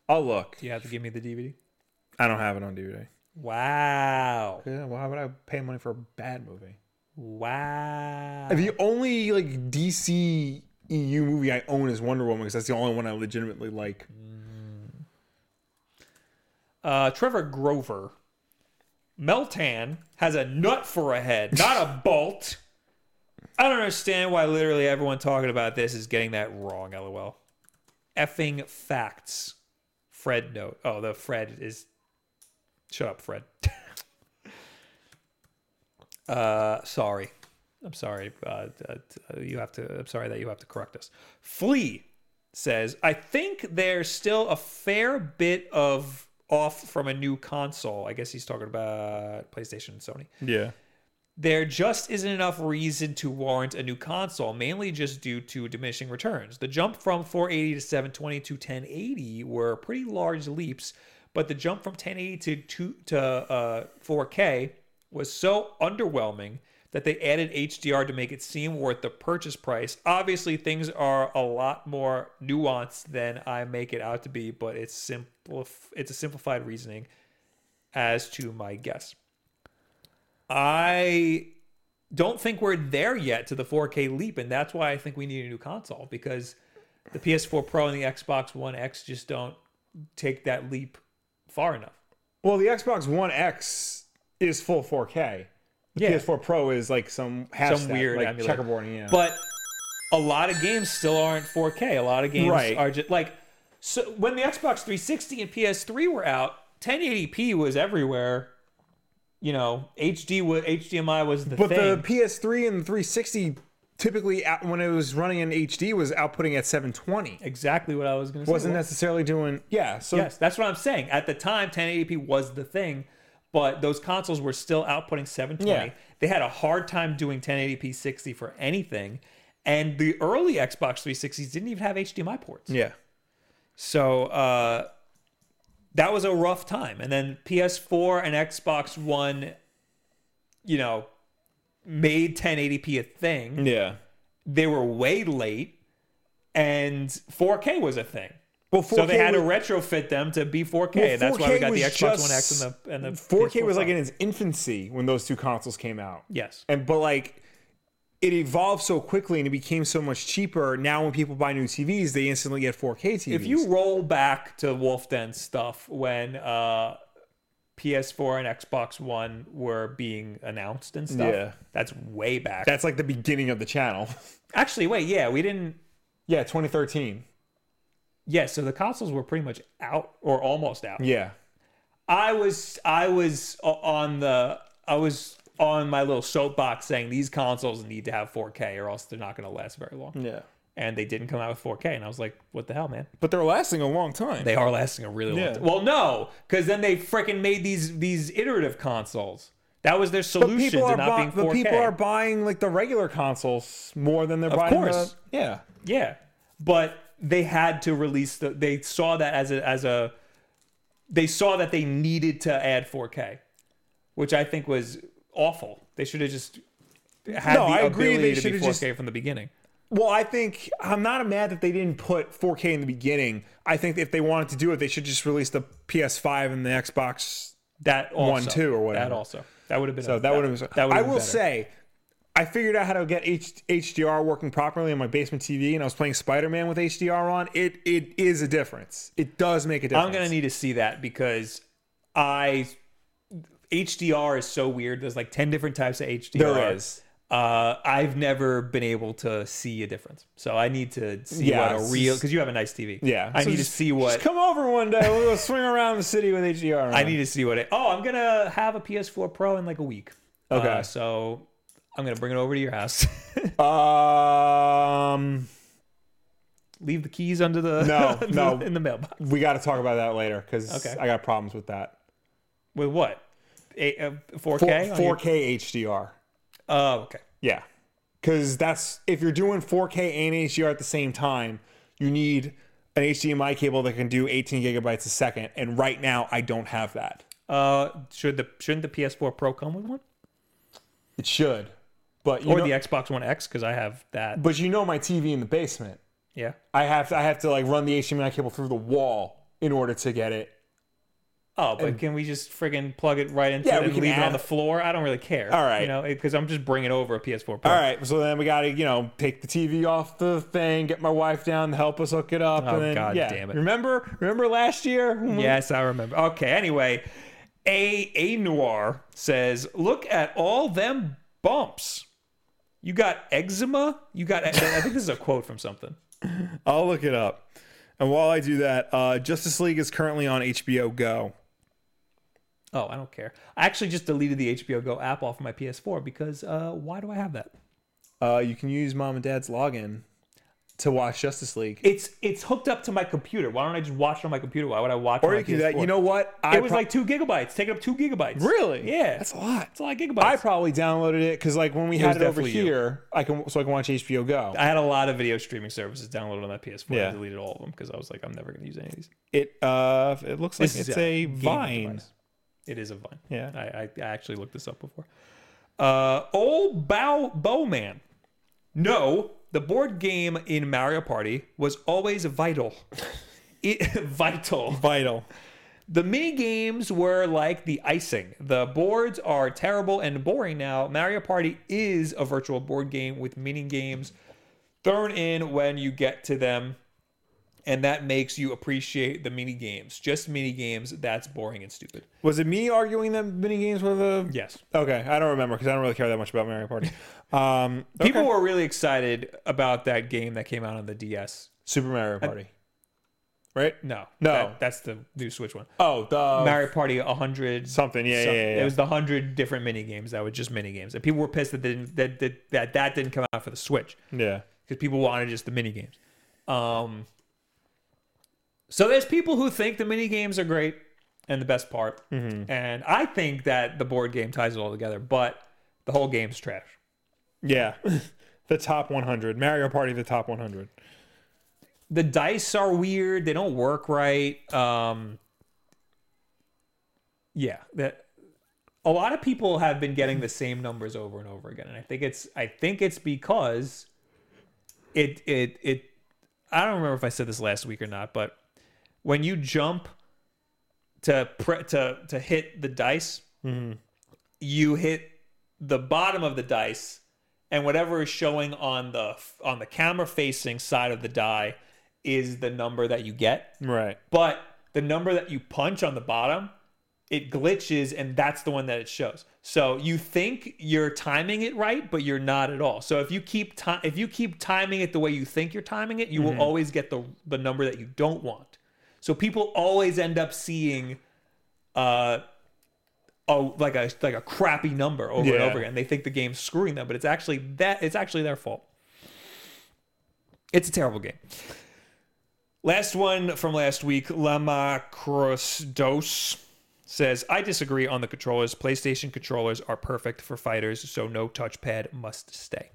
Speaker 2: I'll look.
Speaker 1: Do you have to give me the DVD?
Speaker 2: I don't have it on DVD.
Speaker 1: Wow.
Speaker 2: Yeah, why would I pay money for a bad movie?
Speaker 1: Wow.
Speaker 2: The only like DC EU movie I own is Wonder Woman because that's the only one I legitimately like.
Speaker 1: Uh, Trevor Grover. Meltan has a nut for a head, not a bolt. I don't understand why literally everyone talking about this is getting that wrong, lol. Effing facts. Fred note. Oh, the Fred is. Shut up, Fred. uh, sorry. I'm sorry. Uh, uh, you have to. I'm sorry that you have to correct us. Flea says, I think there's still a fair bit of off from a new console. I guess he's talking about PlayStation and Sony.
Speaker 2: Yeah.
Speaker 1: There just isn't enough reason to warrant a new console, mainly just due to diminishing returns. The jump from 480 to 720 to 1080 were pretty large leaps, but the jump from 1080 to two, to uh, 4K was so underwhelming that they added HDR to make it seem worth the purchase price. Obviously, things are a lot more nuanced than I make it out to be, but it's simple. It's a simplified reasoning as to my guess. I don't think we're there yet to the 4K leap, and that's why I think we need a new console because the PS4 Pro and the Xbox One X just don't take that leap far enough.
Speaker 2: Well, the Xbox One X is full 4K. The
Speaker 1: Yeah.
Speaker 2: PS4 Pro is like some half
Speaker 1: Some
Speaker 2: step,
Speaker 1: weird
Speaker 2: like
Speaker 1: emulator.
Speaker 2: checkerboarding. Yeah.
Speaker 1: But a lot of games still aren't 4K. A lot of games
Speaker 2: Right.
Speaker 1: are just like so when the Xbox 360 and PS3 were out, 1080p was everywhere. You know, HD was HDMI was the
Speaker 2: But
Speaker 1: thing.
Speaker 2: the PS3 and 360 typically out, when it was running in HD was outputting at 720. It
Speaker 1: exactly what I was going to say.
Speaker 2: wasn't necessarily doing yeah. So
Speaker 1: Yes, that's what I'm saying. At the time, 1080p was the thing, but those consoles were still outputting 720.
Speaker 2: Yeah.
Speaker 1: They had a hard time doing 1080p 60 for anything, and the early Xbox 360s didn't even have HDMI ports.
Speaker 2: yeah,
Speaker 1: So uh, that was a rough time. And then PS4 and Xbox One, you know, made 1080p a thing
Speaker 2: yeah.
Speaker 1: they were way late and 4K was a thing.
Speaker 2: Well,
Speaker 1: so they
Speaker 2: 4K
Speaker 1: had to
Speaker 2: was-
Speaker 1: retrofit them to be 4K.
Speaker 2: Well,
Speaker 1: and that's why we
Speaker 2: 4K
Speaker 1: got the
Speaker 2: was
Speaker 1: Xbox One X
Speaker 2: just-
Speaker 1: and the and the
Speaker 2: 4K was like
Speaker 1: Pro.
Speaker 2: in its infancy when those two consoles came out.
Speaker 1: yes,
Speaker 2: and but like it evolved so quickly and it became so much cheaper. Now when people buy new TVs, they instantly get 4K TVs.
Speaker 1: if you roll back to Wolf Den stuff when uh, PS4 and Xbox One were being announced and stuff,
Speaker 2: Yeah.
Speaker 1: that's way back.
Speaker 2: that's like the beginning of the channel.
Speaker 1: Actually, wait, yeah, we didn't.
Speaker 2: yeah, 2013.
Speaker 1: Yeah, so the consoles were pretty much out or almost out.
Speaker 2: Yeah.
Speaker 1: I was I was o- on the I was on my little soapbox saying these consoles need to have 4K or else they're not going to last very long.
Speaker 2: Yeah.
Speaker 1: And they didn't come out with 4K, and I was like, "What the hell, man?
Speaker 2: But they're lasting a long time.
Speaker 1: They are lasting a really long
Speaker 2: Yeah.
Speaker 1: time." Well, no, because then they freaking made these these iterative consoles. That was their
Speaker 2: But
Speaker 1: solution
Speaker 2: people
Speaker 1: to
Speaker 2: are
Speaker 1: not
Speaker 2: bu-
Speaker 1: being 4K.
Speaker 2: but people are buying like the regular consoles more than they're buying
Speaker 1: course.
Speaker 2: the yeah
Speaker 1: Yeah, but they had to release the. They saw that as a as a. They saw that they needed to add 4K, which I think was awful. They should have just had
Speaker 2: No,
Speaker 1: the
Speaker 2: I agree.
Speaker 1: ability
Speaker 2: They
Speaker 1: to be
Speaker 2: should
Speaker 1: 4K
Speaker 2: have just-
Speaker 1: from the beginning.
Speaker 2: well i think i'm not mad that they didn't put 4k in the beginning i think if they wanted to do it they should just release the ps5 and the xbox
Speaker 1: That also,
Speaker 2: One, two, or
Speaker 1: That
Speaker 2: whatever.
Speaker 1: also that would have been
Speaker 2: So that would have been.
Speaker 1: that would
Speaker 2: I
Speaker 1: have been
Speaker 2: will
Speaker 1: better.
Speaker 2: say, I figured out how to get H- HDR working properly on my basement TV, and I was playing Spider Man with HDR on. It it is a difference. It does make a difference.
Speaker 1: I'm gonna need to see that because I HDR is so weird. There's like ten different types of HDR.
Speaker 2: There is.
Speaker 1: Uh, I've never been able to see a difference, so I need to see
Speaker 2: Yeah,
Speaker 1: what a
Speaker 2: it's
Speaker 1: real
Speaker 2: just-
Speaker 1: because you have a nice TV.
Speaker 2: Yeah,
Speaker 1: I
Speaker 2: So
Speaker 1: need
Speaker 2: just-
Speaker 1: to see what
Speaker 2: Just come over one day. We'll go swing around the city with HDR. On.
Speaker 1: I need to see what it. Oh, I'm gonna have a PS4 Pro in like a week.
Speaker 2: Okay.
Speaker 1: Uh, so I'm gonna bring it over to your house.
Speaker 2: Um,
Speaker 1: Leave the keys under the
Speaker 2: No,
Speaker 1: in
Speaker 2: no.
Speaker 1: the, in the mailbox.
Speaker 2: we got to talk about that later because
Speaker 1: Okay.
Speaker 2: I got problems with that.
Speaker 1: With what? A, uh, 4K. on your-
Speaker 2: Four K HDR.
Speaker 1: Oh, okay.
Speaker 2: Yeah. Because that's if you're doing 4K and HDR at the same time, you need an HDMI cable that can do 18 gigabytes a second. And right now, I don't have that.
Speaker 1: Uh, should the shouldn't the PS4 Pro come with one
Speaker 2: It should, but you
Speaker 1: or
Speaker 2: know,
Speaker 1: the Xbox One X? Because I have that.
Speaker 2: but you know my TV in the basement.
Speaker 1: Yeah.
Speaker 2: I have to I have to like run the HDMI cable through the wall in order to get it.
Speaker 1: Oh, but can we just friggin' plug it right into
Speaker 2: Yeah,
Speaker 1: it
Speaker 2: we
Speaker 1: and
Speaker 2: can
Speaker 1: leave it
Speaker 2: add-
Speaker 1: on the floor? I don't really care.
Speaker 2: All right.
Speaker 1: you know, because I'm just bringing over a PS4 Pro.
Speaker 2: All right, so then we got to, you know, take the TV off the thing, get my wife down to help us hook it up.
Speaker 1: Oh,
Speaker 2: and then,
Speaker 1: God
Speaker 2: yeah.
Speaker 1: damn it.
Speaker 2: Remember, remember last year? when we-
Speaker 1: Yes, I remember. Okay, anyway, A A Noir says, "Look at all them bumps. You got eczema. You got. I think this is a quote from something.
Speaker 2: I'll look it up. And while I do that, uh, Justice League is currently on HBO Go.
Speaker 1: Oh, I don't care. I actually just deleted the HBO Go app off my PS4 because uh, why do I have that?
Speaker 2: Uh, you can use mom and dad's login to watch Justice League.
Speaker 1: It's it's hooked up to my computer. Why don't I just watch it on my computer? Why would I watch?
Speaker 2: Or you can do that. You know what? I
Speaker 1: it was
Speaker 2: pro-
Speaker 1: like two gigabytes. Taking up two gigabytes.
Speaker 2: Really?
Speaker 1: Yeah.
Speaker 2: That's a lot.
Speaker 1: It's a lot of gigabytes.
Speaker 2: I probably downloaded it because like when we had
Speaker 1: was
Speaker 2: it over
Speaker 1: definitely you.
Speaker 2: here, I can so I can watch HBO Go.
Speaker 1: I had a lot of video streaming services downloaded on that PS4.
Speaker 2: Yeah.
Speaker 1: I deleted all of them because I was like, I'm never going to use any of these.
Speaker 2: It uh, it looks like
Speaker 1: This
Speaker 2: it's
Speaker 1: is
Speaker 2: a
Speaker 1: gaming
Speaker 2: Vine.
Speaker 1: device. It is a Vine.
Speaker 2: Yeah.
Speaker 1: I, I, I actually looked this up before. Uh, old Bow Bowman. No, the board game in Mario Party was always vital. It, vital.
Speaker 2: Vital.
Speaker 1: The mini games were like the icing. The boards are terrible and boring now. Mario Party is a virtual board game with mini games thrown in when you get to them, and that makes you appreciate the mini games. Just mini games, that's boring and stupid.
Speaker 2: Was it me arguing that mini games were the?
Speaker 1: Yes.
Speaker 2: Okay, I don't remember because I don't really care that much about Mario Party. Um,
Speaker 1: People
Speaker 2: okay.
Speaker 1: were really excited about that game that came out on the DS.
Speaker 2: Super Mario Party, right?
Speaker 1: No.
Speaker 2: No.
Speaker 1: that- that's the new Switch one.
Speaker 2: Oh, the
Speaker 1: Mario Party 100
Speaker 2: something. Yeah, yeah,
Speaker 1: Some-
Speaker 2: yeah.
Speaker 1: It was the hundred different mini games that were just mini games, and people were pissed that they didn't, that, that that that didn't come out for the Switch
Speaker 2: yeah.
Speaker 1: because people wanted just the mini games. Um, so there's people who think the mini games are great and the best part,
Speaker 2: Mm-hmm.
Speaker 1: and I think that the board game ties it all together, but the whole game's trash.
Speaker 2: Yeah. the top 100. Mario Party, the top 100.
Speaker 1: The dice are weird; they don't work right. Um, yeah, that. A lot of people have been getting the same numbers over and over again, and I think it's I think it's because it it it I don't remember if I said this last week or not, but when you jump to pre- to to hit the dice, you hit the bottom of the dice, and whatever is showing on the on the camera facing side of the die is the number that you get.
Speaker 2: Right.
Speaker 1: But the number that you punch on the bottom, it glitches, and that's the one that it shows. So you think you're timing it right, but you're not at all. So if you keep ti- if you keep timing it the way you think you're timing it, you will always get the the number that you don't want. So people always end up seeing, uh, oh, like a like a crappy number over and
Speaker 2: Yeah.
Speaker 1: over again. They think the game's screwing them, but it's actually that it's actually their fault. It's a terrible game. Last one from last week, Lama Crosdos says, I disagree on the controllers. PlayStation controllers are perfect for fighters, so no touchpad must stay.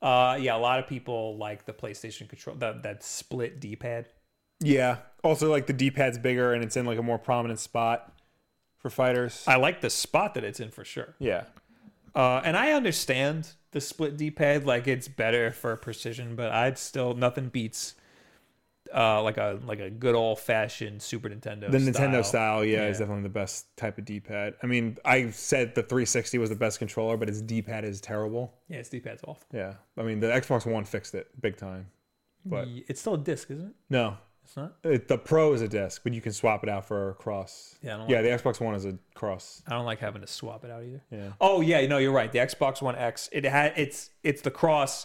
Speaker 1: Uh, yeah, a lot of people like the PlayStation control, that, that split D pad.
Speaker 2: Yeah. Also, like the D pad's bigger and it's in like a more prominent spot for fighters.
Speaker 1: I like the spot that it's in for sure.
Speaker 2: yeah.
Speaker 1: Uh, and I understand the split D pad, like it's better for precision, but I'd still, nothing beats. Uh, like a like a good old fashioned Super Nintendo.
Speaker 2: The Nintendo style, yeah, is definitely the best type of D pad. I mean, I said the 360 was the best controller, but its D pad is terrible.
Speaker 1: Yeah, its D pad's awful.
Speaker 2: Yeah. I mean, the Xbox One fixed it big time. But-
Speaker 1: Ye- it's still a disc, isn't it?
Speaker 2: No.
Speaker 1: It's not.
Speaker 2: It, the Pro is a disc, but you can swap it out for a cross.
Speaker 1: Yeah, I don't
Speaker 2: Yeah, the Xbox One is a cross.
Speaker 1: I don't like having to swap it out either.
Speaker 2: Yeah.
Speaker 1: Oh yeah, no, you're right. The Xbox One X, it had it's it's the cross,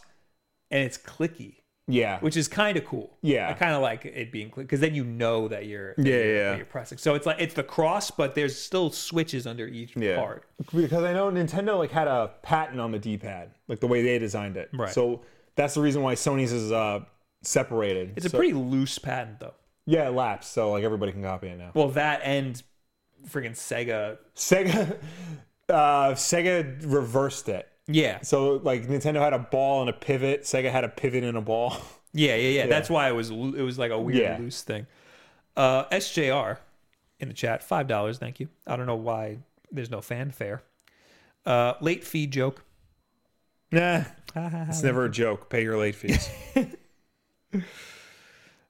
Speaker 1: and it's clicky,
Speaker 2: Yeah.
Speaker 1: which is kind of cool.
Speaker 2: Yeah.
Speaker 1: I kind of like it being click because then you know that you're that
Speaker 2: Yeah,
Speaker 1: you're,
Speaker 2: yeah.
Speaker 1: that you're pressing. So it's like it's the cross, but there's still switches under each
Speaker 2: Yeah.
Speaker 1: part.
Speaker 2: because I know Nintendo like had a patent on the D-pad, like the way they designed it.
Speaker 1: Right.
Speaker 2: So that's the reason why Sony's is uh, separated.
Speaker 1: It's a
Speaker 2: So-
Speaker 1: pretty loose patent though.
Speaker 2: yeah, it lapsed, so like everybody can copy it now.
Speaker 1: Well, that and friggin' Sega.
Speaker 2: Sega, uh, Sega reversed it.
Speaker 1: Yeah,
Speaker 2: So like Nintendo had a ball and a pivot. Sega had a pivot and a ball.
Speaker 1: Yeah, yeah, yeah. That's why it was lo- it was like a weird
Speaker 2: Yeah.
Speaker 1: loose thing. Uh, SJR in the chat, five dollars, thank you. I don't know why there's no fanfare. Uh, late fee joke.
Speaker 2: Nah, it's never a joke. Pay your late fees.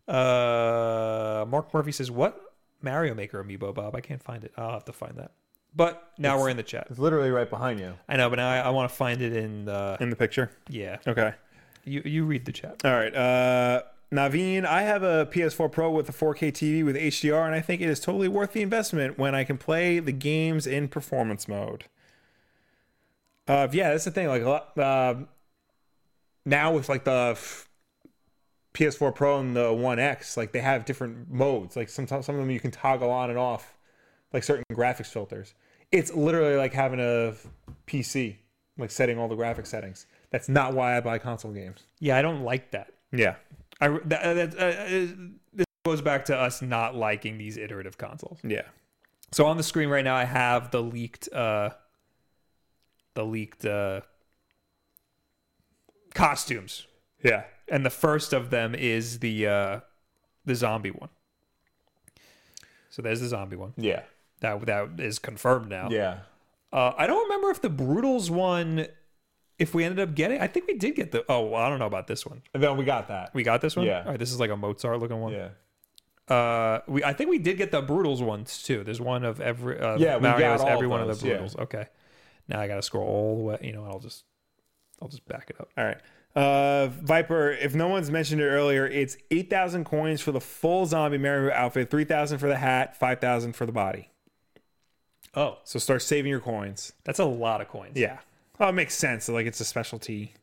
Speaker 1: Uh, Mark Murphy says what? Mario Maker amiibo, Bob. I can't find it. I'll have to find that. But now we're in the chat.
Speaker 3: It's literally right behind you.
Speaker 1: I know, but now I, I want to find it in the
Speaker 2: in the picture.
Speaker 1: yeah.
Speaker 2: Okay.
Speaker 1: You you read the chat.
Speaker 2: All right. Uh, Naveen, I have a PS4 Pro with a 4K TV with HDR, and I think it is totally worth the investment when I can play the games in performance mode. Uh, yeah, that's the thing. Like a lot, uh, now with like the f- PS4 Pro and the One X, like they have different modes. Like sometimes some of them you can toggle on and off, like certain graphics filters. It's literally like having a PC, like setting all the graphic settings. That's not why I buy console games.
Speaker 1: Yeah, I don't like that.
Speaker 2: Yeah.
Speaker 1: I that, that, uh, uh, this goes back to us not liking these iterative consoles.
Speaker 2: Yeah.
Speaker 1: So on the screen right now, I have the leaked, uh, the leaked uh, costumes,
Speaker 2: Yeah.
Speaker 1: and the first of them is the uh, the zombie one. So there's the zombie one.
Speaker 3: Yeah.
Speaker 1: That that is confirmed now.
Speaker 3: Yeah.
Speaker 1: Uh, I don't remember if the brutals one, if we ended up getting. I think we did get the. Oh, well, I don't know about this one.
Speaker 3: And then we got that.
Speaker 1: We got this one.
Speaker 3: Yeah.
Speaker 1: All right, this is like a Mozart looking one.
Speaker 3: Yeah.
Speaker 1: Uh, we I think we did get the Brutals ones too. There's one of every uh,
Speaker 3: Yeah, we
Speaker 1: Mario's
Speaker 3: got all
Speaker 1: every one of
Speaker 3: those,
Speaker 1: the
Speaker 3: yeah.
Speaker 1: Brutals. Okay, now I gotta scroll all the way. You know, I'll just I'll just back it up.
Speaker 2: All right. Uh, Viper, if no one's mentioned it earlier, it's 8,000 coins for the full zombie Mario outfit, 3,000 for the hat, 5,000 for the body.
Speaker 1: Oh,
Speaker 2: So start saving your coins.
Speaker 1: that's a lot of coins.
Speaker 2: Yeah. Oh, it makes sense. Like it's a specialty.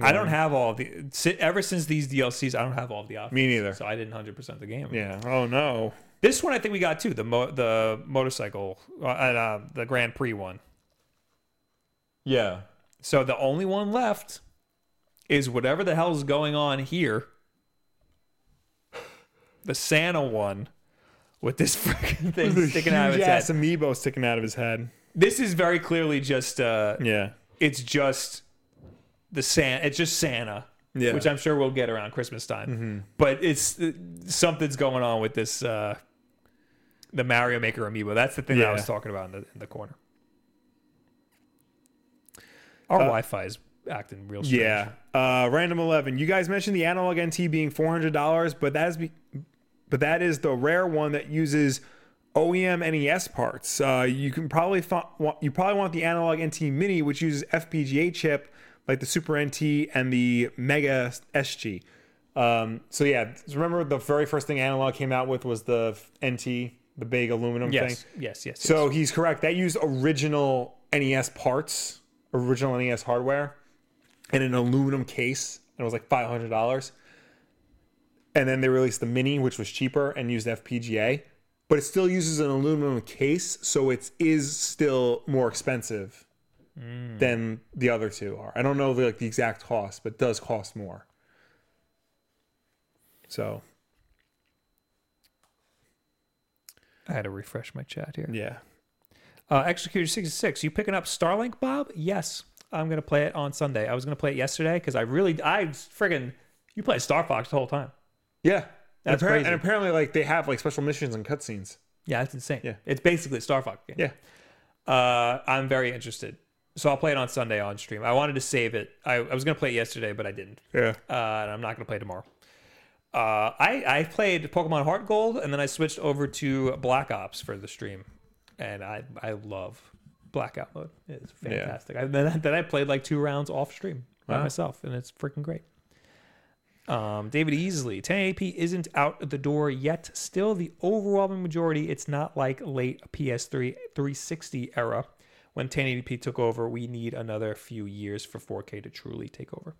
Speaker 1: I don't have all the si- ever since these DLCs. I don't have all the options.
Speaker 2: Me neither.
Speaker 1: So I didn't hundred percent the game.
Speaker 2: Yeah. Oh, no.
Speaker 1: This one I think we got too. The mo- the motorcycle uh, uh, the Grand Prix one.
Speaker 3: Yeah.
Speaker 1: So the only one left is whatever the hell's going on here. The Santa one with this freaking thing sticking out of its
Speaker 2: Yes,
Speaker 1: head.
Speaker 2: amiibo sticking out of his head.
Speaker 1: This is very clearly just uh
Speaker 2: Yeah.
Speaker 1: it's just the Santa it's just Santa.
Speaker 2: Yeah. Mm-hmm.
Speaker 1: Which I'm sure we'll get around Christmas time. But it's uh, something's going on with this uh the Mario Maker amiibo. That's the thing that I
Speaker 2: Yeah.
Speaker 1: was talking about in the in the corner. Our Wi-Fi is acting real strange.
Speaker 2: Uh, Yeah. Uh, random eleven. You guys mentioned the analog NT being four hundred dollars, but that is be- but that is the rare one that uses E OEM NES parts. Uh, you can probably fi- want, you probably want the analog NT Mini, which uses FPGA chip like the Super NT and the Mega SG. Um, so yeah, remember the very first thing analog came out with was the NT, the big aluminum
Speaker 1: Yes,
Speaker 2: thing.
Speaker 1: yes, yes. yes.
Speaker 2: So he's correct. That used original NES parts, original NES hardware, in an aluminum case, and it was like five hundred dollars. And then they released the mini, which was cheaper and used FPGA, but it still uses an aluminum case, so it is still more expensive
Speaker 1: Mm.
Speaker 2: than the other two are. I don't know the, like the exact cost, but it does cost more. So
Speaker 1: I had to refresh my chat here.
Speaker 2: yeah,
Speaker 1: Uh, Executor 66, you picking up Starlink, Bob? Yes. I'm going to play it on Sunday. I was going to play it yesterday because I really, I friggin', you played Star Fox the whole time.
Speaker 2: yeah. and,
Speaker 1: That's
Speaker 2: appar-
Speaker 1: crazy.
Speaker 2: and apparently, like they have like special missions and cutscenes.
Speaker 1: Yeah, it's insane.
Speaker 2: Yeah.
Speaker 1: It's basically a Star Fox game.
Speaker 2: Yeah.
Speaker 1: Uh, I'm very interested. So I'll play it on Sunday on stream. I wanted to save it. I, I was going to play it yesterday, but I didn't.
Speaker 2: Yeah.
Speaker 1: Uh, and I'm not going to play tomorrow. Uh, I, I played Pokemon Heart Gold and then I switched over to Black Ops for the stream. And I, I love Blackout mode. It's fantastic. I, then, then I played like two rounds off stream by myself and it's freaking great. Um, David Easley, 1080p isn't out the door yet. Still, the overwhelming majority, it's not like late PS3 360 era when 1080p took over. We need another few years for 4K to truly take over.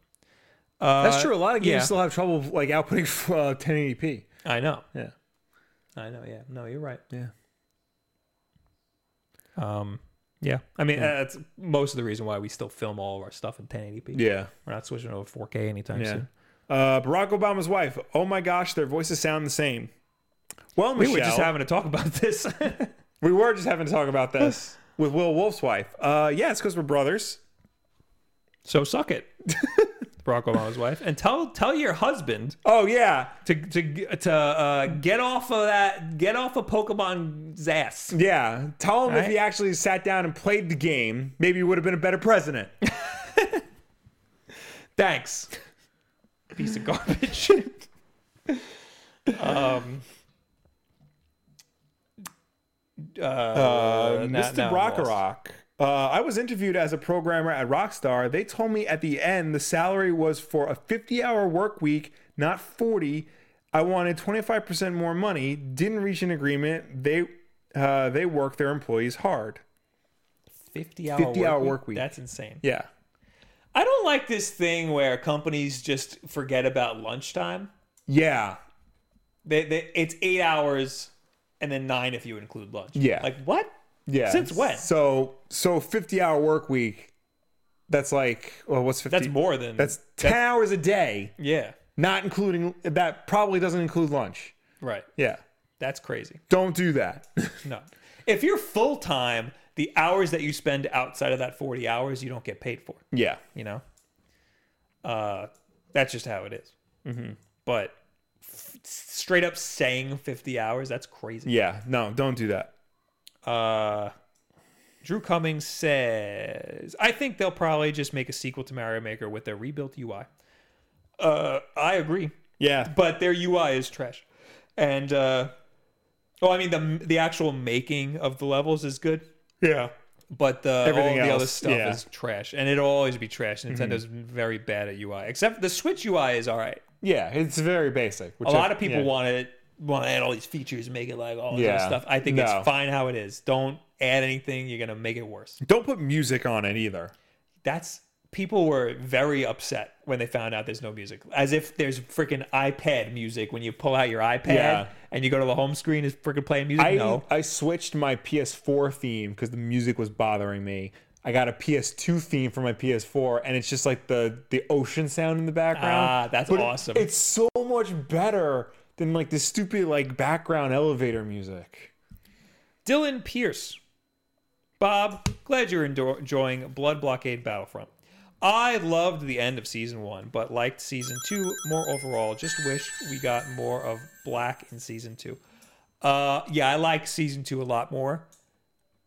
Speaker 1: Uh,
Speaker 2: That's true. A lot of games
Speaker 1: yeah.
Speaker 2: still have trouble like outputting uh, 1080p.
Speaker 1: I know.
Speaker 2: Yeah.
Speaker 1: I know. Yeah. No, you're right.
Speaker 2: Yeah.
Speaker 1: Um, yeah. I mean, uh, that's most of the reason why we still film all of our stuff in 1080p.
Speaker 2: Yeah.
Speaker 1: We're not switching over to 4K anytime
Speaker 2: Yeah.
Speaker 1: soon.
Speaker 2: Uh, Barack Obama's wife. Oh my gosh, their voices sound the same. Well,
Speaker 1: We
Speaker 2: Michelle,
Speaker 1: were just having to talk about this.
Speaker 2: we were just having to talk about this with Will Wolf's wife. Uh, yeah, it's because we're brothers.
Speaker 1: so suck it, Barack Obama's wife, and tell tell your husband
Speaker 2: Oh yeah,
Speaker 1: to to to uh, get off of that, get off of Pokemon's ass.
Speaker 2: yeah. Tell him if
Speaker 1: right.
Speaker 2: he actually sat down and played the game, maybe he would have been a better president.
Speaker 1: Thanks, piece of garbage. um, uh,
Speaker 2: Uh,
Speaker 1: not-
Speaker 2: Mr.
Speaker 1: now I'm lost.
Speaker 2: Rockarock. Uh, I was interviewed as a programmer at Rockstar. They told me at the end the salary was for a 50 hour work week, not 40. I wanted 25% more money. Didn't reach an agreement. They uh, they work their employees hard.
Speaker 1: 50 hour
Speaker 2: 50
Speaker 1: work,
Speaker 2: hour
Speaker 1: week?
Speaker 2: work week.
Speaker 1: That's insane.
Speaker 2: Yeah.
Speaker 1: I don't like this thing where companies just forget about lunchtime.
Speaker 2: Yeah.
Speaker 1: They, they, it's eight hours and then nine if you include lunch.
Speaker 2: Yeah.
Speaker 1: Like, what?
Speaker 2: Yeah.
Speaker 1: Since when?
Speaker 2: So so 50 hour work week. That's like well, what's 50?
Speaker 1: That's more than.
Speaker 2: That's 10 hours a day,
Speaker 1: Yeah.
Speaker 2: not including that probably doesn't include lunch.
Speaker 1: Right.
Speaker 2: Yeah.
Speaker 1: That's crazy.
Speaker 2: Don't do that.
Speaker 1: No. If you're full time, the hours that you spend outside of that 40 hours, you don't get paid for.
Speaker 2: yeah.
Speaker 1: you know uh that's just how it is. but f- straight up saying 50 hours that's crazy
Speaker 2: Yeah, no, don't do that.
Speaker 1: uh drew cummings says i think they'll probably just make a sequel to mario maker with their rebuilt ui uh i agree
Speaker 2: Yeah,
Speaker 1: but their ui is trash and uh well i mean the the actual making of the levels is good
Speaker 2: yeah,
Speaker 1: but the,
Speaker 2: Everything
Speaker 1: all the other
Speaker 2: else,
Speaker 1: stuff
Speaker 2: yeah. Mm-hmm.
Speaker 1: is trash, and it'll always be trash. Nintendo's very bad at UI, except the Switch UI is all right.
Speaker 2: yeah. It's very basic. Which
Speaker 1: A lot of people
Speaker 2: yeah.
Speaker 1: want it, want to add all these features, and make it like all this
Speaker 2: Yeah.
Speaker 1: other stuff. I think
Speaker 2: No.
Speaker 1: it's fine how it is. Don't add anything; you're gonna make it worse.
Speaker 2: don't put music on it either.
Speaker 1: That's people were very upset when they found out there's no music, as if there's freaking iPad music when you pull out your iPad
Speaker 2: Yeah.
Speaker 1: and you go to the home screen is freaking playing music.
Speaker 2: I
Speaker 1: no,
Speaker 2: I switched my PS4 theme because the music was bothering me. I got a PS2 theme for my PS4, and it's just like the the ocean sound in the background.
Speaker 1: Ah, that's
Speaker 2: it-
Speaker 1: awesome.
Speaker 2: it's so much better than like this stupid like background elevator music.
Speaker 1: Dylan Pierce. Bob, glad you're endo- enjoying Blood Blockade Battlefront. I loved the end of season one, but liked season two more overall. Just wish we got more of Black in season two. Uh, yeah, I like season two a lot more.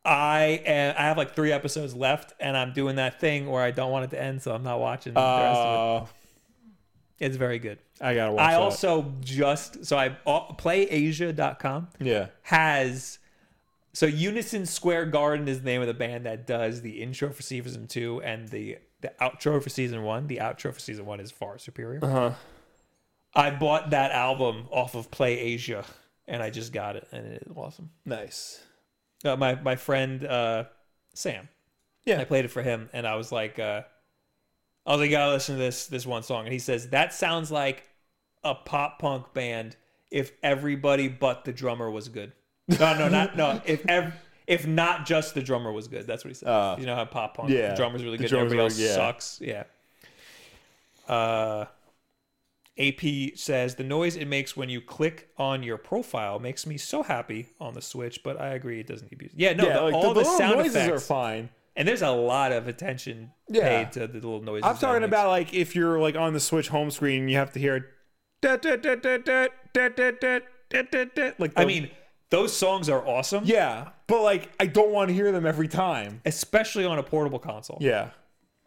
Speaker 1: I am, I have like three episodes left, and I'm doing that thing where I don't want it to end, so I'm not watching the rest of
Speaker 2: Uh,
Speaker 1: it. It's very good.
Speaker 2: I gotta watch
Speaker 1: I
Speaker 2: that.
Speaker 1: also just so I uh, playasia.com
Speaker 2: yeah.
Speaker 1: has so Unison Square Garden is the name of the band that does the intro for season two and the the outro for season one. The outro for season one is far superior.
Speaker 2: Uh-huh.
Speaker 1: I bought that album off of Play Asia, and I just got it, and it is awesome.
Speaker 2: Nice.
Speaker 1: Uh, my my friend uh, Sam,
Speaker 2: Yeah.
Speaker 1: I played it for him, and I was like, uh, I was like, you gotta listen to this this one song, and he says that sounds like a pop punk band if everybody but the drummer was good. No, no, not no. If ev- if not just the drummer was good, that's what he said.
Speaker 2: Uh,
Speaker 1: you know how pop punk,
Speaker 2: yeah.
Speaker 1: the drummer's really
Speaker 2: The
Speaker 1: good,
Speaker 2: drummer's
Speaker 1: everybody else
Speaker 2: really- yeah.
Speaker 1: sucks. Yeah. Uh, AP says the noise it makes when you click on your profile makes me so happy on the Switch, but I agree it doesn't need music. Yeah, no,
Speaker 2: Yeah,
Speaker 1: the-
Speaker 2: like
Speaker 1: all the,
Speaker 2: little
Speaker 1: sound
Speaker 2: noises
Speaker 1: effects
Speaker 2: are fine.
Speaker 1: and there's a lot of attention
Speaker 2: Yeah.
Speaker 1: paid to the little noises.
Speaker 2: I'm
Speaker 1: that
Speaker 2: talking
Speaker 1: makes-
Speaker 2: about like if you're like on the Switch home screen, you have to hear "Dut, dut, dut, dut, dut, dut, dut, dut, dut, dut, dut," like
Speaker 1: I
Speaker 2: the-
Speaker 1: mean, those songs are awesome,
Speaker 2: yeah, but like I don't want to hear them every time.
Speaker 1: especially on a portable console.
Speaker 2: Yeah, Mm-hmm.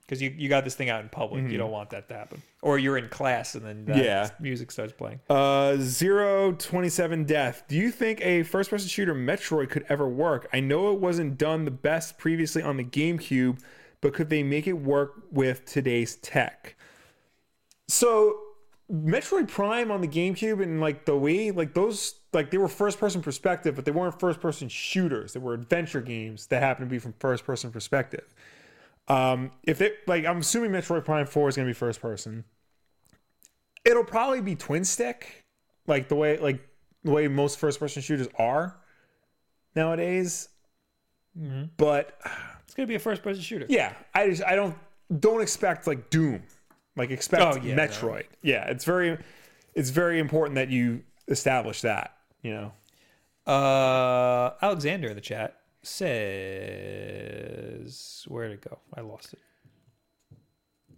Speaker 1: because you, you got this thing out in public. You don't want that to happen. Or you're in class and then that
Speaker 2: Yeah.
Speaker 1: music starts playing.
Speaker 2: uh, zero twenty seven death. Do you think a first person shooter Metroid could ever work? I know it wasn't done the best previously on the GameCube, but could they make it work with today's tech? So Metroid Prime on the GameCube and like the Wii, like those, like they were first person perspective, but they weren't first person shooters. They were adventure games that happened to be from first person perspective. Um, if they like, I'm assuming Metroid Prime 4 is going to be first person. It'll probably be twin stick, like the way, like the way most first person shooters are nowadays.
Speaker 1: Mm-hmm.
Speaker 2: But
Speaker 1: It's gonna be a first person shooter.
Speaker 2: yeah, I just I don't don't expect like Doom, like expect
Speaker 1: Oh, yeah, no.
Speaker 2: Metroid. Yeah, it's very it's very important that you establish that. You know,
Speaker 1: Uh, Alexander in the chat says, "Where did it go? I lost it."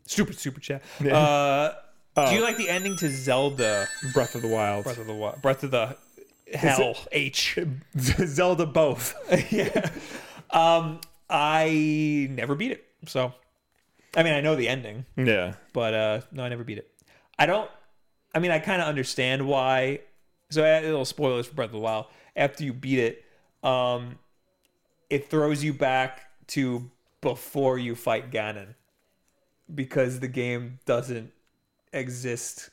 Speaker 1: Stupid super chat. Uh, do you like the ending to Zelda
Speaker 2: Breath of the Wild,
Speaker 1: Breath of the Wi- Breath of the Hell H?
Speaker 2: Zelda, both.
Speaker 1: yeah. Um, I never beat it. So, I mean, I know the ending,
Speaker 2: yeah,
Speaker 1: but uh, no, I never beat it. I don't. I mean, I kind of understand why. So, a little spoilers for Breath of the Wild. After you beat it, um, it throws you back to before you fight Ganon because the game doesn't exist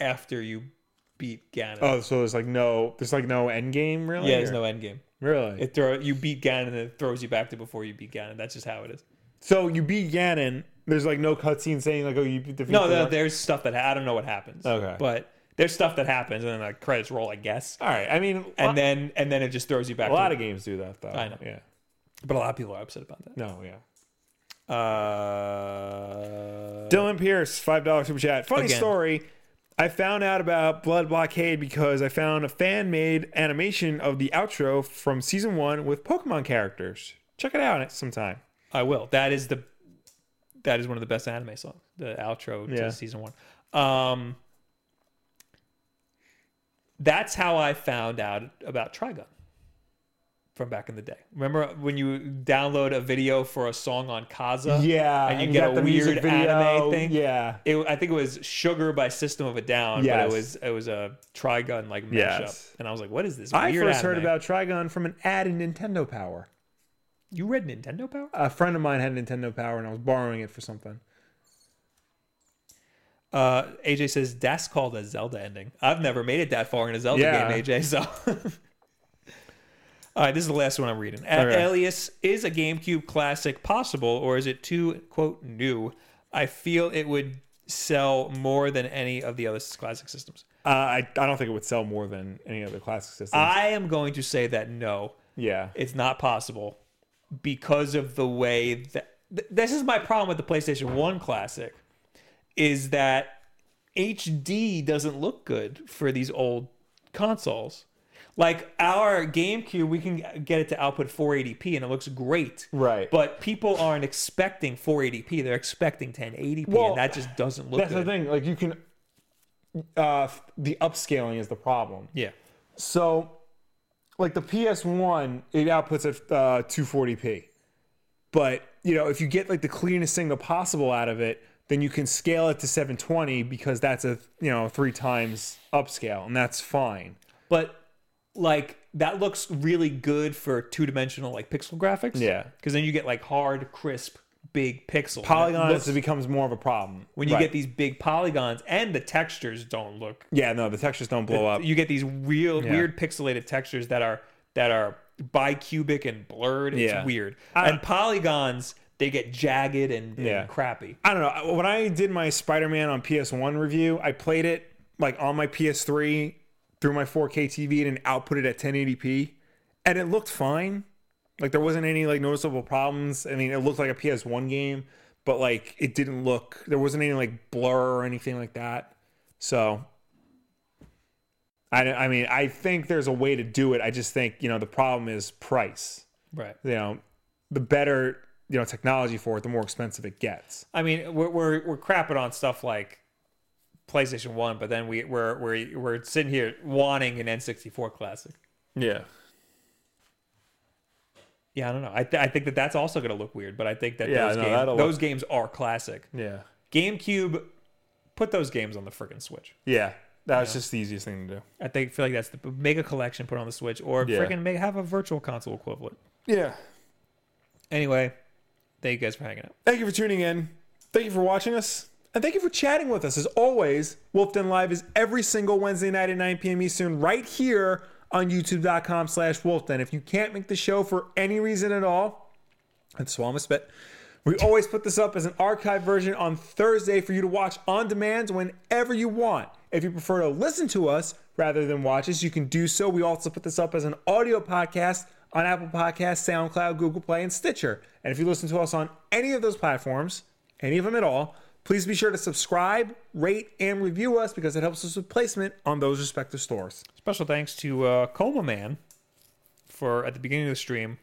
Speaker 1: after you beat Ganon.
Speaker 2: Oh, so there's like no, there's like no end game really.
Speaker 1: yeah, there's
Speaker 2: Or-
Speaker 1: no end game.
Speaker 2: really.
Speaker 1: It throw you beat Ganon and it throws you back to before you beat Ganon. That's just how it is.
Speaker 2: so you beat Ganon. There's like no cutscene saying like, oh, you defeat.
Speaker 1: No,
Speaker 2: the
Speaker 1: there-
Speaker 2: Dark-
Speaker 1: there's stuff that I don't know what happens.
Speaker 2: Okay.
Speaker 1: but there's stuff that happens and then the credits roll, I guess.
Speaker 2: All right. I mean,
Speaker 1: And then and then it just throws you back.
Speaker 2: a lot
Speaker 1: to,
Speaker 2: of games do that though.
Speaker 1: I know.
Speaker 2: Yeah.
Speaker 1: but a lot of people are upset about that.
Speaker 2: No. Yeah.
Speaker 1: Uh,
Speaker 2: Dylan Pierce, five dollars super chat. Funny
Speaker 1: Again.
Speaker 2: story. I found out about Blood Blockade because I found a fan made animation of the outro from season one with Pokemon characters. Check it out sometime.
Speaker 1: I will. That is the that is one of the best anime songs. The outro
Speaker 2: Yeah.
Speaker 1: to season one. Um, that's how I found out about Trigun from back in the day. Remember when you download a video for a song on Kaza?
Speaker 2: Yeah,
Speaker 1: Uh, and you get a weird anime thing.
Speaker 2: Yeah,
Speaker 1: It, I think it was Sugar by System of a Down, but
Speaker 2: Yes.
Speaker 1: it was it was a Trigun like mashup,
Speaker 2: Yes.
Speaker 1: and I was like, "What is this?"
Speaker 2: I
Speaker 1: weird
Speaker 2: first heard
Speaker 1: anime?
Speaker 2: about Trigon from an ad in Nintendo Power.
Speaker 1: you read Nintendo Power.
Speaker 2: A friend of mine had Nintendo Power, and I was borrowing it for something.
Speaker 1: Uh, AJ says that's called a Zelda ending. I've never made it that far in a Zelda
Speaker 2: Yeah.
Speaker 1: game, AJ. So, all right, this is the last one I'm reading. At
Speaker 2: Okay.
Speaker 1: Elias, is a GameCube classic possible, or is it too quote new? I feel it would sell more than any of the other classic systems.
Speaker 2: Uh, I I don't think it would sell more than any other classic system.
Speaker 1: I am going to say that no,
Speaker 2: yeah,
Speaker 1: it's not possible because of the way that th- this is my problem with the PlayStation 1 classic is that HD doesn't look good for these old consoles. Like our GameCube, we can get it to output 480p and it looks great.
Speaker 2: Right.
Speaker 1: But people aren't expecting 480p, they're expecting 1080p
Speaker 2: Well,
Speaker 1: and that just doesn't look
Speaker 2: that's
Speaker 1: good.
Speaker 2: the thing. Like you can, uh, the upscaling is the problem.
Speaker 1: Yeah.
Speaker 2: So, like the PS1, it outputs at uh, 240p. But, you know, if you get like the cleanest signal possible out of it, then you can scale it to 720 because that's a, you know, three times upscale and that's fine.
Speaker 1: But like that looks really good for two-dimensional like pixel graphics.
Speaker 2: Yeah.
Speaker 1: Because then you get like hard, crisp, big pixels.
Speaker 2: Polygons
Speaker 1: Looks-
Speaker 2: it becomes more of a problem.
Speaker 1: when you
Speaker 2: Right.
Speaker 1: get these big polygons and the textures don't look
Speaker 2: Yeah, no, the textures don't blow up.
Speaker 1: you get these real weird pixelated textures that are that are bicubic and blurred. It's
Speaker 2: Yeah.
Speaker 1: weird. and polygons, they get jagged and, and
Speaker 2: Yeah.
Speaker 1: crappy.
Speaker 2: I don't know. When I did my Spider-Man on PS1 review, I played it like on my PS3 through my 4K TV and output it at 1080p, and it looked fine. Like there wasn't any like noticeable problems. I mean, it looked like a PS1 game, but like it didn't look. There wasn't any like blur or anything like that. So, I I mean, I think there's a way to do it. I just think you know the problem is price.
Speaker 1: Right.
Speaker 2: You know, the better you know technology for it, the more expensive it gets.
Speaker 1: I mean, we're we're, we're crapping on stuff like PlayStation One, but then we we're we're we're sitting here wanting an N64 classic.
Speaker 3: Yeah.
Speaker 1: Yeah, I don't know. I, th- I think that that's also going to look weird, but I think that
Speaker 3: Yeah,
Speaker 1: those,
Speaker 3: no,
Speaker 1: games,
Speaker 3: that'll look-
Speaker 1: those games are classic.
Speaker 3: Yeah.
Speaker 1: GameCube, put those games on the freaking Switch.
Speaker 2: Yeah, that was just the easiest thing to do.
Speaker 1: I think feel like that's the make a collection, put it on the Switch, or
Speaker 3: Yeah.
Speaker 1: freaking make have a virtual console equivalent.
Speaker 2: Yeah.
Speaker 1: Anyway, thank you guys for hanging out.
Speaker 2: Thank you for tuning in. Thank you for watching us. And thank you for chatting with us. As always, Wolf Den Live is every single Wednesday night at 9 p.m. Eastern right here on youtube.com slash wolfden. If you can't make the show for any reason at all, it's Swamasbet. We always put this up as an archive version on Thursday for you to watch on demand whenever you want. If you prefer to listen to us rather than watch us, you can do so. We also put this up as an audio podcast on Apple Podcasts, SoundCloud, Google Play, and Stitcher. And if you listen to us on any of those platforms, any of them at all, please be sure to subscribe, rate, and review us because it helps us with placement on those respective stores.
Speaker 1: Special thanks to uh, Coma Man for at the beginning of the stream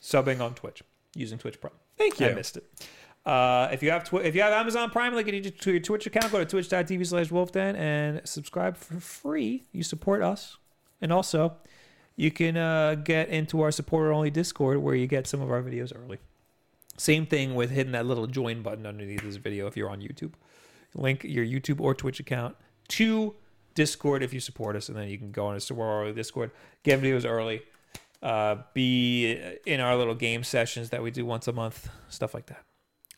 Speaker 1: subbing on Twitch using Twitch Prime.
Speaker 2: Thank
Speaker 1: I missed it. Uh, if you have twi- if you have Amazon Prime, like you to your Twitch account, go to twitch.tv slash wolfden and subscribe for free. You support us. And also, you can uh, get into our supporter only Discord where you get some of our videos early. Same thing with hitting that little join button underneath this video if you're on YouTube. Link your YouTube or Twitch account to Discord if you support us, and then you can go on to our Discord, get videos early, uh, be in our little game sessions that we do once a month, stuff like that.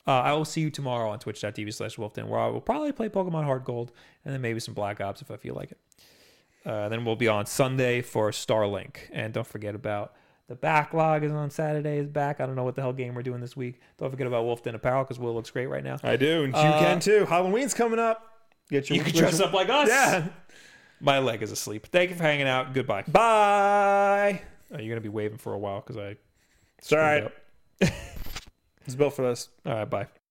Speaker 1: Uh, I will see you tomorrow on twitch.tv slash wolfden, where I will probably play Pokemon Hard Gold and then maybe some Black Ops if I feel like it. Uh, then we'll be on Sunday for Starlink. And don't forget about the backlog is on Saturday, is back. I don't know what the hell game we're doing this week. Don't forget about Wolfden Apparel because Will looks great right now.
Speaker 2: I do, and you can too. Uh, Halloween's coming up. Get your
Speaker 1: You can dress up like us.
Speaker 2: Yeah.
Speaker 1: My leg is asleep. Thank you for hanging out. Goodbye.
Speaker 2: Bye.
Speaker 1: Oh, you're going to be waving for a while because I.
Speaker 2: It's all right.
Speaker 1: Yep.
Speaker 2: It's built for this.
Speaker 1: All right, bye.